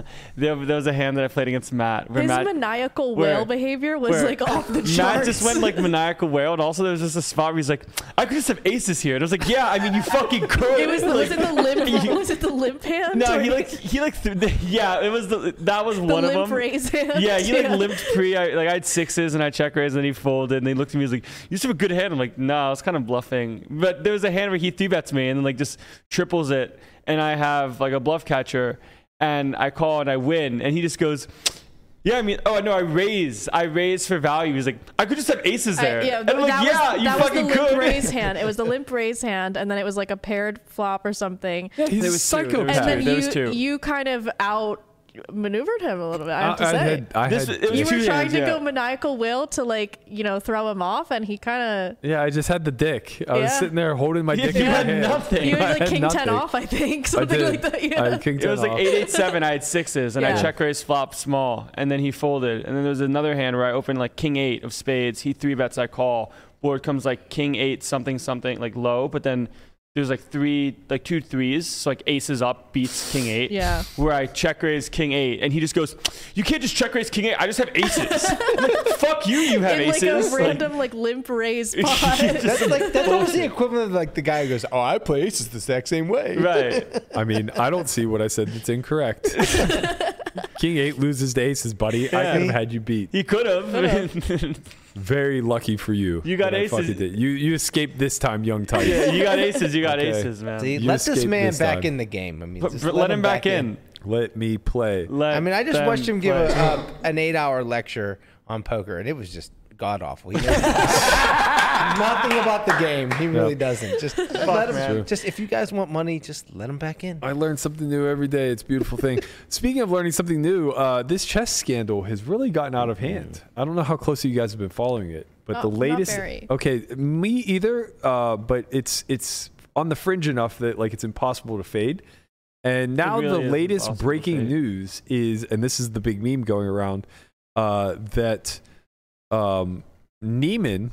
Speaker 3: there, there was a hand that I played against Matt. Where
Speaker 7: His
Speaker 3: Matt,
Speaker 7: maniacal
Speaker 3: where-
Speaker 7: whale behavior was
Speaker 3: where-
Speaker 7: like off the charts.
Speaker 3: Matt just went like maniacal wail, and also there was just a spot where he's like, "I could just have aces here," and I was like, "Yeah, I mean, you fucking could."
Speaker 7: It was, the, was
Speaker 3: like,
Speaker 7: it the limp? was it the limp hand?
Speaker 3: no,
Speaker 7: or
Speaker 3: he
Speaker 7: the-
Speaker 3: like he like threw the, yeah, it was the that was
Speaker 7: the
Speaker 3: one
Speaker 7: limp
Speaker 3: of them.
Speaker 7: raise hand?
Speaker 3: Yeah, he like limped pre. I, like I had sixes and I check raised, and then he folded. And he looked at me, he was like, "You just have a good hand." I'm like, "Nah, I was kind of bluffing." But there was a hand where he three bets me, and then like just triples it, and I have like a bluff catcher, and I call and I win, and he just goes. Yeah, I mean, oh no, I raise, I raise for value. He's like, I could just have aces
Speaker 7: I-
Speaker 3: there.
Speaker 7: yeah,
Speaker 3: and I'm like,
Speaker 7: that
Speaker 3: yeah,
Speaker 7: was,
Speaker 3: you
Speaker 7: that was the
Speaker 3: fucking
Speaker 7: limp
Speaker 3: could.
Speaker 7: raise hand. It was the limp raise hand, and then it was like a paired flop or something.
Speaker 2: He's a
Speaker 3: There was two, there was
Speaker 2: psychopath.
Speaker 7: and then
Speaker 3: two, there
Speaker 7: you
Speaker 3: was two.
Speaker 7: you kind of out maneuvered him a little bit. I have to
Speaker 2: I, I
Speaker 7: say.
Speaker 2: had, I
Speaker 3: This-
Speaker 2: had-
Speaker 3: it was
Speaker 7: you
Speaker 3: two
Speaker 7: were trying
Speaker 3: hands,
Speaker 7: to
Speaker 3: yeah.
Speaker 7: go maniacal will to like you know throw him off, and he kind
Speaker 2: yeah, I just had the dick. I was
Speaker 7: Yeah.
Speaker 2: sitting there holding my
Speaker 3: Yeah,
Speaker 2: dick
Speaker 3: you
Speaker 2: in my
Speaker 3: had
Speaker 2: hand.
Speaker 7: of
Speaker 3: nothing.
Speaker 7: you were
Speaker 2: I
Speaker 7: like
Speaker 2: had
Speaker 7: king ten
Speaker 2: nothing.
Speaker 7: off, I think
Speaker 2: I
Speaker 7: something
Speaker 2: did.
Speaker 7: like that. Yeah.
Speaker 2: I had king
Speaker 3: It
Speaker 2: ten
Speaker 3: was like
Speaker 2: off.
Speaker 3: eight eight seven. I had sixes, and
Speaker 7: Yeah.
Speaker 3: I check raised flop small, and then he folded. And then there was another hand where I opened like king eight of spades. He three bets. I call. Board comes like king eight something something like low, but then there's like three like two threes, so like aces up beats king eight.
Speaker 7: Yeah.
Speaker 3: Where I check raise king eight, and he just goes, "You can't just check raise king eight. I just have aces. I'm like, Fuck you. You have
Speaker 7: in like
Speaker 3: aces.
Speaker 7: a
Speaker 3: Like,
Speaker 7: random like, limp raise pot.
Speaker 4: That's like that's almost the equivalent of like the guy who goes, "Oh, I play aces the exact same way."
Speaker 3: right.
Speaker 2: I mean, I don't see what I said that's incorrect. King eight loses to aces, buddy. I
Speaker 3: Yeah.
Speaker 2: could have had you beat.
Speaker 3: He could have.
Speaker 2: Very lucky for you.
Speaker 3: You got
Speaker 2: that I
Speaker 3: aces.
Speaker 2: fucking did. You you escaped this time, young tiger.
Speaker 3: yeah, you got aces. You got
Speaker 2: Okay.
Speaker 3: aces, man.
Speaker 4: See,
Speaker 2: You
Speaker 4: let this
Speaker 2: escaped
Speaker 4: man
Speaker 2: this
Speaker 4: back
Speaker 2: time.
Speaker 4: in the game. I mean,
Speaker 3: Put-
Speaker 4: just
Speaker 3: let, him back in.
Speaker 2: Let me play.
Speaker 3: Let
Speaker 4: I mean, I just
Speaker 3: them
Speaker 4: watched him give
Speaker 3: play.
Speaker 4: a, uh, an eight-hour lecture on poker, and it was just god awful. He knows nothing about the game. He really
Speaker 2: Yep.
Speaker 4: doesn't. Just let him. Just if you guys want money, just let him back in.
Speaker 2: I learn something new every day. It's a beautiful thing. Speaking of learning something new, uh, this chess scandal has really gotten out of hand. I don't know how closely you guys have been following it, but the
Speaker 7: Not- not
Speaker 2: latest.
Speaker 7: very.
Speaker 2: Okay, me either. Uh, but it's it's on the fringe enough that like it's impossible to fade. And now
Speaker 3: really
Speaker 2: the
Speaker 3: is
Speaker 2: latest
Speaker 3: impossible to
Speaker 2: breaking
Speaker 3: fade.
Speaker 2: news is, and this is the big meme going around, uh, that um, Neiman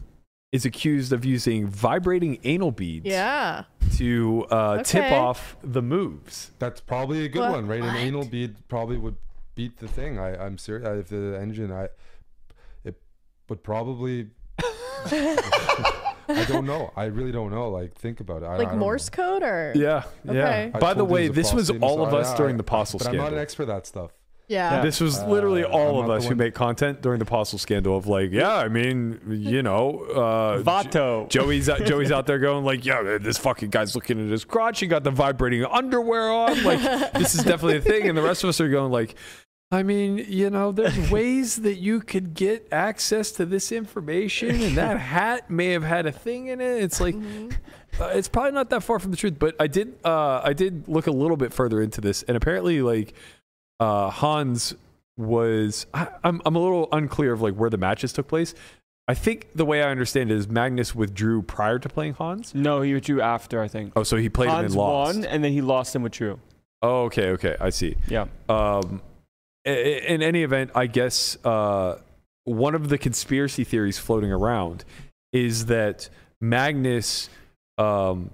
Speaker 2: is accused of using vibrating anal beads
Speaker 7: yeah.
Speaker 2: to uh, tip
Speaker 7: Okay.
Speaker 2: off the moves.
Speaker 9: That's probably a good
Speaker 7: What?
Speaker 9: one, right? An
Speaker 7: What?
Speaker 9: anal bead probably would beat the thing. I, I'm serious. If the engine, I it would probably. I don't know. I really don't know. Like, think about it. I, I
Speaker 7: Like
Speaker 9: don't know.
Speaker 7: Morse code or
Speaker 2: Um, Yeah,
Speaker 7: Okay.
Speaker 2: yeah.
Speaker 9: I
Speaker 2: By the
Speaker 9: told you
Speaker 2: way,
Speaker 9: it was a
Speaker 2: this was
Speaker 9: prostate
Speaker 2: all of
Speaker 9: massage.
Speaker 2: us
Speaker 9: I-
Speaker 2: during the
Speaker 9: I-
Speaker 2: Postle
Speaker 9: But
Speaker 2: scandal.
Speaker 9: I'm not an expert at that stuff.
Speaker 7: yeah.
Speaker 2: This was literally
Speaker 9: Uh, I'm
Speaker 2: all of
Speaker 9: not
Speaker 2: us
Speaker 9: the
Speaker 2: who
Speaker 9: one-
Speaker 2: make content during the Postle scandal of like, yeah, I mean, you know, uh,
Speaker 3: Vato.
Speaker 2: Jo- Joey's out, Joey's out there going like, yeah, this fucking guy's looking at his crotch. He got the vibrating underwear on. Like, this is definitely a thing. And the rest of us are going like, I mean, you know, there's ways that you could get access to this information, and that hat may have had a thing in it. It's like, uh, it's probably not that far from the truth. But I did, uh, I did look a little bit further into this, and apparently, like, uh, Hans was. I, I'm, I'm a little unclear of like where the matches took place. I think the way I understand it is Magnus withdrew prior to playing Hans.
Speaker 3: No, he withdrew after, I think.
Speaker 2: Oh, so he played him
Speaker 3: Hans
Speaker 2: and lost.
Speaker 3: won, and then he lost and withdrew.
Speaker 2: Oh, okay, okay, I see.
Speaker 3: Yeah.
Speaker 2: Um, i- i- in any event, I guess uh, one of the conspiracy theories floating around is that Magnus um,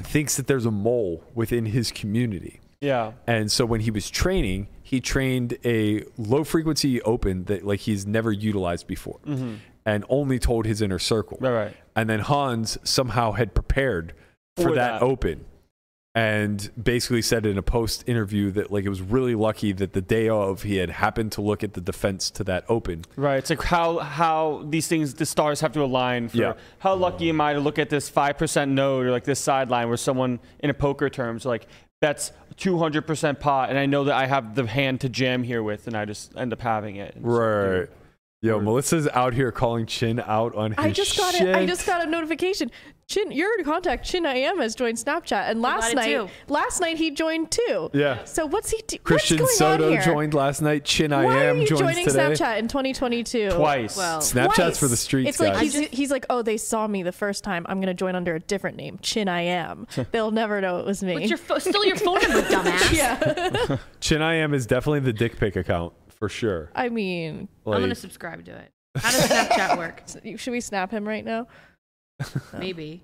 Speaker 2: thinks that there's a mole within his community.
Speaker 3: Yeah.
Speaker 2: And so when he was training, he trained a low frequency open that like he's never utilized before and only told his inner circle.
Speaker 3: Mm-hmm. Right, right.
Speaker 2: And then Hans somehow had prepared for
Speaker 3: For
Speaker 2: that
Speaker 3: that.
Speaker 2: open and basically said in a post interview that like it was really lucky that the day of he had happened to look at the defense to that open.
Speaker 3: Right. It's like how how these things the stars have to align for
Speaker 2: Yeah.
Speaker 3: how lucky am I to look at this five percent node or like this sideline where someone in a poker terms like bets two hundred percent pot and I know that I have the hand to jam here with and I just end up having it. And so-
Speaker 2: Right. Yo, Melissa's out here calling Chin out on his
Speaker 7: I just got
Speaker 2: shit.
Speaker 7: it. I just got a notification. Chin, your contact Chin I am has joined Snapchat, and last
Speaker 5: it
Speaker 7: night,
Speaker 5: too.
Speaker 7: last night he joined too.
Speaker 2: Yeah.
Speaker 7: So what's he? Do-
Speaker 2: Christian
Speaker 7: what's going on
Speaker 2: Soto
Speaker 7: here?
Speaker 2: joined last night. Chin I
Speaker 7: Why
Speaker 2: am
Speaker 7: are you
Speaker 2: joins
Speaker 7: joining
Speaker 2: today.
Speaker 7: Snapchat in 2022?
Speaker 3: Twice.
Speaker 5: Well,
Speaker 2: Snapchat's
Speaker 7: Twice.
Speaker 2: for the streets,
Speaker 7: It's like
Speaker 2: guys.
Speaker 7: he's he's like, oh, they saw me the first time. I'm gonna join under a different name. Chin I am. They'll never know it was me.
Speaker 5: It's your pho- still your phone number, dumbass.
Speaker 7: yeah.
Speaker 2: Chin I am is definitely the dick pic account for sure.
Speaker 7: I mean,
Speaker 5: I'm
Speaker 2: Like,
Speaker 5: gonna subscribe to it. How does Snapchat work?
Speaker 7: s- should we snap him right now?
Speaker 5: Maybe.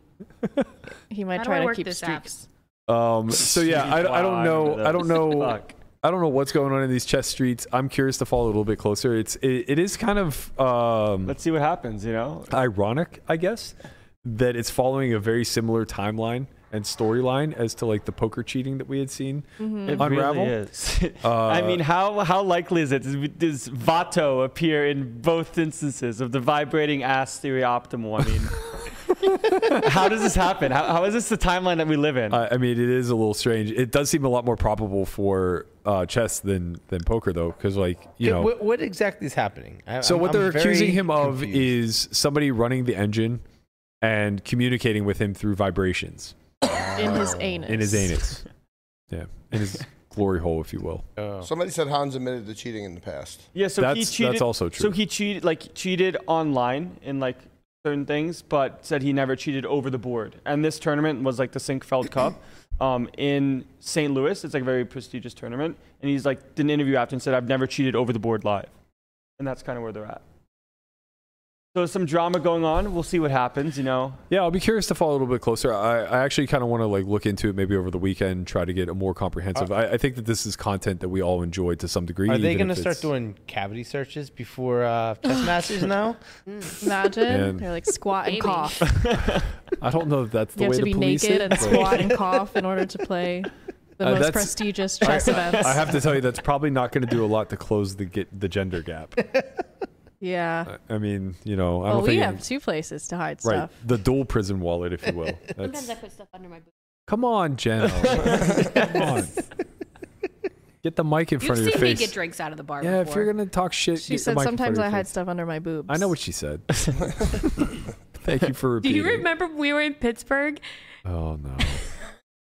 Speaker 7: He might
Speaker 5: How do
Speaker 7: try
Speaker 5: I
Speaker 7: to
Speaker 5: work
Speaker 7: keep
Speaker 5: this app?
Speaker 7: streaks.
Speaker 2: um, so yeah, I, I don't
Speaker 3: Wow,
Speaker 2: know. I don't know.
Speaker 3: Fuck.
Speaker 2: I don't know what's going on in these chess streets. I'm curious to follow a little bit closer. It's it, it is kind of um,
Speaker 3: Let's see what happens. You know.
Speaker 2: ironic, I guess, that it's following a very similar timeline and storyline as to like the poker cheating that we had seen.
Speaker 5: Mm-hmm.
Speaker 3: It
Speaker 2: Unravel?
Speaker 3: really is.
Speaker 2: Uh,
Speaker 3: I mean, how how likely is it? Does, does Vato appear in both instances of the vibrating ass theory optimal? I mean, how does this happen? How, how is this the timeline that we live in?
Speaker 2: I, I mean, it is a little strange. It does seem a lot more probable for uh, chess than than poker, though, because like you
Speaker 4: Okay,
Speaker 2: know.
Speaker 4: what, what exactly is happening? I,
Speaker 2: so
Speaker 4: I'm-
Speaker 2: what they're
Speaker 4: I'm
Speaker 2: accusing
Speaker 4: very
Speaker 2: him of
Speaker 4: confused.
Speaker 2: is somebody running the engine and communicating with him through vibrations
Speaker 7: in his anus.
Speaker 2: Oh. in his anus. yeah, in his glory hole, if you will.
Speaker 4: Oh.
Speaker 6: Somebody said Hans admitted to cheating in the past.
Speaker 3: yeah, so
Speaker 2: that's
Speaker 3: he
Speaker 2: that's
Speaker 3: cheated.
Speaker 2: also
Speaker 3: so
Speaker 2: true.
Speaker 3: he cheated, like cheated online in like certain things, but said he never cheated over the board. And this tournament was like the Sinkfeld Cup. Um, in St. Louis, it's like a very prestigious tournament, and he's like did an interview after and said, "I've never cheated over the board live," and that's kind of where they're at. So some drama going on. We'll see what happens. You know,
Speaker 2: yeah, I'll be curious to follow a little bit closer. I, I actually kind of want to like look into it maybe over the weekend, try to get a more comprehensive.
Speaker 3: Uh,
Speaker 2: I, I think that this is content that we all enjoy to some degree.
Speaker 4: Are they
Speaker 2: even
Speaker 4: going to
Speaker 2: if
Speaker 4: start
Speaker 2: it's-
Speaker 4: doing cavity searches before uh, test masters now?
Speaker 7: Imagine
Speaker 2: Man.
Speaker 7: they're like squat and
Speaker 5: Maybe.
Speaker 7: cough.
Speaker 2: I don't know if that's the
Speaker 7: you
Speaker 2: way
Speaker 7: have to
Speaker 2: the
Speaker 7: be
Speaker 2: police
Speaker 7: naked
Speaker 2: it,
Speaker 7: and
Speaker 2: but-
Speaker 7: squat and cough in order to play the
Speaker 2: Uh,
Speaker 7: most
Speaker 2: that's-
Speaker 7: prestigious chess events.
Speaker 2: I have to tell you, that's probably not going to do a lot to close the get, the gender gap.
Speaker 7: yeah.
Speaker 2: I- I mean, you know, I
Speaker 7: Well,
Speaker 2: don't
Speaker 7: we
Speaker 2: think
Speaker 7: have two places to hide
Speaker 2: right
Speaker 7: stuff.
Speaker 2: the dual prison wallet, if you will. That's-
Speaker 5: Sometimes I put stuff under my boot.
Speaker 2: come on, Jen. come on, get the mic in
Speaker 5: You've
Speaker 2: front
Speaker 5: seen
Speaker 2: of your
Speaker 5: me
Speaker 2: face.
Speaker 5: get drinks out of the bar
Speaker 2: yeah,
Speaker 5: before.
Speaker 2: if you're gonna talk shit,
Speaker 7: She
Speaker 2: get the
Speaker 7: said
Speaker 2: mic in front
Speaker 7: sometimes
Speaker 2: of
Speaker 7: I
Speaker 2: your
Speaker 7: hide
Speaker 2: face."
Speaker 7: stuff under my boobs.
Speaker 2: I know what she said. Thank you for
Speaker 5: Do
Speaker 2: repeating.
Speaker 5: you remember when we were in Pittsburgh?
Speaker 2: Oh no,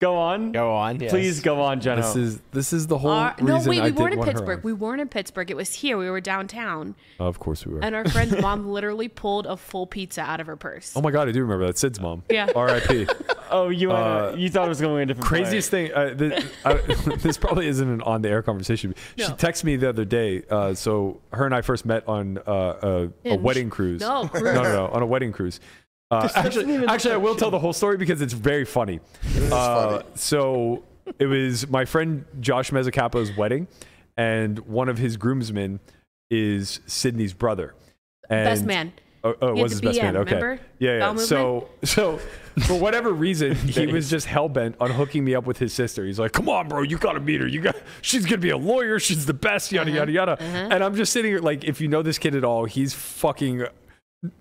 Speaker 3: go on.
Speaker 4: Go on.
Speaker 3: Please go on, Jenna.
Speaker 2: this is this is the whole
Speaker 5: Our-
Speaker 2: reason
Speaker 5: Uh, no, wait, we
Speaker 2: I
Speaker 5: weren't
Speaker 2: didn't
Speaker 5: in
Speaker 2: want her
Speaker 5: Pittsburgh.
Speaker 2: on.
Speaker 5: We weren't in Pittsburgh. It was here. We were downtown.
Speaker 2: of course we were.
Speaker 5: And our friend's mom literally pulled a full pizza out of her purse.
Speaker 2: Oh my god, I do remember that. Sid's mom.
Speaker 5: Yeah.
Speaker 2: R.I.P.
Speaker 3: oh, you wanna-
Speaker 2: Uh,
Speaker 3: you thought it was going to a different place.
Speaker 2: Craziest thing. Uh, th- I, this probably isn't an on-the-air conversation. She
Speaker 5: No.
Speaker 2: texted me the other day. Uh, so her and I first met on uh, a, a
Speaker 7: Hinge.
Speaker 2: wedding cruise.
Speaker 5: No,
Speaker 2: no,
Speaker 5: cruise.
Speaker 2: no, no, on a wedding cruise. Uh, actually, actually, I will tell the whole story because it's very funny. Uh, So it was my friend Josh Mezzacapo's wedding, and one of his groomsmen is Sydney's brother. And
Speaker 5: Best man.
Speaker 2: Oh, oh it
Speaker 5: He had
Speaker 2: was
Speaker 5: the
Speaker 2: his best man.
Speaker 5: BM,
Speaker 2: Okay.
Speaker 5: remember?
Speaker 2: Yeah, yeah.
Speaker 5: Bowel
Speaker 2: So, so for whatever reason, he was just hell bent on hooking me up with his sister. He's like, "Come on, bro, you gotta meet her. You got. She's gonna be a lawyer. She's the best. Yada yada yada." And I'm just sitting here, like, if you know this kid at all, he's fucking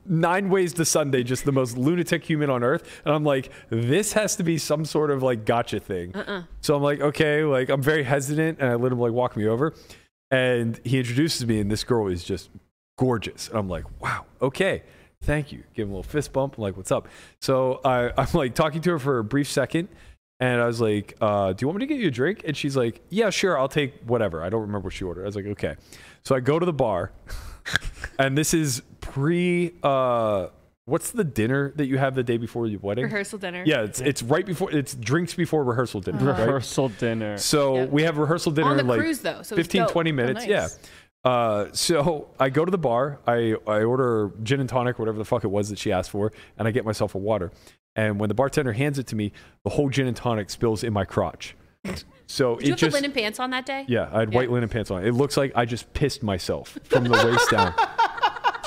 Speaker 2: nine ways to Sunday, just the most lunatic human on earth. And I'm like, this has to be some sort of like gotcha thing. So I'm like, okay, like I'm very hesitant, and I let him like walk me over, and he introduces me, and this girl is just gorgeous. And I'm like, wow, okay, thank you. Give him a little fist bump. I'm like, what's up? So I, I'm like talking to her for a brief second. And I was like, uh, "Do you want me to get you a drink?" And she's like, "Yeah, sure. I'll take whatever." I don't remember what she ordered. I was like, "Okay." So I go to the bar, and this is pre. Uh, what's the dinner that you have the day before your wedding?
Speaker 5: Rehearsal dinner.
Speaker 2: Yeah, it's it's right before it's drinks before rehearsal dinner. right?
Speaker 3: Rehearsal dinner.
Speaker 2: So
Speaker 5: Uh-huh. Yeah.
Speaker 2: we have rehearsal dinner
Speaker 5: On the
Speaker 2: in like
Speaker 5: cruise, though, so it's
Speaker 2: 15,
Speaker 5: dope. Oh,
Speaker 2: 20 minutes. Yeah.
Speaker 7: nice.
Speaker 2: Uh, so I go to the bar, I, I order gin and tonic, whatever the fuck it was that she asked for, and I get myself a water. And when the bartender hands it to me, the whole gin and tonic spills in my crotch. So
Speaker 5: Did you
Speaker 2: it
Speaker 5: have
Speaker 2: just
Speaker 5: the linen pants on that day?
Speaker 2: yeah, I had white
Speaker 5: Yeah.
Speaker 2: linen pants on. It looks like I just pissed myself from the waist down,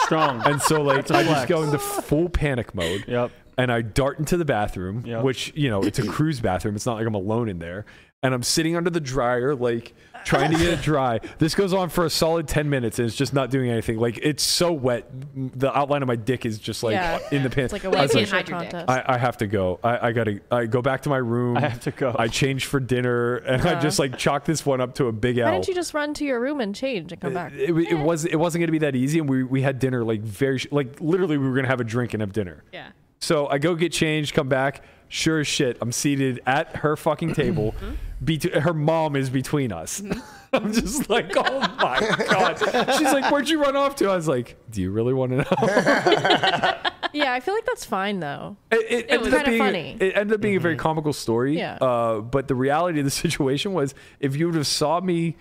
Speaker 3: Strong.
Speaker 2: and so like
Speaker 3: That's a
Speaker 2: I just
Speaker 3: flex.
Speaker 2: go into full panic mode.
Speaker 3: Yep.
Speaker 2: and I dart into the bathroom,
Speaker 3: Yep.
Speaker 2: which you know it's a cruise bathroom. It's not like I'm alone in there. And I'm sitting under the dryer, like trying to get it dry. This goes on for a solid ten minutes, and it's just not doing anything. Like it's so wet, m- the outline of my dick is just like
Speaker 7: Yeah.
Speaker 2: in the pants.
Speaker 7: It's like a
Speaker 2: I
Speaker 7: white
Speaker 2: was
Speaker 5: can't
Speaker 2: like,
Speaker 7: t-shirt
Speaker 5: hide your dick.
Speaker 7: contest.
Speaker 2: I, I have to go. I, I gotta. I go back to my room.
Speaker 3: I have to go.
Speaker 2: I change for dinner, and I just like chalk this one up to a big L.
Speaker 7: Why didn't you just run to your room and change and come back?
Speaker 2: It, it, it was it wasn't going to be that easy, and we, we had dinner like very sh- like literally we were going to have a drink and have dinner.
Speaker 5: Yeah.
Speaker 2: So I go get changed, come back. Sure as shit, I'm seated at her fucking table. Bet- her mom is between us. I'm just like, oh my god. She's like, where'd you run off to? I was like, do you really want to know?
Speaker 7: yeah, I feel like that's fine though.
Speaker 2: It, it, ended
Speaker 7: was
Speaker 2: up
Speaker 7: kinda
Speaker 2: being,
Speaker 7: funny.
Speaker 2: It ended up being a very comical story.
Speaker 7: Yeah.
Speaker 2: Uh, but the reality of the situation was, if you would have saw me,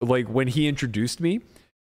Speaker 2: like when he introduced me,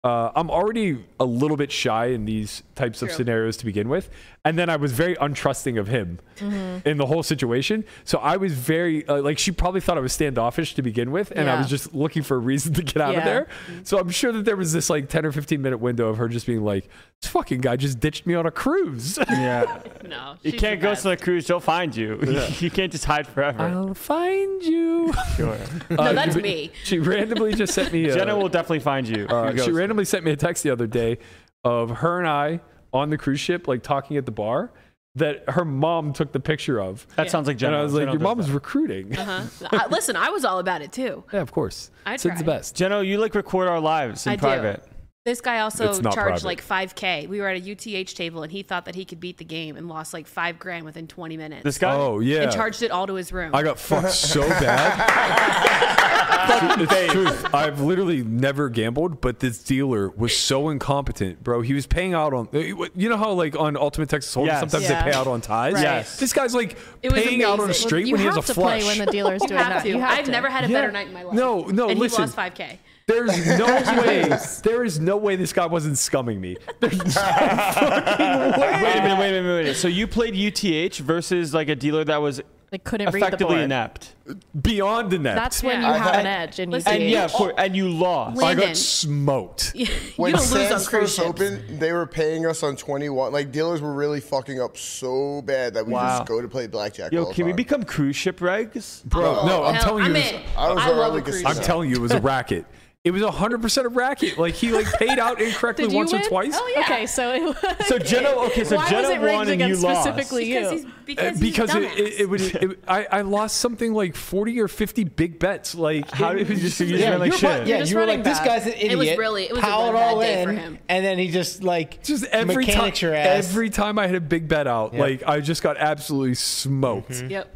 Speaker 2: uh, I'm already a little bit shy in these types of
Speaker 5: True.
Speaker 2: scenarios to begin with, and then I was very untrusting of him in the whole situation. So I was very uh, like she probably thought I was standoffish to begin with, and I
Speaker 7: Yeah.
Speaker 2: was just looking for a reason to get out of
Speaker 7: Yeah.
Speaker 2: there. So I'm sure that there was this like 10 or 15 minute window of her just being like, "This fucking guy just ditched me on a cruise."
Speaker 3: Yeah.
Speaker 5: No.
Speaker 3: You
Speaker 5: she's
Speaker 3: can't
Speaker 5: the
Speaker 3: go
Speaker 5: best.
Speaker 3: to the cruise. They'll find you. you can't just hide forever.
Speaker 2: I'll find you.
Speaker 3: sure.
Speaker 2: Uh,
Speaker 5: No, that's
Speaker 2: she-
Speaker 5: me.
Speaker 2: She randomly just sent
Speaker 7: Oh.
Speaker 2: me. A,
Speaker 3: Jenna will definitely find you.
Speaker 2: uh,
Speaker 3: Who goes?
Speaker 2: she randomly sent me a text the other day of her and I on the cruise ship, like talking at the bar, that her mom took the picture of.
Speaker 3: that sounds like Jenna.
Speaker 2: and I was like,
Speaker 3: Jenna
Speaker 2: "Your
Speaker 3: does
Speaker 2: mom
Speaker 3: that.
Speaker 2: is recruiting."
Speaker 5: Uh-huh. I, listen, I was all about it too.
Speaker 2: yeah, of course.
Speaker 5: I
Speaker 2: Sid's the
Speaker 5: tried.
Speaker 2: best.
Speaker 3: Jenna, you like record our lives in
Speaker 5: I do.
Speaker 3: private.
Speaker 5: This guy also
Speaker 2: It's not
Speaker 5: charged
Speaker 2: private.
Speaker 5: like 5K. We were at a UTH table and he thought that he could beat the game and lost like five grand within 20 minutes.
Speaker 3: This guy.
Speaker 2: Oh yeah.
Speaker 5: And charged it all to his room.
Speaker 2: I got fucked so bad. it's truth. I've literally never gambled, but this dealer was so incompetent, bro. He was paying out on eh, you know how like on Ultimate Texas Hold'em
Speaker 3: Yes.
Speaker 2: sometimes
Speaker 7: Yeah.
Speaker 2: they pay out on ties.
Speaker 7: Right.
Speaker 3: Yes.
Speaker 2: This guy's like
Speaker 5: It was
Speaker 2: paying out on a
Speaker 5: amazing.
Speaker 2: straight
Speaker 7: you
Speaker 2: when he
Speaker 7: have
Speaker 2: has a
Speaker 7: to
Speaker 2: flush.
Speaker 7: play when the dealer's
Speaker 5: you
Speaker 7: doing
Speaker 5: have
Speaker 7: that.
Speaker 5: to.
Speaker 7: You have
Speaker 5: I've
Speaker 7: to.
Speaker 5: never had a
Speaker 2: Yeah.
Speaker 5: better night in my life.
Speaker 2: No, no,
Speaker 5: And
Speaker 2: listen.
Speaker 5: he lost 5K.
Speaker 2: There's no way. There is no way this guy wasn't scumming me. There's no fucking way.
Speaker 3: Wait a minute. Wait a minute. Wait a minute. So you played UTH versus like a dealer that was
Speaker 7: They couldn't read the
Speaker 3: effectively
Speaker 7: board.
Speaker 3: inept.
Speaker 2: Beyond the net.
Speaker 7: That's when
Speaker 5: Yeah.
Speaker 7: you
Speaker 5: I
Speaker 7: have an
Speaker 3: had-
Speaker 7: edge and you
Speaker 5: Listen-
Speaker 3: And yeah, of course. And you lost.
Speaker 2: I
Speaker 5: Landon,
Speaker 2: got smoked.
Speaker 5: you
Speaker 6: When
Speaker 5: don't lose on
Speaker 6: Sands first
Speaker 5: cruise ships.
Speaker 6: opened, they were paying us on 21. Like, dealers were really fucking up so bad that we
Speaker 3: Wow.
Speaker 6: just go to play blackjack.
Speaker 3: Yo,
Speaker 6: all the
Speaker 3: can we
Speaker 6: time.
Speaker 3: become cruise ship regs?
Speaker 2: Bro, no, I'm
Speaker 5: Oh, Hell,
Speaker 2: telling you.
Speaker 5: I'm
Speaker 2: this-
Speaker 5: in.
Speaker 6: I was
Speaker 5: I love
Speaker 6: around
Speaker 5: a
Speaker 6: the
Speaker 5: cruise
Speaker 6: casino.
Speaker 2: I'm telling you, it was a racket. It was 100% a racket. Like, he, like, paid out incorrectly
Speaker 7: Did you
Speaker 2: once
Speaker 7: win? Oh,
Speaker 2: or twice.
Speaker 5: Hell yeah.
Speaker 7: Okay, so it was.
Speaker 3: So Jenna. uh, Okay. So
Speaker 7: Why
Speaker 3: Jenna
Speaker 7: was it rigged
Speaker 3: won and you
Speaker 7: against
Speaker 3: lost.
Speaker 7: specifically
Speaker 5: Because
Speaker 7: you?
Speaker 5: he's because,
Speaker 2: because
Speaker 5: he's
Speaker 2: it, it, it would, it, I, I lost something like 40 or 50 big bets. Like,
Speaker 3: How
Speaker 2: it
Speaker 3: did
Speaker 2: was
Speaker 3: you
Speaker 2: just,
Speaker 3: just- you
Speaker 2: yeah,
Speaker 3: ran like
Speaker 2: you're
Speaker 3: shit?
Speaker 2: right.
Speaker 4: Yeah,
Speaker 7: Just
Speaker 4: you were
Speaker 7: running
Speaker 4: like, this
Speaker 7: back.
Speaker 4: guy's an idiot.
Speaker 5: was really- it was a
Speaker 4: Powered
Speaker 5: really bad
Speaker 4: all
Speaker 5: day
Speaker 4: in,
Speaker 5: for him.
Speaker 4: and then he just like
Speaker 2: just every time,
Speaker 4: mechanics your ass.
Speaker 2: every time I had a big bet out, like, I just got absolutely smoked.
Speaker 5: Yep.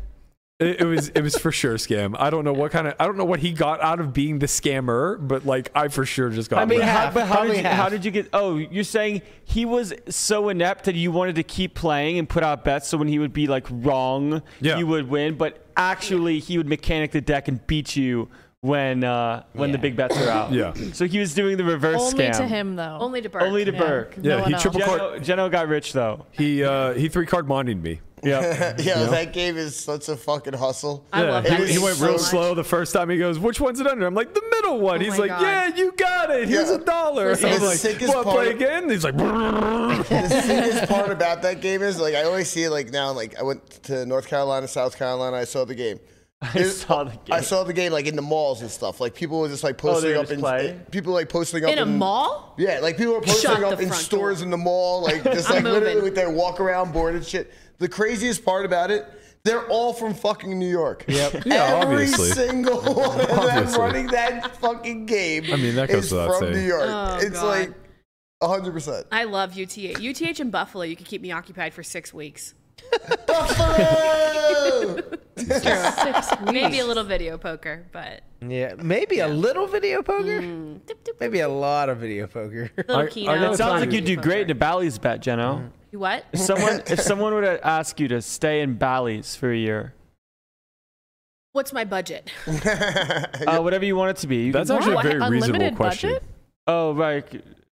Speaker 2: It, it was it was for sure a scam. I don't know what kind of I don't know what he got out of being the scammer, but like I for sure just got.
Speaker 3: I mean,
Speaker 2: wrecked.
Speaker 3: how,
Speaker 4: half,
Speaker 3: but how
Speaker 4: probably
Speaker 3: did, you,
Speaker 4: half.
Speaker 3: how did you get? Oh, you're saying he was so inept that you wanted to keep playing and put out bets, so when he would be like wrong,
Speaker 2: Yeah.
Speaker 3: you would win. But actually, he would mechanic the deck and beat you when uh, when the
Speaker 4: Yeah.
Speaker 3: big bets are out.
Speaker 2: Yeah.
Speaker 3: So he was doing the reverse
Speaker 7: Only
Speaker 3: scam.
Speaker 7: to him though.
Speaker 5: Only to Burke.
Speaker 3: Only to Burke.
Speaker 2: yeah,
Speaker 7: no
Speaker 2: he
Speaker 7: one
Speaker 2: triple
Speaker 7: else.
Speaker 2: card.
Speaker 3: Geno, Geno got rich though.
Speaker 2: He uh, he three card mondied me.
Speaker 3: Yeah.
Speaker 6: Yeah, that game is such a fucking hustle.
Speaker 5: I love that.
Speaker 6: It was
Speaker 2: He
Speaker 5: game
Speaker 2: went
Speaker 5: so
Speaker 2: real
Speaker 5: much.
Speaker 2: slow the first time. He goes, "Which one's it under?" I'm like, "The middle one."
Speaker 5: Oh
Speaker 2: he's
Speaker 5: my
Speaker 2: like,
Speaker 5: God.
Speaker 2: "Yeah, you got it. Here's
Speaker 6: Yeah.
Speaker 2: a dollar."
Speaker 5: Listen.
Speaker 2: I'm
Speaker 5: The
Speaker 2: like,
Speaker 6: sickest
Speaker 2: "What play
Speaker 6: part-
Speaker 2: again?" he's like, "Brrr."
Speaker 6: the sickest part about that game is like I always see it like now like I went to North Carolina, South Carolina, I saw the game.
Speaker 3: I saw the game. Oh,
Speaker 6: I saw the game like in the malls and stuff. Like people were just like posting
Speaker 3: were
Speaker 6: up
Speaker 3: just
Speaker 6: in
Speaker 3: playing?
Speaker 6: people like posting up
Speaker 5: In a mall?
Speaker 6: Yeah, like people were
Speaker 5: Shut
Speaker 6: posting
Speaker 5: the
Speaker 6: up in
Speaker 5: front
Speaker 6: stores
Speaker 5: door.
Speaker 6: in the mall, like just
Speaker 5: I'm
Speaker 6: like literally
Speaker 5: moving.
Speaker 6: with their walk around board and shit. The craziest part about it, they're all from fucking New York. Yep.
Speaker 2: Yeah,
Speaker 6: Every
Speaker 2: obviously.
Speaker 6: single one of them
Speaker 2: Obviously.
Speaker 6: running that fucking game.
Speaker 2: I mean, that goes
Speaker 6: is
Speaker 2: without
Speaker 6: from
Speaker 2: saying.
Speaker 6: New York.
Speaker 5: Oh,
Speaker 6: it's
Speaker 5: God.
Speaker 6: like 100. percent
Speaker 5: I love UTH. UTH in Buffalo, you could keep me occupied for six weeks.
Speaker 3: Uh,
Speaker 5: Maybe a little video poker, but
Speaker 4: yeah, maybe a little video poker,
Speaker 7: Mm.
Speaker 5: Mm.
Speaker 4: maybe a lot of video poker.
Speaker 5: little
Speaker 2: I-
Speaker 5: Keno.
Speaker 2: I know
Speaker 3: It sounds like
Speaker 2: you
Speaker 3: you do great in a Bally's bet, Geno.
Speaker 5: You what?
Speaker 3: If someone if someone were to ask you to stay in Bally's for a year,
Speaker 5: What's my budget?
Speaker 3: uh, whatever you want it to be, you
Speaker 2: That's
Speaker 3: can-
Speaker 2: actually a
Speaker 7: What?
Speaker 2: very reasonable
Speaker 7: Unlimited
Speaker 2: question.
Speaker 7: budget?
Speaker 3: Oh, right.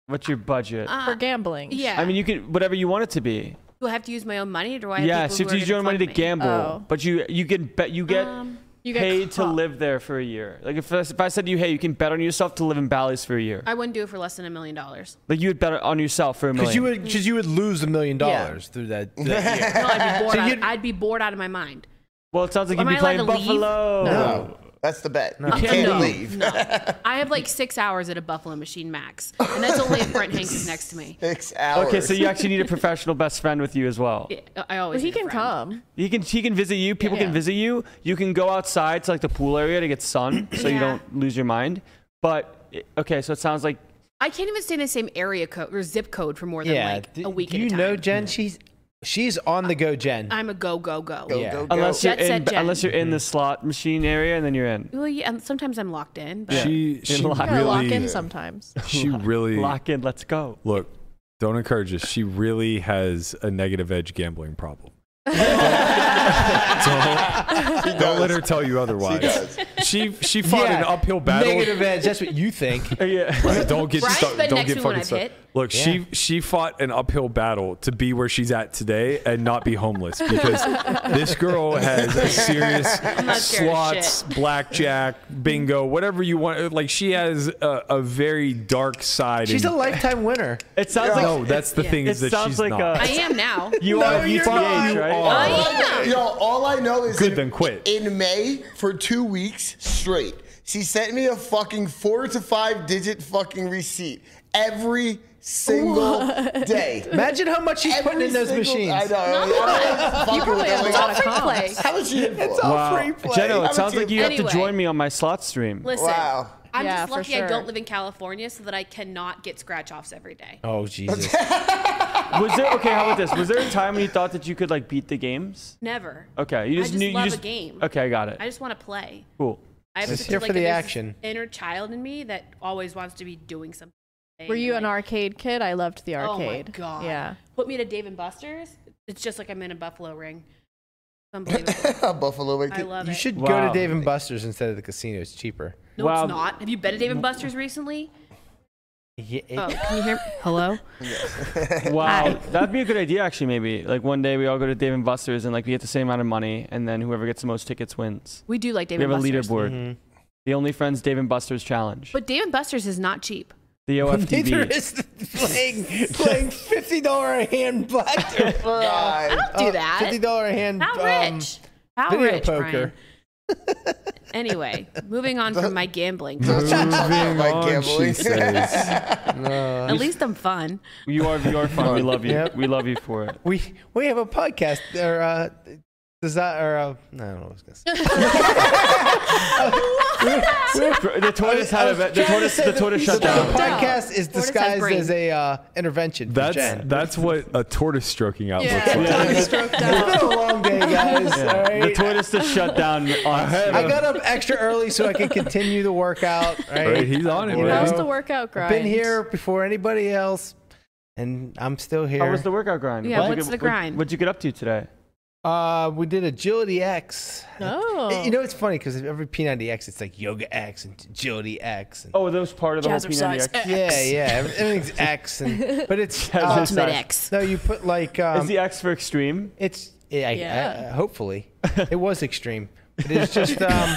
Speaker 3: What's your budget?
Speaker 5: Uh,
Speaker 7: for gambling.
Speaker 5: yeah.
Speaker 3: I mean, you could whatever you want it to be.
Speaker 5: do I have to use my own money? Or do I? Have
Speaker 3: Yeah,
Speaker 5: people
Speaker 3: so you
Speaker 5: who
Speaker 3: have to
Speaker 5: are
Speaker 3: use your own
Speaker 5: gonna
Speaker 3: money to
Speaker 5: fund me?
Speaker 3: gamble,
Speaker 7: Oh.
Speaker 3: but you you can bet you get
Speaker 5: Um,
Speaker 7: you get
Speaker 3: paid to
Speaker 7: caught.
Speaker 3: live there for a year. Like if I, if I said to you, hey, you can bet on yourself to live in Bally's for a year,
Speaker 5: I wouldn't do it for less than a million dollars.
Speaker 3: like you would bet on yourself for a million.
Speaker 4: Because you would, because you would lose a million dollars through that. that year.
Speaker 5: No, I'd be bored.
Speaker 4: So
Speaker 5: out,
Speaker 4: you'd-
Speaker 5: I'd be bored out of my mind.
Speaker 3: well, it sounds like you'd
Speaker 5: Am
Speaker 3: be
Speaker 5: I
Speaker 3: playing
Speaker 5: allowed to leave?
Speaker 3: Buffalo.
Speaker 6: No, that's the bet. You can't
Speaker 5: no,
Speaker 6: leave.
Speaker 5: No. I have like six hours at a Buffalo Machine max, and that's only if Brent Hanks is next to me.
Speaker 6: Six hours.
Speaker 3: Okay, so you actually need a professional best friend with you as well.
Speaker 5: Yeah, I always.
Speaker 7: But he
Speaker 5: need a
Speaker 7: can
Speaker 5: friend.
Speaker 7: come.
Speaker 3: He can he can visit you. People can
Speaker 7: Yeah.
Speaker 3: visit you. You can go outside to like the pool area to get sun, so you
Speaker 5: Yeah.
Speaker 3: don't lose your mind. But it- okay, so it sounds like
Speaker 5: I can't even stay in the same area code or zip code for more than like
Speaker 4: d-
Speaker 5: a week.
Speaker 4: do
Speaker 5: at
Speaker 4: you
Speaker 5: a time.
Speaker 4: know Jen? She's she's on the go, Jen.
Speaker 5: I'm a go go go.
Speaker 6: go,
Speaker 4: Yeah.
Speaker 6: go, go.
Speaker 3: unless
Speaker 5: Jet
Speaker 3: you're in
Speaker 5: set Jen.
Speaker 3: unless you're in the slot machine area and then you're in.
Speaker 5: Well, yeah, and sometimes I'm locked in. But
Speaker 2: She she
Speaker 3: lock-
Speaker 7: You gotta lock in
Speaker 2: really uh,
Speaker 7: sometimes.
Speaker 2: she
Speaker 5: Mm.
Speaker 2: really
Speaker 3: Lock in. Let's go.
Speaker 2: look. Don't encourage this. She really has a negative edge gambling problem. don't, don't let her tell you
Speaker 6: She
Speaker 2: otherwise.
Speaker 6: does.
Speaker 2: She she fought an uphill battle.
Speaker 4: Negative edge. That's what you think.
Speaker 3: Uh, Yeah.
Speaker 2: Right, don't get
Speaker 5: Brian's
Speaker 2: stuck.
Speaker 5: been
Speaker 2: Don't get
Speaker 5: next to me when
Speaker 2: fucking
Speaker 5: I've
Speaker 2: stuck.
Speaker 5: hit.
Speaker 2: Look,
Speaker 4: Yeah.
Speaker 2: she she fought an uphill battle to be where she's at today and not be homeless because this girl has a serious
Speaker 5: not scared of
Speaker 2: slots, blackjack, bingo, whatever you want. Like she has a, a very dark side.
Speaker 4: She's a
Speaker 2: and-
Speaker 4: lifetime winner.
Speaker 3: It sounds like
Speaker 2: no, that's the
Speaker 5: Yeah.
Speaker 2: thing is
Speaker 3: It
Speaker 2: that
Speaker 3: sounds
Speaker 2: she's
Speaker 3: like uh,
Speaker 2: not.
Speaker 5: I am now.
Speaker 3: you are
Speaker 4: you're
Speaker 3: UTH,
Speaker 4: not.
Speaker 3: right?
Speaker 5: I
Speaker 2: Oh,
Speaker 5: am.
Speaker 6: Yo, all I know is
Speaker 2: Good,
Speaker 6: in,
Speaker 2: then quit.
Speaker 6: In May for two weeks straight, she sent me a fucking four to five digit fucking receipt every single day.
Speaker 4: Imagine how much she's
Speaker 6: Every
Speaker 4: putting in those
Speaker 6: single-
Speaker 4: machines.
Speaker 6: I know. I know.
Speaker 7: You probably have a lot of
Speaker 6: How
Speaker 7: conflict.
Speaker 6: much you in for?
Speaker 3: Wow. Uh, Jenna,
Speaker 6: How
Speaker 3: it sounds
Speaker 6: would
Speaker 3: like
Speaker 6: you-
Speaker 3: you have
Speaker 5: Anyway.
Speaker 3: to join me on my slot stream.
Speaker 5: Listen,
Speaker 6: Wow.
Speaker 5: I'm
Speaker 7: Yeah,
Speaker 5: just
Speaker 7: for
Speaker 5: lucky I
Speaker 7: sure.
Speaker 5: don't live in California, so that I cannot get scratch offs every day.
Speaker 4: Oh Jesus!
Speaker 3: Was there okay? How about this? Was there a time when you thought that you could like beat the games?
Speaker 5: Never.
Speaker 3: Okay, you
Speaker 5: I
Speaker 3: just
Speaker 5: just
Speaker 3: knew.
Speaker 5: love
Speaker 3: you
Speaker 5: a
Speaker 3: just,
Speaker 5: game.
Speaker 3: Okay, I got it.
Speaker 5: I just want to play.
Speaker 3: cool.
Speaker 5: I have
Speaker 4: Just
Speaker 5: such,
Speaker 4: here for
Speaker 5: like,
Speaker 4: the
Speaker 5: there's this
Speaker 4: action.
Speaker 5: Inner child in me that always wants to be doing something.
Speaker 7: Were you an
Speaker 5: Like,
Speaker 7: arcade kid? I loved the arcade.
Speaker 5: Oh my god.
Speaker 7: Yeah.
Speaker 5: Put me to Dave and Buster's. It's just like I'm in a Buffalo ring. It's unbelievable.
Speaker 6: A Buffalo Wing.
Speaker 5: I love
Speaker 4: You
Speaker 5: it.
Speaker 4: should go
Speaker 3: Wow.
Speaker 4: to Dave and Buster's instead of the casino. It's cheaper.
Speaker 5: no,
Speaker 3: Wow.
Speaker 5: it's not. Have you been to Dave and Buster's recently?
Speaker 4: Yeah, it-
Speaker 5: Oh, can you hear me? Hello?
Speaker 3: Wow, that'd be a good idea actually. Maybe like one day we all go to Dave and Buster's and like we get the same amount of money, and then whoever gets the most tickets wins.
Speaker 5: We do like Dave
Speaker 3: We have
Speaker 5: and
Speaker 3: a
Speaker 5: Buster's.
Speaker 3: leaderboard.
Speaker 4: Mm-hmm.
Speaker 3: The only friends Dave and Buster's challenge.
Speaker 5: But Dave and Buster's is not cheap.
Speaker 3: the
Speaker 4: Neither
Speaker 3: OFTB.
Speaker 4: is playing playing fifty dollar a hand blackjack. for, uh,
Speaker 6: God.
Speaker 5: Don't do that.
Speaker 4: Fifty dollar a hand.
Speaker 5: How
Speaker 4: um,
Speaker 5: rich? How
Speaker 4: video
Speaker 5: rich,
Speaker 4: poker.
Speaker 5: Brian? Anyway, moving on from my gambling.
Speaker 2: Moving
Speaker 6: Like
Speaker 2: on, she
Speaker 6: gambling.
Speaker 2: says.
Speaker 5: At least I'm fun.
Speaker 3: you are you are fun. We love you.
Speaker 4: Yep.
Speaker 3: We love you for it.
Speaker 4: We we have a podcast or uh, does that or uh, no, I don't know what I was gonna say.
Speaker 3: Gr- The tortoise had a ve- the tortoise the tortoise shut
Speaker 4: The
Speaker 3: down.
Speaker 4: podcast is
Speaker 5: Tortoise has
Speaker 4: disguised
Speaker 5: brain.
Speaker 4: as a uh, intervention. for
Speaker 2: That's
Speaker 4: Jen.
Speaker 2: that's what a tortoise stroking out looks
Speaker 7: Yeah.
Speaker 2: like.
Speaker 4: it's been a long day, guys. All right.
Speaker 3: The tortoise the shut down. On
Speaker 4: I got up extra early so I could continue the workout. Right,
Speaker 2: Right, he's on it,
Speaker 4: You
Speaker 2: man.
Speaker 7: How's
Speaker 4: know,
Speaker 7: the workout grind?
Speaker 4: Been here before anybody else, and I'm still here.
Speaker 3: How was the workout grind?
Speaker 5: Yeah,
Speaker 3: What'd you
Speaker 5: what's
Speaker 3: get-
Speaker 5: the
Speaker 3: what-
Speaker 5: grind?
Speaker 3: What'd you get up to today?
Speaker 4: Uh, we did Agility X.
Speaker 7: Oh.
Speaker 4: You know, it's funny because every P90X, it's like Yoga X and Agility X. And,
Speaker 3: Oh, that was part of the whole
Speaker 7: Jazzercise.
Speaker 3: P90X.
Speaker 4: yeah, yeah. every- Everything's X. And, but it's. Uh,
Speaker 3: Jazzercise.
Speaker 5: Ultimate X.
Speaker 4: no, you put like. Um,
Speaker 3: Is the X for extreme?
Speaker 4: It's yeah, I- I-
Speaker 7: Yeah.
Speaker 4: I- hopefully it was extreme, but it's just um,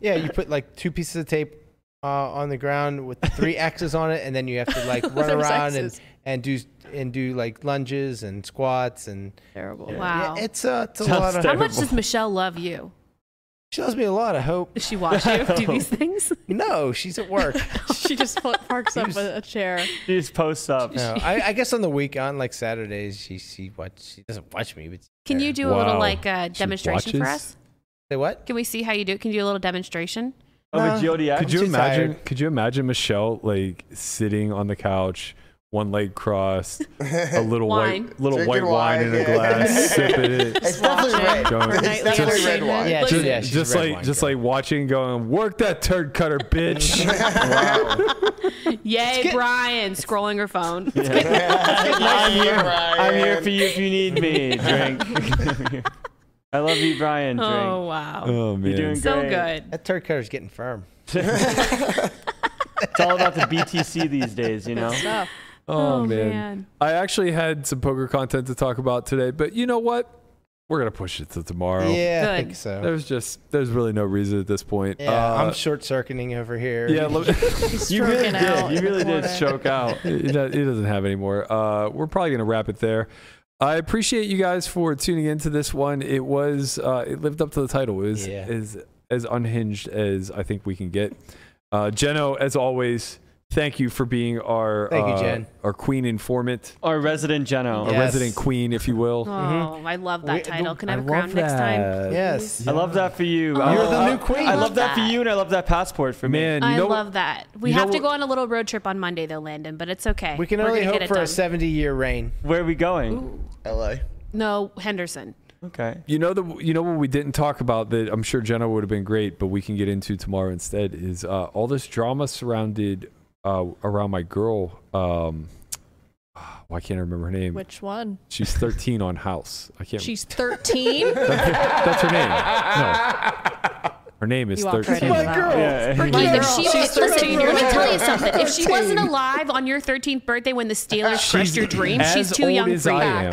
Speaker 4: yeah, you put like two pieces of tape uh, on the ground with three X's on it, and then you have to like run
Speaker 7: Those
Speaker 4: around and,
Speaker 7: X's.
Speaker 4: and do and do like lunges and squats and
Speaker 7: Terrible.
Speaker 5: Wow.
Speaker 4: yeah, it's uh, it's a
Speaker 3: Sounds
Speaker 4: lot of
Speaker 5: How much does Michelle love you?
Speaker 4: she loves me a lot. I hope
Speaker 5: Does she watch you do these things?
Speaker 4: no, she's at work.
Speaker 7: she just fu- parks up a, a chair.
Speaker 3: She just posts up.
Speaker 4: No, I, I guess on the weekend like Saturdays she she watch she doesn't watch me, but she's
Speaker 5: Can you
Speaker 4: there.
Speaker 5: do a little
Speaker 2: Wow.
Speaker 5: like uh,
Speaker 2: She
Speaker 5: demonstration for
Speaker 2: watches?
Speaker 5: us?
Speaker 4: say what?
Speaker 5: Can we see how you do it? Can you do a little demonstration?
Speaker 3: Of
Speaker 4: Nah.
Speaker 3: a Jody X.
Speaker 2: Could you
Speaker 4: too
Speaker 2: imagine?
Speaker 4: tired.
Speaker 2: Could you imagine Michelle like sitting on the couch, one leg crossed, a little
Speaker 5: Wine.
Speaker 2: white, little
Speaker 6: Drinking
Speaker 2: white wine,
Speaker 6: wine,
Speaker 2: in a
Speaker 6: yeah.
Speaker 2: glass, sipping it,
Speaker 6: It's definitely red.
Speaker 2: Don't-
Speaker 6: It's
Speaker 2: Nightly
Speaker 6: definitely red
Speaker 5: entertainment.
Speaker 6: wine.
Speaker 4: Yeah,
Speaker 2: just,
Speaker 4: she, yeah, she's a
Speaker 2: just
Speaker 4: red
Speaker 2: like
Speaker 4: wine
Speaker 2: just
Speaker 4: girl.
Speaker 2: like watching, going, work that turd cutter, bitch.
Speaker 5: Yay, Brian! Scrolling her phone.
Speaker 3: I'm here. I'm here
Speaker 6: Brian.
Speaker 3: for you if you need me. Drink. I love you, Brian. Drink.
Speaker 5: Oh wow,
Speaker 2: oh man,
Speaker 3: You're doing
Speaker 5: so
Speaker 3: great.
Speaker 5: good.
Speaker 4: that turd cutter's getting firm.
Speaker 3: It's all about the BTC these days, you know.
Speaker 7: stuff.
Speaker 2: Oh, man. I actually had some poker content to talk about today, but Uh, you know what? We're gonna push it to tomorrow.
Speaker 4: Yeah, I
Speaker 5: Good.
Speaker 4: think so.
Speaker 2: There's just there's really no reason at this point.
Speaker 4: Yeah,
Speaker 2: Uh,
Speaker 4: I'm short circuiting over here.
Speaker 2: yeah, let me-
Speaker 7: He's
Speaker 3: You really
Speaker 7: stroking
Speaker 3: did.
Speaker 7: out
Speaker 3: You
Speaker 7: in the
Speaker 3: really did
Speaker 7: corner.
Speaker 3: choke out.
Speaker 2: it, it does- it doesn't have any more. Uh, we're probably gonna wrap it there. I appreciate you guys for tuning into this one. It was uh, it lived up to the title. It was
Speaker 4: Yeah.
Speaker 2: is as unhinged as I think we can get. Uh, Jeno, as always, thank you for being our
Speaker 4: Thank you,
Speaker 2: uh,
Speaker 4: Jen.
Speaker 2: our queen informant,
Speaker 3: Our resident Jeno.
Speaker 2: our
Speaker 4: Yes.
Speaker 2: resident queen, if you will.
Speaker 5: Oh, I love that
Speaker 4: We-
Speaker 5: title. Can I
Speaker 2: Mm-hmm. I
Speaker 5: have a crown
Speaker 2: love
Speaker 5: next time?
Speaker 2: that.
Speaker 4: Yes.
Speaker 3: I
Speaker 2: Uh,
Speaker 3: love that for you.
Speaker 5: You're
Speaker 3: I
Speaker 5: the
Speaker 3: love- I-
Speaker 4: new queen.
Speaker 3: I
Speaker 5: I
Speaker 3: love
Speaker 5: love
Speaker 3: that for
Speaker 5: that.
Speaker 3: you, and I love that passport for me.
Speaker 2: Man, you
Speaker 5: I
Speaker 2: know what-
Speaker 5: love that. We
Speaker 2: you know
Speaker 5: have to
Speaker 2: what-
Speaker 5: go on a little road trip on Monday though, Landon, but it's okay.
Speaker 4: We can
Speaker 5: We're
Speaker 4: only
Speaker 5: gonna
Speaker 4: hope
Speaker 5: get it
Speaker 4: for a
Speaker 5: done.
Speaker 4: 70 year reign.
Speaker 3: Where are we going?
Speaker 6: LA.
Speaker 5: No, Henderson.
Speaker 3: Okay.
Speaker 2: You know the you know what we didn't talk about that I'm sure Jenna would have been great, but we can get into tomorrow instead is uh, all this drama surrounded uh, around my girl. Um, why can't I remember her name?
Speaker 7: Which one?
Speaker 2: She's 13 on House. I can't.
Speaker 5: She's 13.
Speaker 2: that's her name. No, her name is
Speaker 7: You walked right
Speaker 2: 13.
Speaker 7: into that.
Speaker 3: Yeah.
Speaker 5: Like if she
Speaker 7: She's
Speaker 5: listen,
Speaker 7: 13.
Speaker 5: let me tell you something. If she wasn't alive on your 13th birthday when the Steelers crushed your dreams,
Speaker 2: as
Speaker 5: she's too
Speaker 2: old
Speaker 5: young
Speaker 2: as
Speaker 5: for you.
Speaker 2: I am.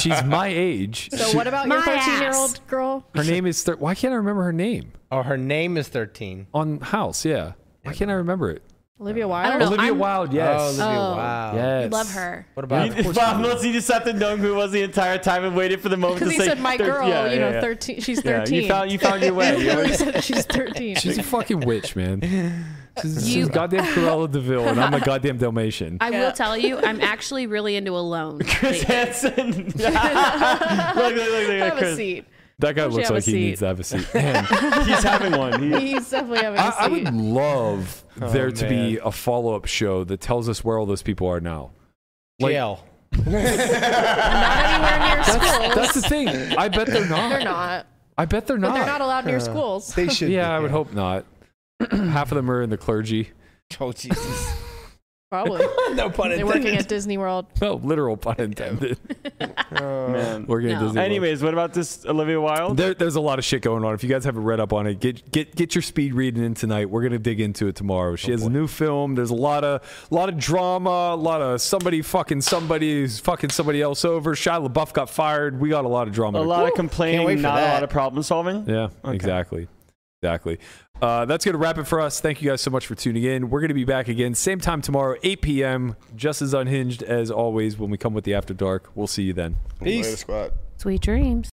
Speaker 2: She's my age.
Speaker 7: So
Speaker 2: She-
Speaker 7: what about your
Speaker 5: My ass.
Speaker 7: 13 year old girl?
Speaker 2: her name is. Thir- why can't I remember her name
Speaker 4: Oh, her name is 13.
Speaker 2: on House? Yeah. Why can't I remember it?
Speaker 7: Olivia Wilde.
Speaker 5: know. No,
Speaker 2: Olivia
Speaker 5: I'm-
Speaker 2: Wilde. Yes.
Speaker 4: Oh, Olivia
Speaker 5: Oh.
Speaker 4: Wow.
Speaker 2: yes.
Speaker 5: Love her.
Speaker 4: What about
Speaker 3: You- Bob Mills, you just have to know who it was the entire time and waited for the moment to
Speaker 7: Because
Speaker 3: say.
Speaker 7: he said my
Speaker 3: thir-
Speaker 7: girl,
Speaker 3: yeah,
Speaker 7: you
Speaker 3: yeah,
Speaker 7: know,
Speaker 3: yeah.
Speaker 7: 13. She's
Speaker 3: Yeah,
Speaker 7: 13.
Speaker 3: you found you found your way. You-
Speaker 7: Literally said she's 13.
Speaker 2: She's a fucking witch, man. She's,
Speaker 5: You-
Speaker 2: she's goddamn Cruella Deville, and I'm a goddamn Dalmatian.
Speaker 5: I will tell you, I'm actually really into Alone.
Speaker 3: Chris Hansen. look, look, look, look, look,
Speaker 7: Have a
Speaker 3: Chris.
Speaker 7: seat.
Speaker 2: That guy
Speaker 7: She
Speaker 2: looks
Speaker 7: have a
Speaker 2: like he
Speaker 7: seat.
Speaker 2: needs to have a seat. Man, I,
Speaker 3: He's having one. He-
Speaker 7: He's definitely having a seat.
Speaker 2: I would love there to be
Speaker 4: man.
Speaker 2: a follow up show that tells us where all those people are now. like-
Speaker 4: jail?
Speaker 7: not anywhere near schools.
Speaker 2: That's the thing. I bet they're not.
Speaker 7: they're not.
Speaker 2: I bet they're
Speaker 7: But
Speaker 2: not.
Speaker 7: they're not allowed near schools.
Speaker 4: They should.
Speaker 2: yeah,
Speaker 4: be
Speaker 2: I would hope not. Half of them are in the clergy.
Speaker 4: Oh, Jesus.
Speaker 7: Probably.
Speaker 4: no pun
Speaker 7: They're working at Disney World.
Speaker 2: No, literal pun intended. Oh,
Speaker 3: man.
Speaker 2: Working at
Speaker 5: No.
Speaker 2: Disney World.
Speaker 3: Anyways, what about this Olivia Wilde?
Speaker 2: There, there's a lot of shit going on. If you guys haven't read up on it, get get get your speed reading in tonight. We're gonna dig into it tomorrow.
Speaker 3: Oh,
Speaker 2: She has a new film. There's a lot of lot of drama. A lot of somebody fucking somebody who's fucking somebody else over. Shia LaBeouf got fired. We got a lot of drama.
Speaker 3: a
Speaker 2: to-
Speaker 3: lot of
Speaker 4: Can't wait
Speaker 3: complaining,
Speaker 4: for
Speaker 3: not a
Speaker 4: that.
Speaker 3: lot of problem solving.
Speaker 2: Yeah, exactly. Exactly. Uh, that's going to wrap it for us. Thank you guys so much for tuning in. We're going to be back again, same time tomorrow, 8 p.m., just as unhinged as always when we come with the After Dark. We'll see you then.
Speaker 6: Later, squad.
Speaker 5: Sweet dreams.